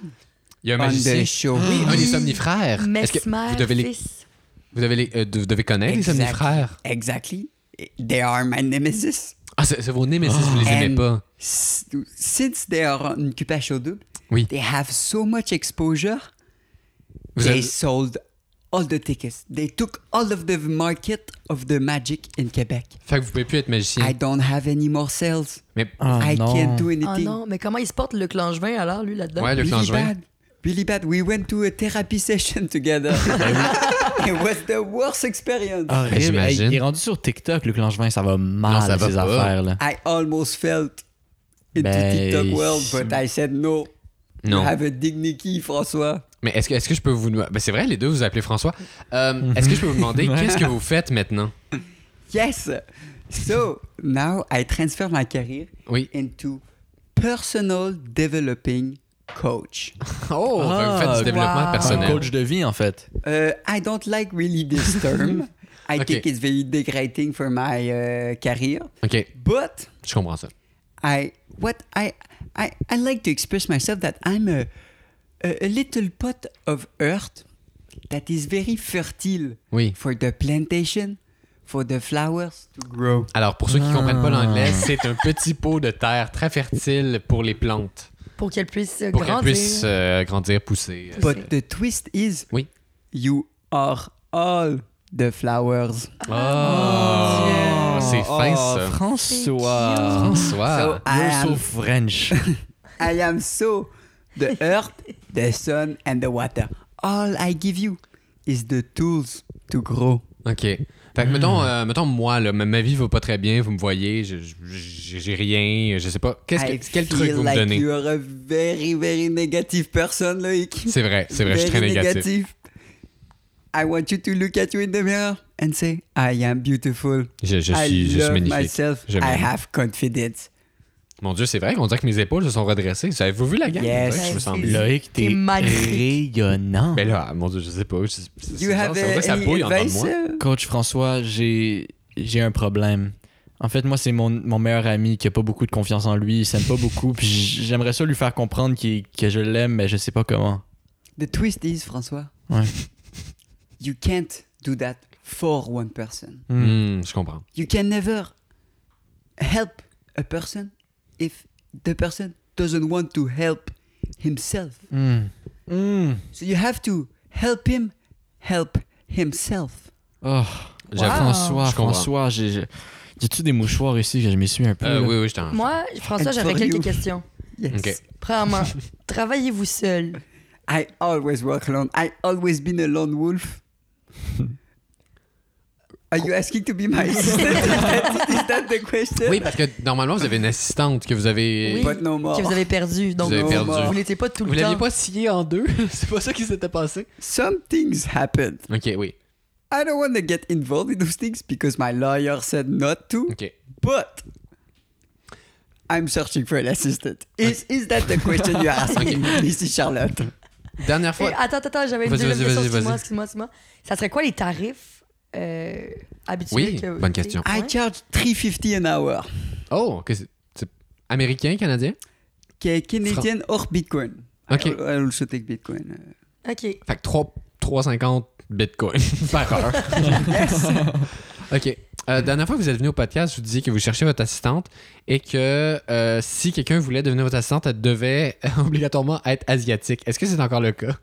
S1: Il y a un
S2: on the
S1: magicien.
S2: show.
S1: Un des somnifères. Est-ce que
S4: Mesmer,
S1: vous devez, les-
S4: fils.
S1: vous devez, les- euh, vous devez connaître
S2: Exact-
S1: les somnifères?
S2: Exactly. They are my nemesis.
S1: Ah, c'est c'est vos némésis, vous les aimez
S2: And
S1: pas.
S2: s- Since they are on occupation double,
S1: Oui.
S2: they have so much exposure.
S1: Vous
S2: they
S1: êtes-
S2: sold all the tickets. They took all of the market of the magic in Quebec.
S1: Fait que vous pouvez plus être magicien.
S2: I don't have any more sales.
S1: Mais
S3: Ah,
S2: I
S3: non.
S2: can't do
S4: Ah
S2: anything.
S4: non, mais comment il se porte le Langevin alors, lui, là-dedans?
S1: Ouais, le
S2: really
S1: Langevin.
S2: bad. Really bad. We went to a therapy *laughs* session together. *laughs* It was the worst experience.
S3: Horrible.
S1: Ah, j'imagine.
S3: Hey, il est rendu sur TikTok, Luc Langevin, ça va mal,
S1: Non, ça va
S3: ces
S1: pas.
S3: affaires-là.
S2: I almost felt into
S3: Ben,
S2: TikTok world, but I said no.
S1: Non.
S2: You have a dignity, François.
S1: Mais est-ce que, est-ce que je peux vous. Ben, c'est vrai, les deux, vous appelez François. Euh, Est-ce que je peux vous demander qu'est-ce que vous faites maintenant?
S2: Yes. So now I transfer my career
S1: Oui.
S2: into personal developing coach.
S1: Oh,
S3: Ah,
S1: vous faites du développement
S4: wow.
S1: personnel.
S3: Un coach de vie, en fait.
S2: Uh, I don't like really this term. I
S1: Okay.
S2: think it's very degrading for my uh, career.
S1: Ok,
S2: But
S1: je comprends ça.
S2: I what I I, I like to express myself that I'm a, a, a little pot of earth that is very fertile
S1: Oui.
S2: for the plantation, for the flowers to grow.
S1: Alors, pour ceux qui comprennent pas l'anglais, c'est un petit pot de terre très fertile pour les plantes,
S4: Pour qu'elle puisse euh,
S1: pour qu'elles
S4: grandir.
S1: puissent euh, grandir, pousser. euh.
S2: But the twist is
S1: Oui.
S2: you are all the flowers.
S1: Oh, c'est fin
S3: Oh,
S1: ça.
S3: François.
S1: François.
S2: So I
S3: You're so
S2: am,
S1: *laughs*
S3: French.
S2: I am so the earth, the sun, and the water. All I give you is the tools to grow.
S1: OK. Fait que, mettons, euh, mettons, moi, là, ma, ma vie va pas très bien, vous me voyez, je- je- j'ai j'ai rien, je sais pas. Qu'est-ce
S2: I
S1: que, quel
S2: feel
S1: truc vous
S2: like
S1: me donnez?
S2: You are a very, very negative person, Loïc.
S1: C'est vrai, c'est vrai, je suis très
S2: Very
S1: négatif.
S2: negative. I want you to look at you in the mirror and say, I am beautiful.
S1: Je, je
S2: I
S1: suis, je suis
S2: love
S1: magnifique.
S2: myself.
S1: Je
S2: I
S1: m'aime.
S2: have confidence.
S1: Mon Dieu, c'est vrai qu'on dirait que mes épaules se sont redressées. Vous avez vu la gang? On
S2: Yes.
S1: dirait que je me sens
S4: Yes.
S1: mieux.
S3: Loïc, t'es
S4: T'es magnifique.
S3: rayonnant.
S1: Mais là, ah, mon Dieu, je sais pas. Je, c'est- c'est
S2: You
S1: bizarre,
S2: have
S1: ça, on dirait
S2: uh,
S1: que ça
S2: any
S1: bouille en dedans de
S2: advice?
S1: moi.
S2: uh,
S3: Coach François, j'ai j'ai un problème. En fait, moi, c'est mon, mon meilleur ami qui a pas beaucoup de confiance en lui, il s'aime pas beaucoup, puis j- j'aimerais ça lui faire comprendre qu'il- que je l'aime, mais je sais pas comment.
S2: The twist is, François,
S3: Ouais.
S2: you can't do that for one person.
S1: Hmm, je comprends.
S2: You can never help a person if the person doesn't want to help himself.
S3: Hmm. Hmm.
S2: So you have to help him help himself.
S3: Oh,
S1: J'avoue.
S3: François,
S1: Je comprends.
S3: François, j'ai... j'ai- Y a-tu des mouchoirs ici que je m'essuie un peu?
S1: Euh,
S3: là?
S1: oui, oui, je t'en.
S4: Moi, François,
S2: And
S4: j'aurais
S2: for
S4: quelques
S2: you.
S4: questions.
S2: Yes.
S1: Ok. *laughs*
S4: Premièrement, travaillez-vous seul.
S2: I always work alone. I always been a lone wolf. Are you asking to be my *laughs* assistant? is, that- is that the question?
S1: Oui, parce que normalement, vous avez une assistante que vous avez.
S4: Oui.
S2: But no more.
S4: Que vous avez perdu. Donc,
S1: Vous avez
S4: vous-
S1: perdu.
S4: vous n'étiez pas tout
S1: Vous
S4: le
S1: l'aviez
S4: temps.
S1: pas scié en deux? *laughs* c'est pas ça qui s'était passé?
S2: Some things happened.
S1: OK, oui.
S2: I don't want to get involved in those things because my lawyer said not to.
S1: OK.
S2: But I'm searching for an assistant. Is is that the question you are asking, *laughs* Mrs. Charlotte?
S1: Dernière
S4: Et
S1: fois.
S4: attends, attends, attends, j'avais une
S1: Vas-y,
S4: deuxième
S1: vas-y, vas-y,
S4: question. Excuse-moi,
S1: vas-y.
S4: excuse-moi, excuse-moi. Ça serait quoi les tarifs euh, habituels?
S1: Oui,
S4: que-
S1: bonne question.
S4: Ouais.
S2: I charge 350 an hour.
S1: Oh, que c'est c'est américain, canadien?
S2: Okay, Canadian or Bitcoin.
S1: Ok.
S2: I, I also take Bitcoin. Uh,
S4: OK.
S1: Fait que 3 3,50 bitcoin par heure. *laughs* OK. Euh, dernière fois que vous êtes venu au podcast, je vous disiez que vous cherchiez votre assistante et que euh, si quelqu'un voulait devenir votre assistante, elle devait *laughs* obligatoirement être asiatique. Est-ce que c'est encore le cas?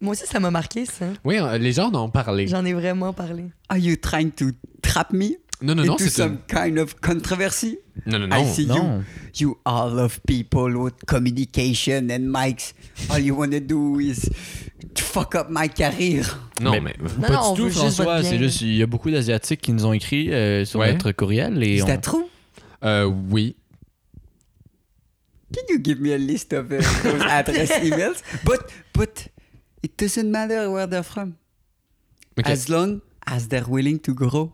S4: Moi aussi, ça m'a marqué, ça.
S1: Oui, euh, les gens en ont parlé.
S4: J'en ai vraiment parlé.
S2: Are you trying to trap me
S1: Non, non, non,
S2: into
S1: c'est
S2: some
S1: une...
S2: kind of controversy?
S1: Non, non,
S2: I
S1: non.
S2: see
S3: non.
S2: you. You all love people with communication and mics. All you want to do is fuck up my career.
S1: Non, mais...
S4: Non,
S3: Pas
S4: non, on
S3: du tout,
S4: veut juste
S3: François.
S4: votre
S3: C'est
S4: bien.
S3: juste, il y a beaucoup d'Asiatiques qui nous ont écrit euh, sur
S1: Ouais.
S3: notre courriel. Et
S2: Is
S3: on...
S2: that true?
S1: Euh, oui.
S2: Can you give me a list of uh, *laughs* those address emails? But but it doesn't matter where they're from,
S1: OK.
S2: as long as they're willing to grow.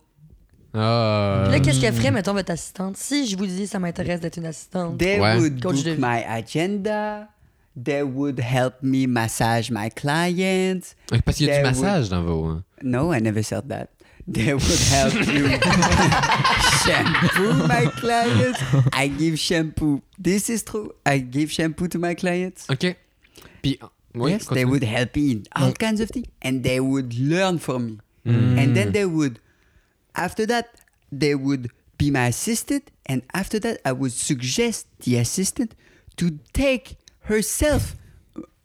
S1: Ah,
S4: Là, qu'est-ce qu'elle ferait, mettons, votre assistante? Si je vous dis, ça m'intéresse d'être une assistante.
S2: They
S1: Ouais.
S2: would
S4: Coach
S2: book
S4: Dev-
S2: my agenda. They would help me massage my clients.
S1: Parce qu'il y a
S2: Ben
S1: du
S2: oui.
S1: massage dans vos... hein.
S2: No, I never said that. that would help you. *laughs* shampoo my clients. I give shampoo. This is true. I give shampoo to my clients.
S1: OK. Puis, oui, continue.
S2: yes, ben
S1: Mm.
S2: they would help me in all kinds of things, and they would learn from me. And then they would, after that, they would be my assistant, and after that, I would suggest the assistant to take herself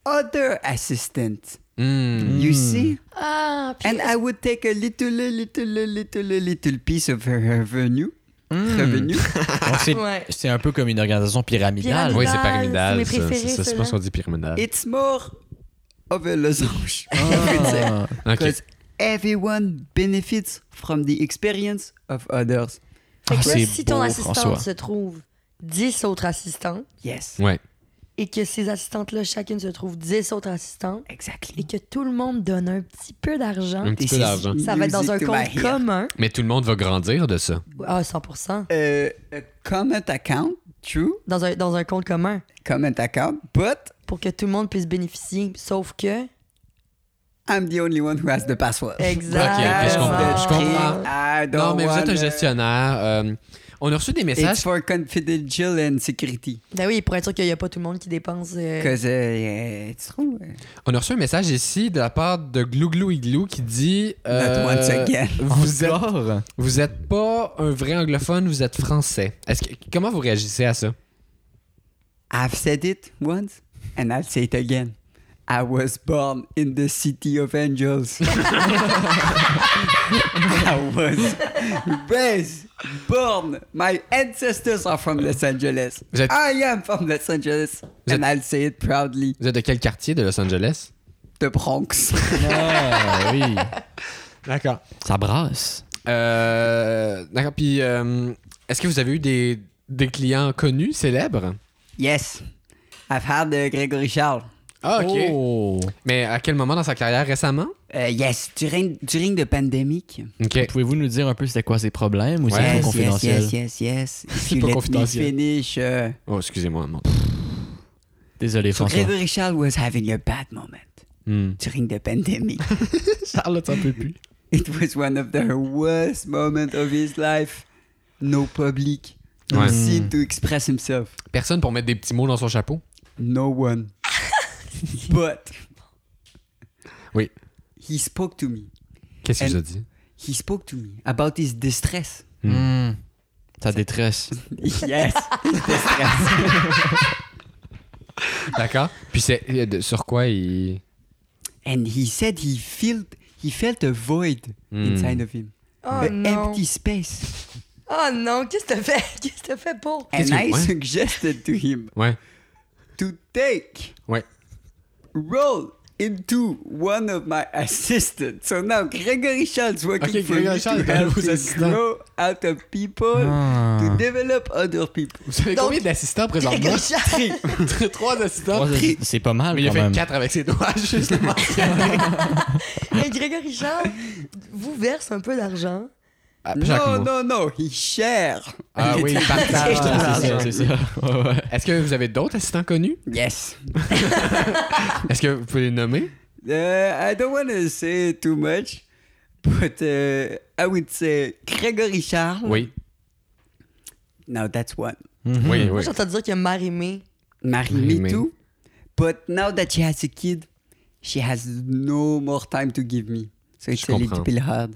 S2: other assistant.
S1: Hmm. Mm.
S2: You see,
S4: Ah, puis
S2: and I would take a little, little, little, little piece of her revenue,
S1: Mm.
S2: revenue,
S3: Donc, c'est-
S4: Ouais.
S3: C'est un peu comme une organisation pyramidale.
S4: Pyramidale.
S1: Ah, Oui, c'est pyramidal.
S4: mes
S1: ça.
S4: préférés,
S1: C'est- c'est- C'est
S4: ceux-là.
S1: pas ce qu'on dit pyramidal.
S2: It's more of a losange. I would say.
S1: Ok.
S2: Because everyone benefits from the experience of others.
S4: Fait
S3: Ah,
S4: que là,
S3: c'est
S4: si ton
S3: beau,
S4: assistante
S3: François.
S4: se trouve 10 autres assistantes
S2: Yes.
S1: Ouais.
S4: et que ces assistantes-là, chacune se trouve 10 autres assistantes et
S2: Exactly.
S4: que tout le monde donne un petit peu d'argent,
S1: Un petit
S2: This
S1: peu
S2: is
S1: d'argent.
S4: ça va être dans un
S2: music to my
S4: compte
S2: ear.
S4: commun.
S1: Mais tout le monde va grandir de ça.
S4: Ah, 100
S2: Uh, a comment account, true,
S4: dans un, dans un compte commun
S2: comment account, but
S4: pour que tout le monde puisse bénéficier. Sauf que.
S2: I'm the only one who has the password.
S4: *laughs* Exact.
S1: Ok, je comprends, je comprends.
S2: I don't
S1: Non, mais vous êtes un
S2: wanna-
S1: gestionnaire. euh, on a reçu des
S2: It's
S1: messages.
S2: for confidential and security.
S4: Ben oui, pour être sûr qu'il n'y a pas tout le monde qui dépense. euh,
S2: Because uh, yeah, it's true.
S1: On a reçu un message ici de la part de Glouglou Igloo qui dit euh,
S2: Not once again.
S1: *laughs* Vous êtes,
S3: Encore?
S1: vous êtes pas un vrai anglophone, vous êtes français. Est-ce que, comment vous réagissez à ça?
S2: I've said it once and I'll say it again. I was born in the city of angels. *laughs* I was raised, born. My ancestors are from Los Angeles.
S1: Vous êtes-
S2: I am from Los Angeles.
S1: Vous
S2: and
S1: êtes-
S2: I'll say it proudly.
S1: Vous êtes de quel quartier de Los Angeles?
S2: The Bronx. *laughs*
S3: Ah, oui.
S1: D'accord.
S3: Ça brasse.
S1: d'accord. Puis, euh, est-ce que vous avez eu des, des clients connus, célèbres?
S2: yes. I've had uh, Gregory Charles.
S1: Ah, OK.
S3: Oh.
S1: Mais à quel moment dans sa carrière récemment?
S2: Uh, yes, during, during the pandemic.
S1: OK.
S3: Pouvez-vous nous dire un peu c'était quoi ses problèmes ou
S1: Ouais.
S3: c'est
S2: yes,
S3: trop confidentiel?
S2: yes, yes, yes, yes.
S3: C'est
S2: If you
S3: pas
S2: let me
S3: confidentiel.
S2: finish, uh,
S1: Oh, excusez-moi. mon-
S3: Désolé,
S2: So
S3: François.
S2: Gregory Charles was having a bad moment
S1: Hmm.
S2: during the pandemic. *laughs*
S3: Charlotte, ça peut plus.
S2: it was one of the worst moments of his life. No public, no
S1: Ouais.
S2: scene to express himself.
S1: Personne pour mettre des petits mots dans son chapeau?
S2: No one. but
S1: Oui.
S2: he spoke to me.
S1: Qu'est-ce qu'il
S2: Elle-
S1: vous a dit?
S2: He spoke to me about his distress. *laughs*
S3: Ta détresse.
S2: yes, his distress.
S1: D'accord. Puis, c'est, euh, de- sur quoi il.
S2: And he said he felt he felt a void inside of him.
S4: Oh
S2: an
S4: non.
S2: empty space.
S4: Oh non, qu'est-ce que t'as fait? *laughs* Qu'est-ce que t'as fait pour?
S1: que-
S2: And I
S1: ouais.
S2: *laughs* suggested to him
S1: Ouais.
S2: to take
S1: Ouais.
S2: roll into one of my *laughs* assistants. So now Gregory Charles working
S1: Okay,
S2: for
S1: Gregory
S2: me
S1: Charles
S2: to
S1: est un
S2: help
S1: nouveau
S2: me
S1: assistant.
S2: grow out of people,
S1: Ah.
S2: to develop other
S1: *laughs*
S2: people.
S1: Vous savez
S4: Donc-
S1: combien d'assistants
S3: *laughs*
S1: présentement?
S4: Gregory Charles.
S1: Trois assistants.
S3: Oh, c'est- C'est pas mal
S1: Mais il a
S3: quand
S1: fait
S3: même.
S1: quatre avec ses doigts, *laughs* justement.
S4: Et Eh, Grégory Charles vous verse un peu d'argent.
S2: No, no, no, he share.
S1: Ah oui, il partage.
S3: Ah,
S1: tout
S3: c'est ça,
S1: l'argent.
S3: c'est
S2: *laughs*
S3: ça. Ouais, ouais.
S1: Est-ce que vous avez d'autres assistants connus?
S2: Yes.
S1: Est-ce que vous pouvez les nommer?
S2: Uh, I don't want to say too much, but uh, I would say Gregory Charles.
S1: Oui.
S2: Now that's one. Mhm.
S1: Oui,
S4: Moi,
S1: oui.
S4: j'entends dire que Marie-Mé,
S2: Marie
S1: Marie
S2: me
S1: May.
S2: too. But now that she has a kid, she has no more time to give me. So it's a little
S1: comprends.
S2: bit hard.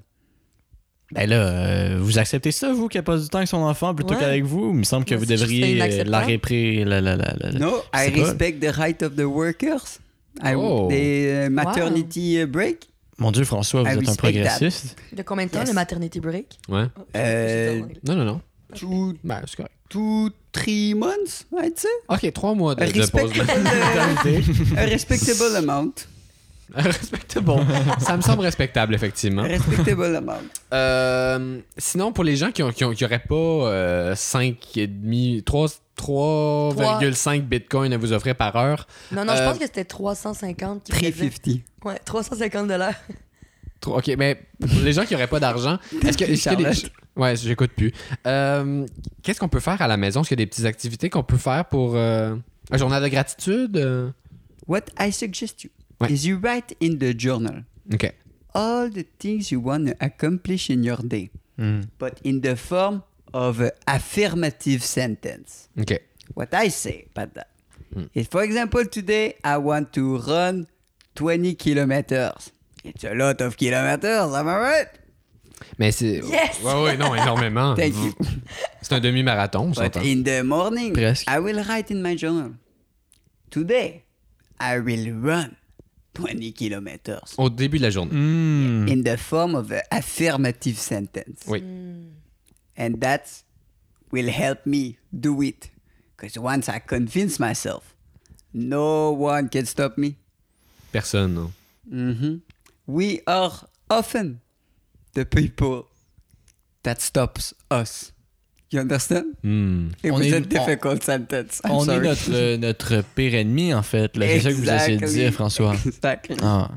S3: Ben là, euh, vous acceptez ça, vous, qui a pas du temps avec son enfant plutôt
S4: Ouais.
S3: qu'avec vous? Il me semble que
S4: Mais
S3: vous
S4: c'est juste
S3: devriez euh,
S4: inacceptable.
S3: la répré... La, la, la, la- la-
S2: No, I
S3: c'est pas-
S2: respect the right of the workers. I
S1: Oh.
S2: the uh, maternity uh, break.
S3: Mon Dieu, François, vous
S2: I
S3: êtes un
S2: respect
S3: progressiste.
S4: de combien de temps
S2: Yes.
S4: le maternity break?
S1: Ouais.
S2: Euh,
S1: Non, non, non.
S2: Two,
S1: Ben, c'est correct.
S2: two, three months, I'd say.
S1: OK, trois mois de,
S2: A
S1: de pause.
S2: respectable, *laughs* a respectable amount.
S1: respectable. Ça me semble respectable, effectivement.
S2: A *laughs* respectable amount.
S1: Euh, sinon, pour les gens qui n'auraient pas euh, 5,5... 3... 3,5 bitcoins à vous offrir par heure.
S4: Non, non, je
S1: Euh,
S4: pense que c'était 350 qui faisaient.
S2: 350.
S4: Ouais, 350 dollars.
S1: Trois- OK, mais pour les gens qui n'auraient pas d'argent, est-ce que... est-ce qu'il y a des-
S2: Charlotte.
S1: Ouais, j'écoute plus. Euh, Qu'est-ce qu'on peut faire à la maison? Est-ce qu'il y a des petites activités qu'on peut faire pour... euh, un journal de gratitude? euh?
S2: What I suggest you
S1: Ouais.
S2: is you write in the journal.
S1: OK.
S2: all the things you want to accomplish in your day, but in the form of an affirmative sentence.
S1: OK.
S2: What I say about that is, for example, today I want to run 20 kilometers. It's a lot of kilometers, am I right?
S1: Mais c'est.
S4: Yes!
S1: Ouais, ouais, non, énormément.
S2: Thank you.
S1: C'est un demi-marathon, on
S2: But
S1: s'entend.
S2: in the morning,
S3: Presque.
S2: I will write in my journal. Today, I will run 20 kilometers
S1: Au début de la journée.
S4: Mm.
S2: in the form of an affirmative sentence.
S1: Oui.
S2: And that will help me do it. Because once I convince myself, no one can stop me.
S1: Personne, non.
S2: Mhm. We are often the people that stops us. You understand?
S1: Hmm.
S2: It
S3: On
S2: was
S3: est-
S2: a
S3: on-
S2: difficult sentence. I'm
S3: On est
S2: sorry.
S3: notre, euh, notre pire ennemi, en fait. là. C'est ça que vous essayez de
S2: Exactly.
S3: dire, François.
S2: *laughs* Exactly.
S3: Ah.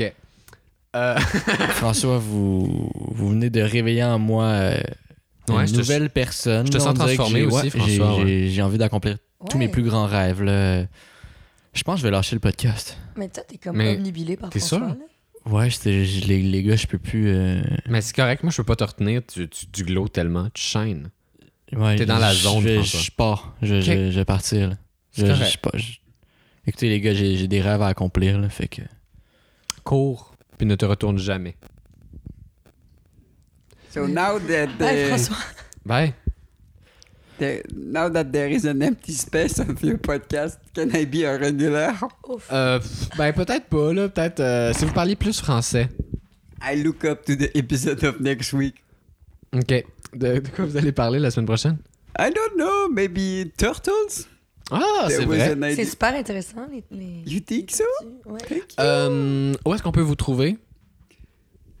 S3: Euh.
S1: OK. *laughs*
S3: François, vous, vous venez de réveiller en moi euh,
S1: Ouais, je
S3: une
S1: te-
S3: nouvelle personne.
S1: je te
S3: là.
S1: sens
S3: On dirait que
S1: transformé
S3: j'ai-
S1: aussi,
S3: ouais,
S1: François,
S3: j'ai-
S1: ouais.
S3: J'ai j'ai envie d'accomplir tous
S4: Ouais.
S3: mes plus grands rêves. là. Je pense que je vais lâcher le podcast.
S4: Mais toi, t'es comme
S1: Mais
S4: omnibilé par
S1: t'es
S4: François.
S1: sûr?
S4: là.
S3: Ouais, j'étais- je- les, les gars, je peux plus. euh,
S1: Mais c'est correct, moi, je peux pas te retenir. Tu, tu, tu glows tellement, tu chaînes.
S3: ouais,
S1: T'es dans la
S3: je-
S1: zone,
S3: Je, vais-
S1: François.
S3: je pars. Je, je-
S1: Ok.
S3: je vais partir. là. Je,
S1: C'est
S3: je-
S1: correct.
S3: je pars, je- Écoutez, les gars, j'ai j'ai des rêves à accomplir. là, fait que...
S1: Cours, puis ne te retourne jamais.
S2: So now that
S4: Hey,
S2: the,
S4: François.
S1: Bye.
S2: the- now that there is an empty space of your podcast, can I be a regular?
S4: Ouf.
S1: Euh, pff, ben, peut-être pas, là. Peut-être. euh, si vous parlez plus français.
S2: I look up to the episode of next week.
S1: OK. De, de quoi vous allez parler la semaine prochaine?
S2: I don't know, maybe turtles.
S1: Ah,
S2: There
S1: c'est
S2: was
S1: vrai.
S2: an
S4: C'est
S2: idea.
S4: super intéressant, les. les...
S2: You think so?
S4: Ouais.
S1: Euh, où est-ce qu'on peut vous trouver?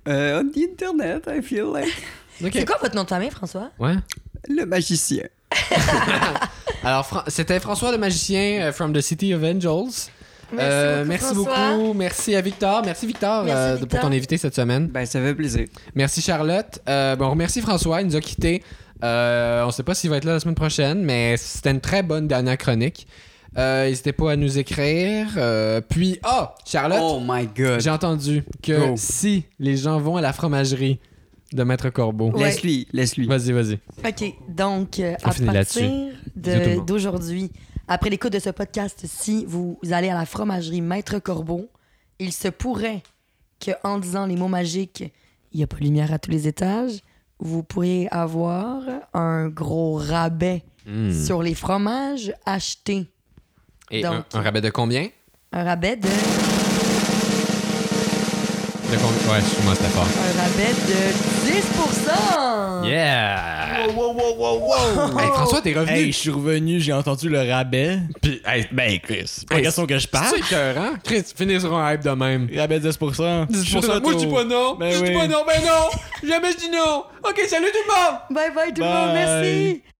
S2: Uh, on the internet, I feel like
S1: OK.
S4: C'est quoi votre nom de famille, François?
S1: Ouais.
S2: le magicien.
S1: Alors, Fran- c'était François le magicien euh, from the City of Angels. Euh, merci beaucoup,
S4: François.
S1: Merci à Victor. Merci Victor,
S4: Merci,
S1: euh,
S4: Victor.
S1: pour ton invité cette semaine.
S2: Ben, ça fait plaisir.
S1: Merci Charlotte. Euh, bon, on remercie François. Il nous a quittés. Euh, on ne sait pas s'il va être là la semaine prochaine, mais c'était une très bonne dernière chronique. Euh, N'hésitez pas à nous écrire. Euh, puis, ah, Charlotte,
S2: Oh my god.
S1: j'ai entendu que
S2: Go.
S1: si les gens vont à la fromagerie de Maître Corbeau,
S4: Ouais.
S2: Laisse-lui, laisse-lui.
S1: vas-y, vas-y.
S4: OK, donc euh,
S1: On
S4: à
S1: finit là-dessus.
S4: partir
S1: Bisous tout le
S4: de-
S1: monde.
S4: d'aujourd'hui, après l'écoute de ce podcast, si vous allez à la fromagerie Maître Corbeau, il se pourrait que en disant les mots magiques, il n'y a pas de lumière à tous les étages, vous pourriez avoir un gros rabais sur les fromages achetés.
S1: Et
S4: Donc-
S1: un, un rabais de combien
S4: Un rabais de
S1: De combien Ouais, excuse-moi, c'était fort.
S4: un rabais de 10
S1: Yeah! Hey, François, t'es revenu.
S3: Hey, je suis revenu, j'ai entendu le rabais. Puis, hey, ben, Chris, pas
S1: Hey,
S3: question que je parle.
S1: C'est écœurant. Chris, finir sur un hype de même.
S3: Rabais 10%.
S1: 10%. Moi, je dis pas non.
S3: Ben
S1: je dis
S3: oui.
S1: pas non, ben non. Jamais je dis non. OK, salut tout le monde.
S4: Bye bye tout le
S3: Bye.
S4: monde, merci.